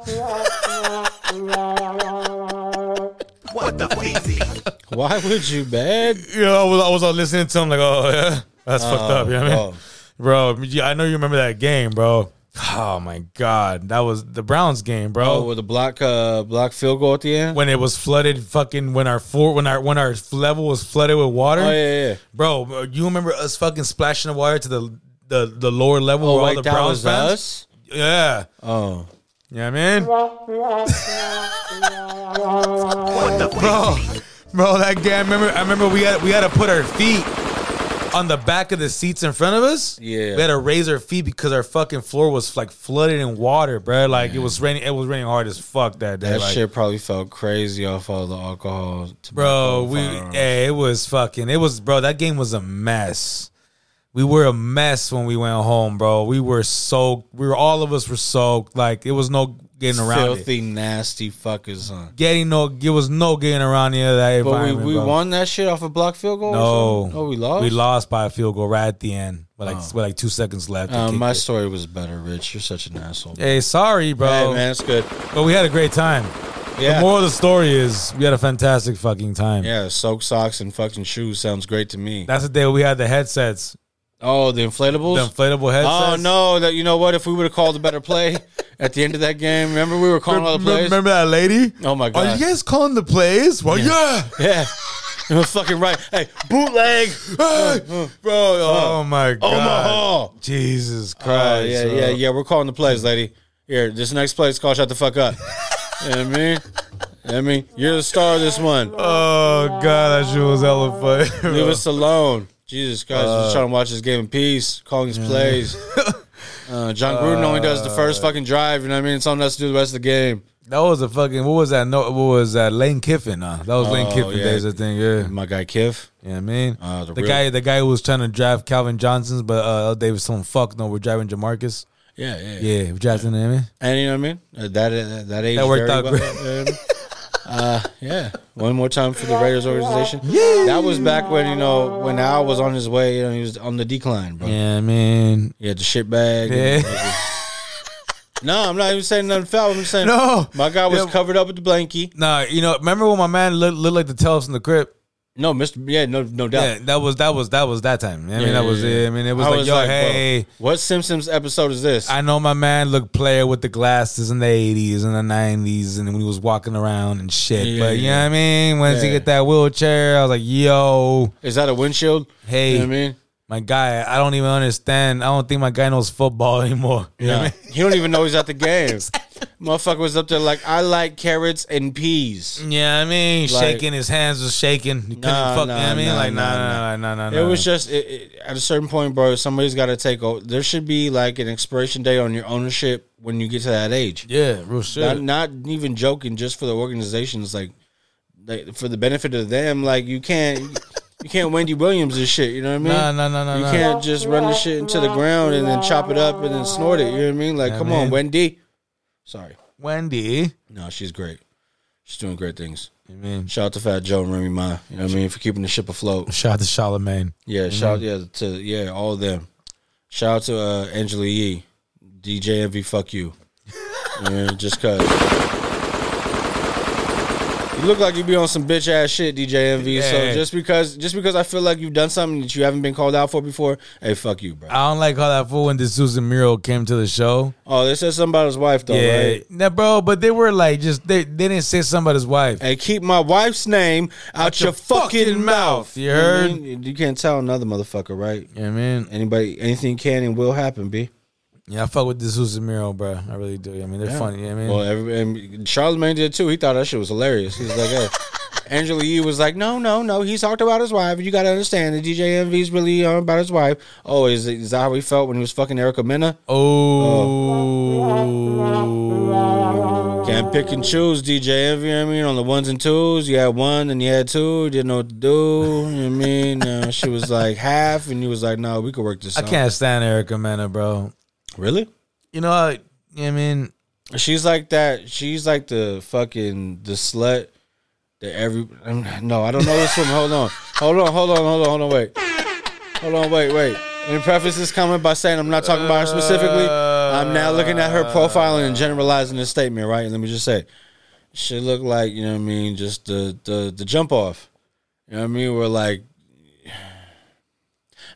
with the Feezy.
Why would you, bag?
You know, I was, I was all listening to him like, oh, [LAUGHS] yeah, that's fucked up. You know what I mean?
Oh,
Bro, yeah, I know you remember that game, bro. Oh my God, that was the Browns game, bro.
Oh, with a block, uh, block field goal at the end.
when it was flooded, fucking when our floor, when our when our level was flooded with water,
Oh yeah, yeah, yeah.
bro. You remember us fucking splashing the water to the the, the lower level
Oh,
where
wait,
all the
that
Browns
was
fans?
us.
Yeah,
Oh,
yeah, man.
With the
bro, bro, that guy. I remember, I remember we had we had to put our feet on the back of the seats in front of us.
Yeah.
we had to raise our feet because our fucking floor was like flooded in water, bro. Like it was raining. It was raining hard as fuck that day.
that
like,
shit probably felt crazy off all the alcohol, tobacco,
bro. We
firearms.
yeah, it was fucking. It was bro. That game was a mess. We were a mess when we went home, bro. We were soaked. We were all of us were soaked. Like it was no getting around. it.
filthy, nasty fuckers, huh?
Getting no, it was no getting around any of that
But we,
environment.
we
bro.
won that shit off a block field goal. or
No,
something? oh, we lost. Oh.
We lost by a field goal right at the end, with like with like two seconds left. to
Uh,
kick
my
it.
story was better, Rich. You're such an asshole.
hey, sorry, bro,
Hey, man, it's good.
but we had a great time.
Yeah,
The moral of the story is we had a fantastic fucking time.
yeah. Soak socks and fucking shoes sounds great to me.
That's the day we had the headsets,
oh, the
the
inflatables.
inflatable
Oh
headsets.
no! That you know what? If we would have called a better play [LAUGHS] at the end of that game, remember we were calling all the
Remember,
plays.
remember that lady?
Oh, my
Are
God.
you guys calling the plays? Well, yeah,
[LAUGHS] Yeah, you were fucking right. Hey, bootleg,
Hey, bro. Oh my god,
Uh, Omaha.
Jesus
Oh,
Christ.
yeah,
bro.
yeah, yeah. We're calling the plays, lady. Here, this next play is called "Shut the fuck [LAUGHS] up." you know what I mean, You know what I mean, you're the star of this one.
Oh god, that shit was hella funny.
Leave
bro.
us alone. Jesus Christ, we're just trying to watch this game in peace, calling his [LAUGHS] plays. Uh, John Gruden only does the first fucking drive, you know what I mean? It's on us to do the rest of the game.
That was a fucking what was that? No, what was that? Lane Kiffin. Uh, that was Lane
Oh,
Kiffin
yeah.
days, I think. Yeah,
My guy Kiff.
yeah, I mean,
Uh, the
the,
real-
guy, the guy who was trying to draft Calvin Johnson's, but uh, they was telling him, "Fuck no, we're driving Jamarcus."
Yeah, yeah, yeah.
Yeah, we're drafting him. eh?
And you know what I mean? Uh, that uh, that age
That worked out
well, you know what I mean? uh, yeah. One more time for the Raiders organization. Yeah. That was back when you know when Al was on his way, you know, he was on the decline, bro.
Yeah, I mean,
He had the shit bag.
yeah.
[LAUGHS]
[LAUGHS]
No, I'm not even saying nothing foul. I'm just saying
no,
my guy was
Yeah.
covered up with the blankie.
nah. You know, remember when my man looked, looked like the Telfs in the crib?
No, Mr. Yeah, no, no doubt.
Yeah, that was that was that was that time. I mean, that was it. I mean, it was
I
like, yo,
bro,
hey.
what Simpsons episode is this?
I know my man looked player with the glasses in the eighties and the nineties, and when he was walking around and shit.
Yeah,
but you know
yeah.
what I mean. Once he
Yeah.
get that wheelchair, I was like, "Yo,
is that a windshield?
Hey.
you know what I mean,
my guy, I don't even understand. I don't think my guy knows football [LAUGHS] anymore." You know what
Nah.
I mean?
he don't even know he's
[LAUGHS]
at the game. Motherfucker was up there like, I like carrots and peas.
Yeah, I mean,
Like-
shaking his hands was shaking. He couldn't
Nah,
fuck.
nah,
you know what I mean,
nah,
like,
nah,
nah, nah, nah, nah, nah.
It
Mm. nah.
was just it, it, at a certain point, bro. Somebody's got to take over. There should be like an expiration date on your ownership when you get to that age.
yeah, real shit.
Not, not even joking, just for the organizations, like they, for the benefit of them. Like you can't, you can't Wendy Williams this shit. You know what I mean?
Nah, nah, nah, nah,
You
nah.
can't just run the shit into the ground and then chop it up and then snort it. You know what I mean? Like,
Yeah,
come
man.
on, Wendy. Sorry.
Wendy.
No, she's great. She's doing great things.
I mean,
Shout out to Fat Joe and Remy Ma. You know what I mean? For keeping the ship afloat.
shout out to Charlemagne.
Yeah, shout yeah to yeah, all of them. Shout out to uh Angela Yee. DJ Envy, fuck you. You know what I mean? just cause. You look like you be on some bitch ass shit, DJ Envy.
Yeah.
So just because just because I feel like you've done something that you haven't been called out for before, hey, fuck you, bro.
I don't like how that fool when the Susan Miro came to the show.
Oh, they said something about his wife though,
yeah,
right?
nah, bro, but they were like, just they, they didn't say somebody's wife.
Hey, keep my wife's name out, your, fucking, mouth.
You
know what I
heard?
mean? You can't tell another motherfucker, right?
Yeah, man.
Anybody, anything can and will happen, b.
Yeah, I fuck with this Susan Miro, bro. I really do. I mean, they're funny. Yeah, man.
Well, every, and Charlemagne did too. He thought that shit was hilarious. He's like,
[LAUGHS]
hey. Angela Yee was like, no, no, no. He talked about his wife. You got to understand that DJ Envy's really on about his wife. Oh, is, is that how he felt when he was fucking Erica Mena? Oh.
oh,
Can't pick and choose, DJ Envy. You know what I mean, on the ones and twos, you had one and you had two. You didn't know what to do. You know what I mean, uh, she was like half, and you was like, "No, we could work this."
I
out."
can't stand Erica Mena, bro.
really.
You know, I, yeah, I mean,
She's like that. She's like the fucking the slut that every. um, No, I don't know this woman. Hold on, hold on, hold on, hold on, hold on. Wait, hold on, wait, wait. Let me preface this comment by saying I'm not talking about her specifically. I'm now looking at her profile and generalizing this statement, right? And let me just say, should look like, you know what I mean, just the the the jump off. You know what I mean? We're like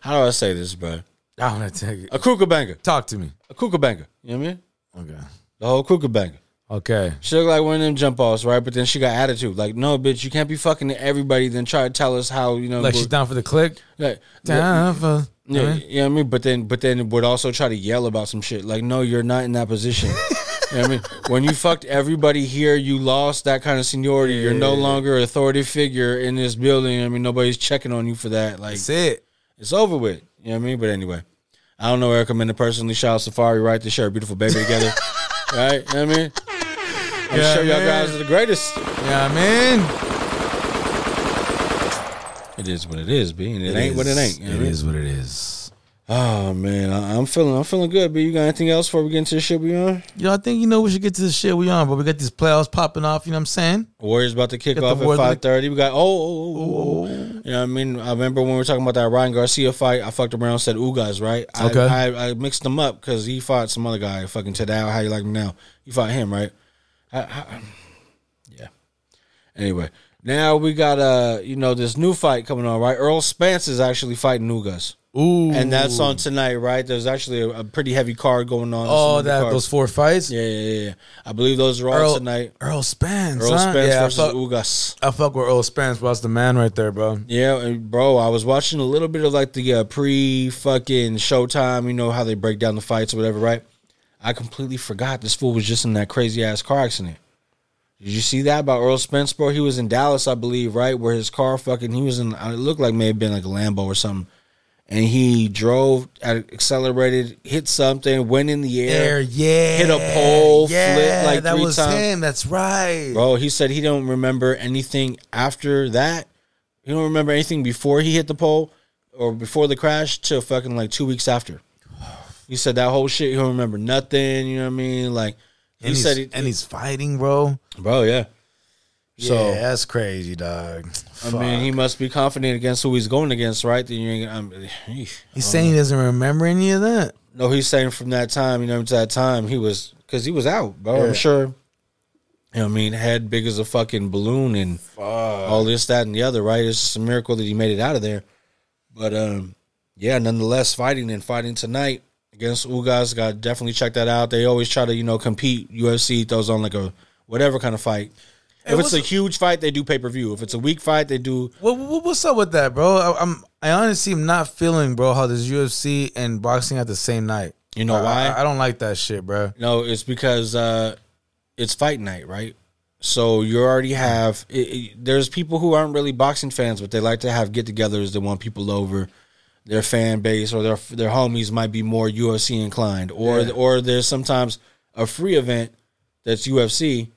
how do I say this, bro?
I want to take it.
A kooka banger.
Talk to me.
A kooka banger. You know what I mean?
Okay.
The whole kooka banger.
Okay.
She looked like one of them jump offs, right? But then she got attitude. Like, no, bitch, you can't be fucking to everybody, then try to tell us how, you know,
Like
we're-
she's down for the click.
like,
Down for.
Yeah,
Yeah.
you know what I mean? But then but then would also try to yell about some shit. Like, no, you're not in that position. you know what I
[LAUGHS]
mean? When you fucked everybody here, you lost that kind of seniority. You're no longer an authority figure in this building. I mean, nobody's checking on you for that. Like
That's it.
it's over with. You know what I mean? But anyway. I don't know Erica Mendez personally. Shout out Safari, right? They share a beautiful baby
[LAUGHS]
together. right? You know what I mean? I'm
Yeah,
sure y'all
man.
guys are the greatest.
Yeah, man.
It is what it is, B. And it, ain't what it ain't. you know what I
It
mean?
is what it is.
Oh man, I, I'm feeling I'm feeling good, B. You got anything else before we get into the shit we on?
Yo, I think you know we should get to the shit we on, but we got these playoffs popping off. You know what I'm saying?
Warriors about to kick
Got the
off at
Warriors about to-
five thirty. We got oh, oh, oh, oh. you know what I mean. I remember when we were talking about that Ryan Garcia fight. I fucked around, said Ugas, right? I,
Okay.
I, I mixed them up because he fought some other guy, fucking Tadao. How you like me now? You fought him, right? I, I, yeah. Anyway, now we got uh, you know, this new fight coming on, right? Earl Spence is actually fighting Ugas.
Ooh.
And that's on tonight, right? There's actually a, a pretty heavy card going on.
all
Some
that
cards.
those four fights.
Yeah, yeah, yeah, yeah. I believe those are all
Earl
tonight.
Earl Spence.
Earl
huh?
Spence
yeah,
versus
I fuck,
Ugas.
I fuck with Earl Spence, bro. That's the man right there, bro.
Yeah, and bro, I was watching a little bit of like the uh, pre fucking Showtime, you know, how they break down the fights or whatever, right? I completely forgot this fool was just in that crazy ass car accident. Did you see that about Earl Spence, bro? He was in Dallas, I believe, right? Where his car fucking, he was in, uh, it looked like may have been like a Lambo or something. And he drove, at- accelerated, hit something, went in the air.
There, yeah.
Hit a pole, flip, like,
that
three
was
times.
him. That's right.
Bro, he said he don't remember anything after that. He don't remember anything before he hit the pole or before the crash till fucking like two weeks after. He said that whole shit. He don't remember nothing. You know what I mean? Like he
and he's,
said, he,
and he's fighting, bro.
bro, yeah. So
yeah, that's crazy, dog.
I mean, he must be confident against who he's going against, right? Then you ain't. I'm, [SIGHS]
he's saying he doesn't remember any of that.
No, he's saying from that time, you know, to that time, he was because he was out, bro.
Yeah.
I'm sure. You know, what I mean, head big as a fucking balloon and all this, that, and the other. Right? It's just a miracle that he made it out of there. But um, yeah, nonetheless, fighting and fighting tonight against Ugas. Got to definitely check that out. They always try to you know compete. UFC throws on like a whatever kind of fight. If it's
what's
a
the-
huge fight, they do pay per view. If it's a weak fight, they do.
What, what- what's up with that, bro? I, I'm I honestly am not feeling, bro, how this UFC and boxing at the same night.
You know
I-
why?
I, I don't like that shit, bro.
No, it's because uh, it's fight night, right? So you already have. It, it- there's people who aren't really boxing fans, but they like to have get-togethers. They want people over. Their fan base or their their homies might be more UFC inclined, or or there's sometimes a free event that's UFC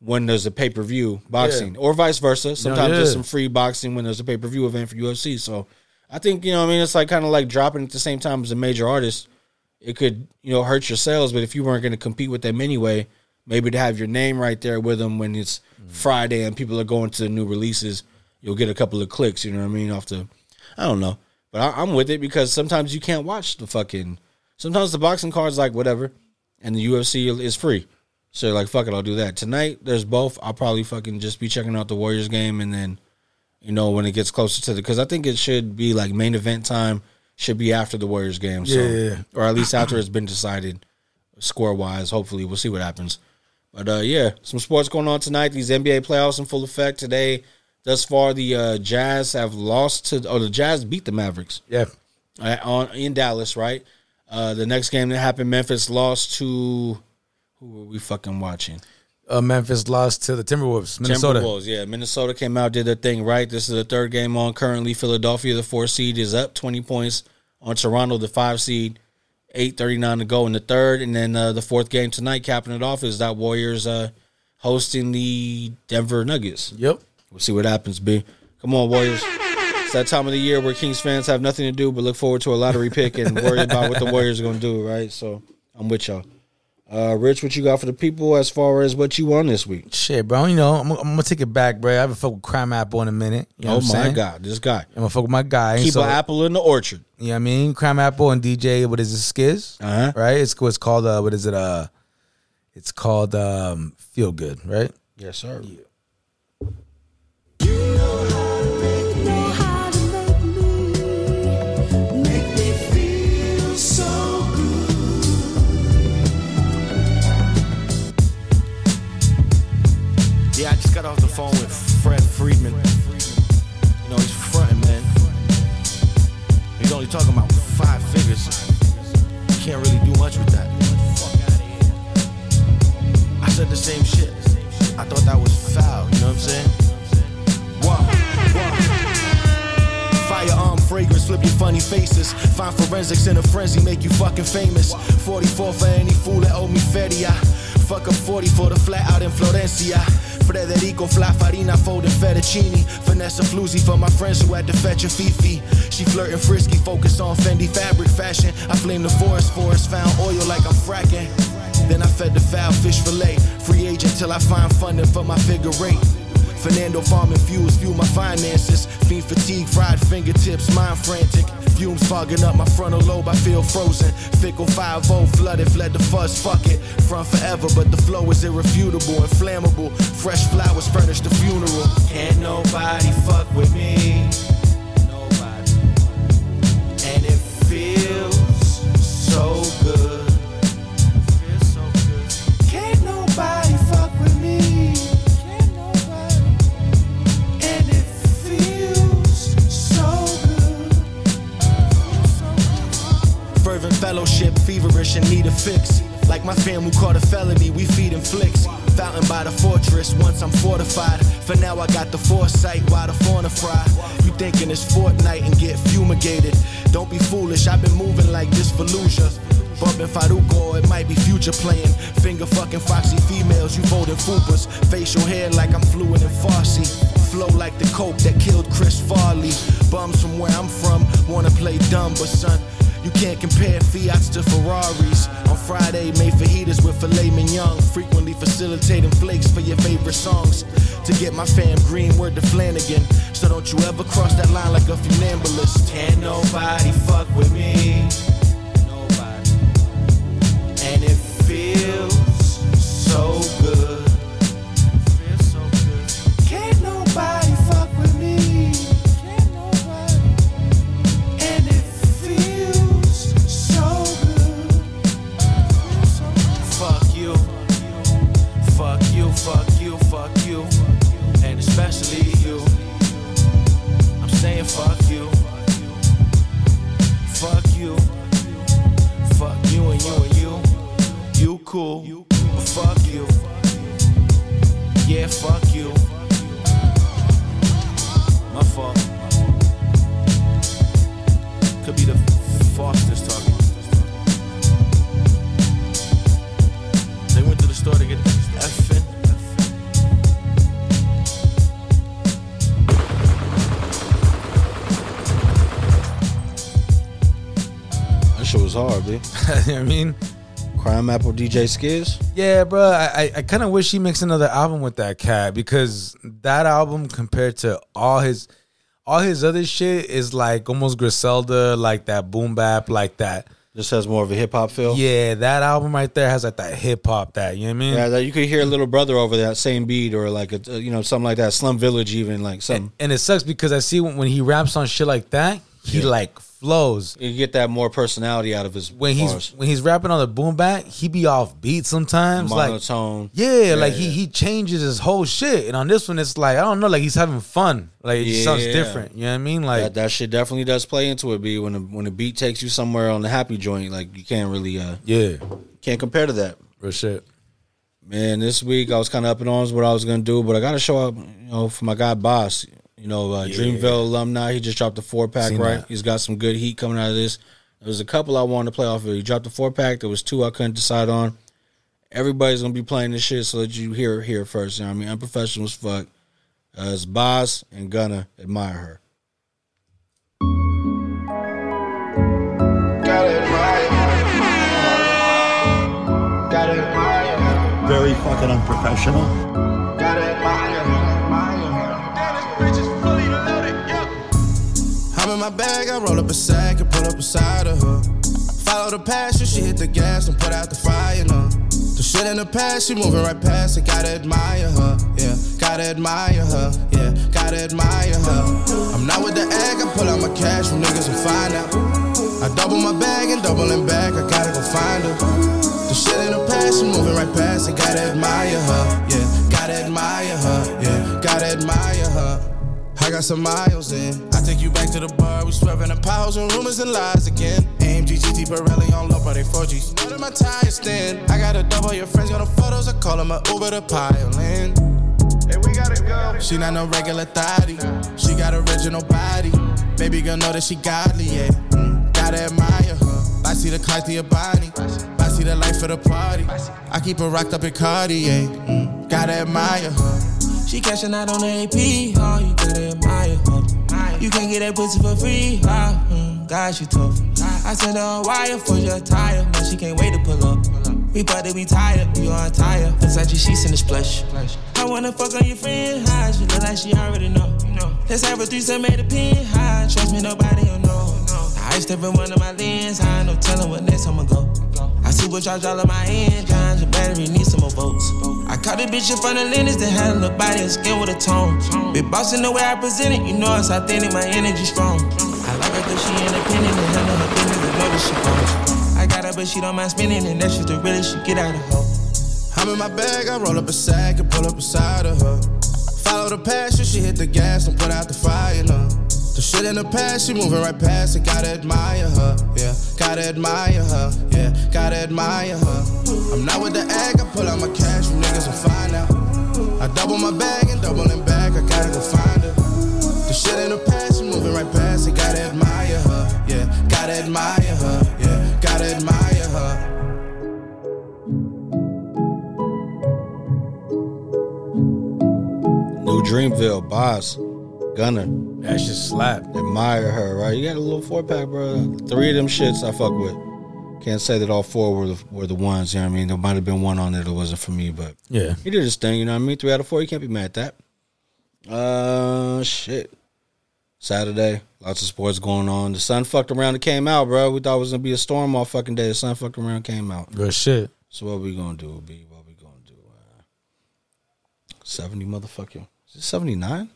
when there's a pay per view boxing, or vice versa. Sometimes
yeah.
there's some free boxing when there's a pay per view event for UFC. So I think you know, what I mean, it's like kind of like dropping at the same time as a major artist it could you know hurt your sales but if you weren't going to compete with them anyway maybe to have your name right there with them when it's friday and people are going to the new releases you'll get a couple of clicks you know what i mean off the i don't know but I, i'm with it because sometimes you can't watch the fucking sometimes the boxing card's like whatever and the ufc is free so you're like fuck it i'll do that tonight there's both i'll probably fucking just be checking out the warriors game and then you know when it gets closer to the because i think it should be like main event time should be after the warriors game so
Yeah, yeah, yeah.
or at least after it's been decided score wise. Hopefully, we'll see what happens. But uh, yeah, some sports going on tonight. These NBA playoffs in full effect today. Thus far, the uh, Jazz have lost to. Oh, the Jazz beat the Mavericks
Yeah.
uh, on in Dallas, right? Uh, the next game that happened, Memphis lost to. Who were we fucking watching?
Uh, Memphis lost to the Timberwolves, Minnesota.
Timberwolves, yeah. Minnesota came out, did their thing right. This is the third game on. Currently, Philadelphia, the four seed, is up 20 points on Toronto, the five seed. 8.39 to go in the third. And then uh, the fourth game tonight, capping it off, is that Warriors uh, hosting the Denver Nuggets.
Yep.
We'll see what happens, B. Come on, Warriors. It's that time of the year where Kings fans have nothing to do but look forward to a lottery pick and worry about what the Warriors are going to do, right? So I'm with y'all. Uh, Rich, what you got for the people as far as what you won this week?
Shit, bro. You know, I'm, I'm gonna take it back, bro. I haven't fucked with Crime Apple in a minute. You know
oh
what I'm
my
saying?
God, this guy.
I'm gonna fuck with my guy.
Keep
so,
an apple in the orchard.
You know what I mean? Crime Apple and DJ, what is it, Skiz?
Uh-huh.
Right? [LAUGHS] It's what's called, uh, what is it? Uh, It's called um, Feel Good, right?
Yes, sir.
Know how to make me, make me feel so
Yeah, I just got off the phone with Fred Friedman. You know, he's fronting, man. He's only talking about five figures. Can't really do much with that. I said the same shit. I thought that was foul, you know what I'm saying? Whoa, whoa. Firearm fragrance, flip your funny faces. Find forensics in a frenzy, make you fucking famous. 44 for any fool that owe me feria. Fuck up 40 for the flat out in Florencia. Frederico fly farina folding fettuccine. Vanessa Fluzzi for my friends who had to fetch a Fifi. She flirting frisky, focus on Fendi fabric fashion. I flame the forest, forest found oil like I'm fracking. Then I fed the foul fish fillet. Free agent till I find funding for my figure eight. Fernando farming fuels, fuel my finances. Fiend fatigue, fried fingertips, mind frantic. Fumes fogging up my frontal lobe, I feel frozen. Fickle 5 flooded, fled the fuzz, fuck it. Front forever, but the flow is irrefutable and flammable. Fresh flowers furnish the funeral. Can't nobody fuck with me. Nobody. And it feels so good. Can't nobody fuck with me. Can't nobody. And it feels so good. Fervent fellowship, feverish and need a fix. Like my fam who caught a felony, we feed and flicks. Fountain by the fortress, once I'm fortified. For now, I got the foresight while the fauna fry. You thinking it's Fortnite and get fumigated. Don't be foolish, I've been moving like this Fallujah. Bumpin' Faruko, it might be future playing. Finger fucking foxy females, you voting fupas. Facial hair like I'm fluent in Farsi. Flow like the coke that killed Chris Farley. Bums from where I'm from wanna play dumb, but son, you can't compare Fiats to Ferraris. On Friday, made fajitas with filet mignon. Frequently facilitating flakes for your favorite songs. To get my fam green, word to Flanagan. So don't you ever cross that line like a funambulist. Can't nobody fuck with me. Nobody and it feels so good. Can't nobody fuck with me. Can't nobody. And it feels so good. Fuck you. Fuck you, fuck you, fuck you. And especially you. I'm saying fuck you. Fuck you. Fuck you and you and you. You cool, but fuck you. Yeah, fuck you. My fault. Could be the fastest talking. They went to the store to get the effing.
That shit was hard, B.
you know what I mean?
Crime Apple DJ Skiz.
Yeah, bro. I, I, I kind of wish he makes another album with that cat because that album compared to all his all his other shit is like almost Griselda, like that boom bap, like that.
This has more of a hip hop feel.
Yeah, that album right there has like that hip hop that, you know what I mean?
Yeah, that you could hear a little brother over that same beat or like a uh, you know something like that, Slum Village even like something.
and it sucks because I see when, when he raps on shit like that, he like flows.
You get that more personality out of his
When he's
bars.
when he's rapping on the boom back, he be off beat sometimes. Like
monotone.
yeah, like he
yeah.
he changes his whole shit. And on this one, it's like I don't know, like he's having fun. Like it just sounds
Yeah.
different. You know what I mean? Like
that, that shit definitely does play into it. B when the, when the beat takes you somewhere on the happy joint, like you can't really uh
yeah,
can't compare to that.
real shit.
Man, this week I was kind of up in arms what I was gonna do, but I gotta show up, you know, for my guy Boss. You know, uh, Dreamville alumni. He just dropped the four pack,
Seen
right?
that.
He's got some good heat coming out of this. There was a couple I wanted to play off of. He dropped the four pack. There was two I couldn't decide on. Everybody's gonna be playing this shit, so that you hear it here first. You know what I mean, unprofessional as fuck. Uh, it's Boss and Gunna. Admire her.
Very fucking unprofessional.
I'm in my bag, I roll up a sack and pull up beside of her. Follow the passion, she hit the gas and put out the fire. No. The
Shit in the past, she moving right past it. Gotta admire her, yeah. Gotta admire her, yeah. Gotta admire her. I'm not with the egg, I pull out my cash from niggas and find out. I double my bag and doubling back, I gotta go find her. The shit in the past, she moving right past it. Gotta admire her, yeah. Gotta admire her, yeah. Gotta admire her. I got some miles in. I take you back to the bar. We swerving the piles and rumors and lies again. AMG GT Pirelli on low, but they 4Gs. None of my tires thin. I got a double. Your friends got the photos. I call them a Uber to pile in. Hey, we gotta go. She not no regular thotty. She got original body. Baby girl know that she godly, yeah. Mm, gotta admire her. I see the clock to your body. I see the life of the party. I keep her rocked up in Cartier. Mm, gotta admire her. She cashing out on the AP, huh? You gotta admire her. You can't get that pussy for free, huh? Mm, God, she tough. I sent her a wire for your tire, man. She can't wait to pull up. We about to be tired, you on tire. Versace sheets in the splash. I wanna fuck on your friend, high. She look like she already know. Let's have a threesome, made a pin high. Trust me, nobody will know. I step in one of my lens, high. No telling what next I'ma go. I supercharged all of my engines. Your battery needs some more volts. I caught a bitch in front of Lennox that had a little body and skin with a tone. Big boss in the way I present it, you know it's authentic, my energy strong. I like her cause she independent and handle her business and know that she grown. I got her but she don't mind spending and that's just the realest she get out of her. I'm in my bag, I roll up a sack and pull up beside of her. Follow the passion, she hit the gas and put out the fire, no. The shit in the past, she moving right past it. Gotta admire her, yeah. Gotta admire her, yeah. Gotta admire her. I'm not with the egg, I pull out my cash from niggas and find out. I double my bag and doubling back, I gotta go find her. The shit in the past, she moving right past it. Gotta admire her, yeah. Gotta admire her, yeah. Gotta admire her.
New Dreamville, Boss, Gunner. That shit slap. Admire her, right? You got a little four pack, bro. Three of them shits I fuck with. Can't say that all four were the, were the ones, you know what I mean? There might have been one on there that wasn't for me, but
Yeah.
he did his thing, you know what I mean? Three out of four, you can't be mad at that. Uh, shit. Saturday, lots of sports going on. The sun fucked around and came out, bro. We thought it was gonna be a storm all fucking day. The sun fucked around and came out.
Good shit.
So what we gonna do? Be what we gonna do? Uh, Seventy motherfucker. Is it seventy nine?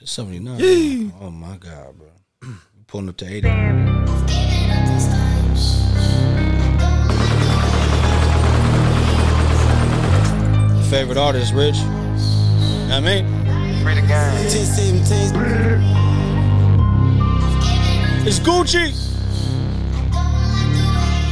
It's seventy nine.
Yee.
Oh my god, bro. [CLEARS THROAT] We pulling up to eighty. Favorite artist, Rich. You know what I mean? Read It's Gucci. You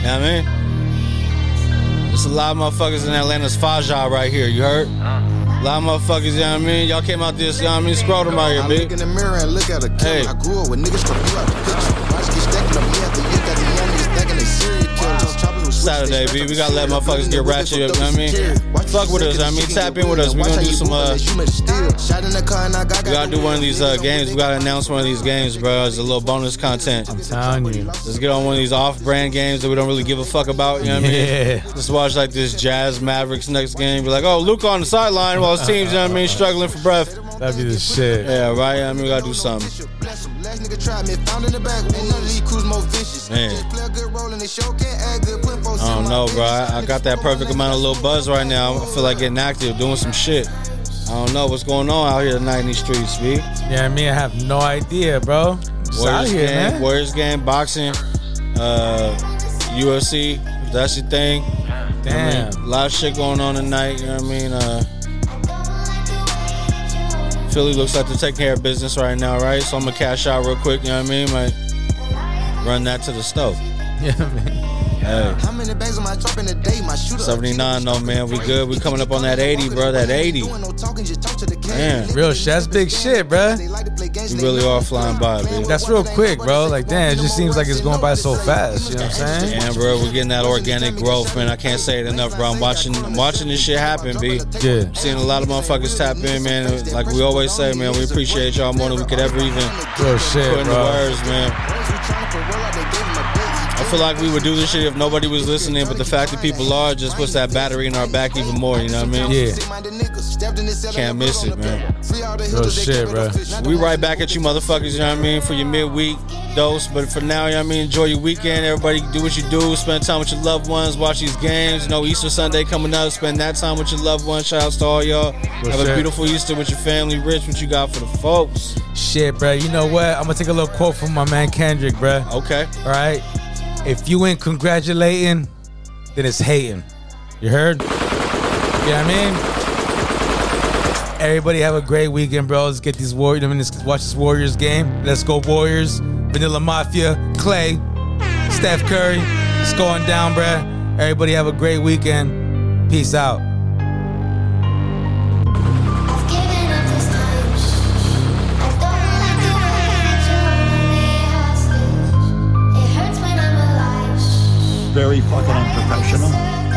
know what I mean? There's a lot of motherfuckers in Atlanta's Faja right here, you heard? A lot of motherfuckers, you know what I mean? Y'all came out this, you know what I mean? Scroll them out here,
I
bitch.
look in the mirror and look at a killer. I grew up with niggas from throughout the picture. Watch get stacking up me after year, got the young niggas stacking they serial killers. Choppers with
Saturday, B. We gotta let motherfuckers get ratchet, you know what I mean? Fuck with us, I mean? Tap in with us. We gonna do some, uh,
steel. Shot in the car and I got
we gotta do one of these uh, games. We gotta announce one of these games, bro. It's a little bonus content. I'm
telling you.
Let's get on one of these off brand games that we don't really give a fuck about, you know what I mean?
[LAUGHS] [LAUGHS] Yeah.
Let's watch like this Jazz Mavericks next game. Be like, oh, Luke on the sideline while his team's, you know what I mean, struggling for breath.
That'd be the shit.
Yeah, right? I mean, we gotta do something.
last nigga tried me. Found in the back, ain't none of these crews more vicious.
Man.
Just play a good role and they show can't act good. Put folks
I
in
don't
my
know, bro.
business.
I, I got that perfect amount of little buzz right now. I feel like getting active, doing some shit. I don't know what's going on out here tonight in these streets, B.
Yeah, I mean, I have no idea, bro. Just out
Warriors
here,
game,
man.
Warriors game, boxing, uh, UFC. If that's your thing.
Damn.
I mean, a lot of shit going on tonight. You know what I mean? Uh, Philly looks like they're taking care of business right now, right? So I'm gonna cash out real quick. You know what I mean? Might run that to the stove.
[LAUGHS] Yeah, man.
How many bangs on my truck in a day? My shooter.
79 though, man. We good. We coming up on that 80, bro. That 80. Man.
Real shit. That's big shit, bro.
We really are flying by, B.
That's real quick, bro. Like, damn, it just seems like it's going by so fast. You know what I'm saying?
Damn, bro, we're getting that organic growth, man. I can't say it enough, bro. I'm watching, I'm watching this shit happen, b.
Yeah.
Seeing a lot of motherfuckers tap in, man. Like we always say, man, we appreciate y'all more than we could ever even
Real shit,
put in the
bro.
words, man. I feel like we would do this shit if nobody was listening, but the fact that people are just puts that battery in our back even more. You know what I mean? Yeah. Can't miss it, man.
Real shit, bro.
We right back at you, motherfuckers. You know what I mean? For your midweek dose, but for now, you know what I mean. Enjoy your weekend. Everybody, do what you do. Spend time with your loved ones. Watch these games. You know, Easter Sunday coming up. Spend that time with your loved ones. Shout outs to all y'all. Have a
shit.
beautiful Easter with your family. Rich, what you got for the folks?
Shit, bro. You know what? I'm gonna take a little quote from my man Kendrick, bro.
Okay.
All right. If you ain't congratulating, then it's hating. You heard? You know what I mean? Everybody have a great weekend, bro. Let's get these Warriors. I mean, let's watch this Warriors game. Let's go Warriors. Vanilla Mafia, Clay, Steph Curry. It's going down, bro. Everybody have a great weekend. Peace out.
Very fucking unprofessional.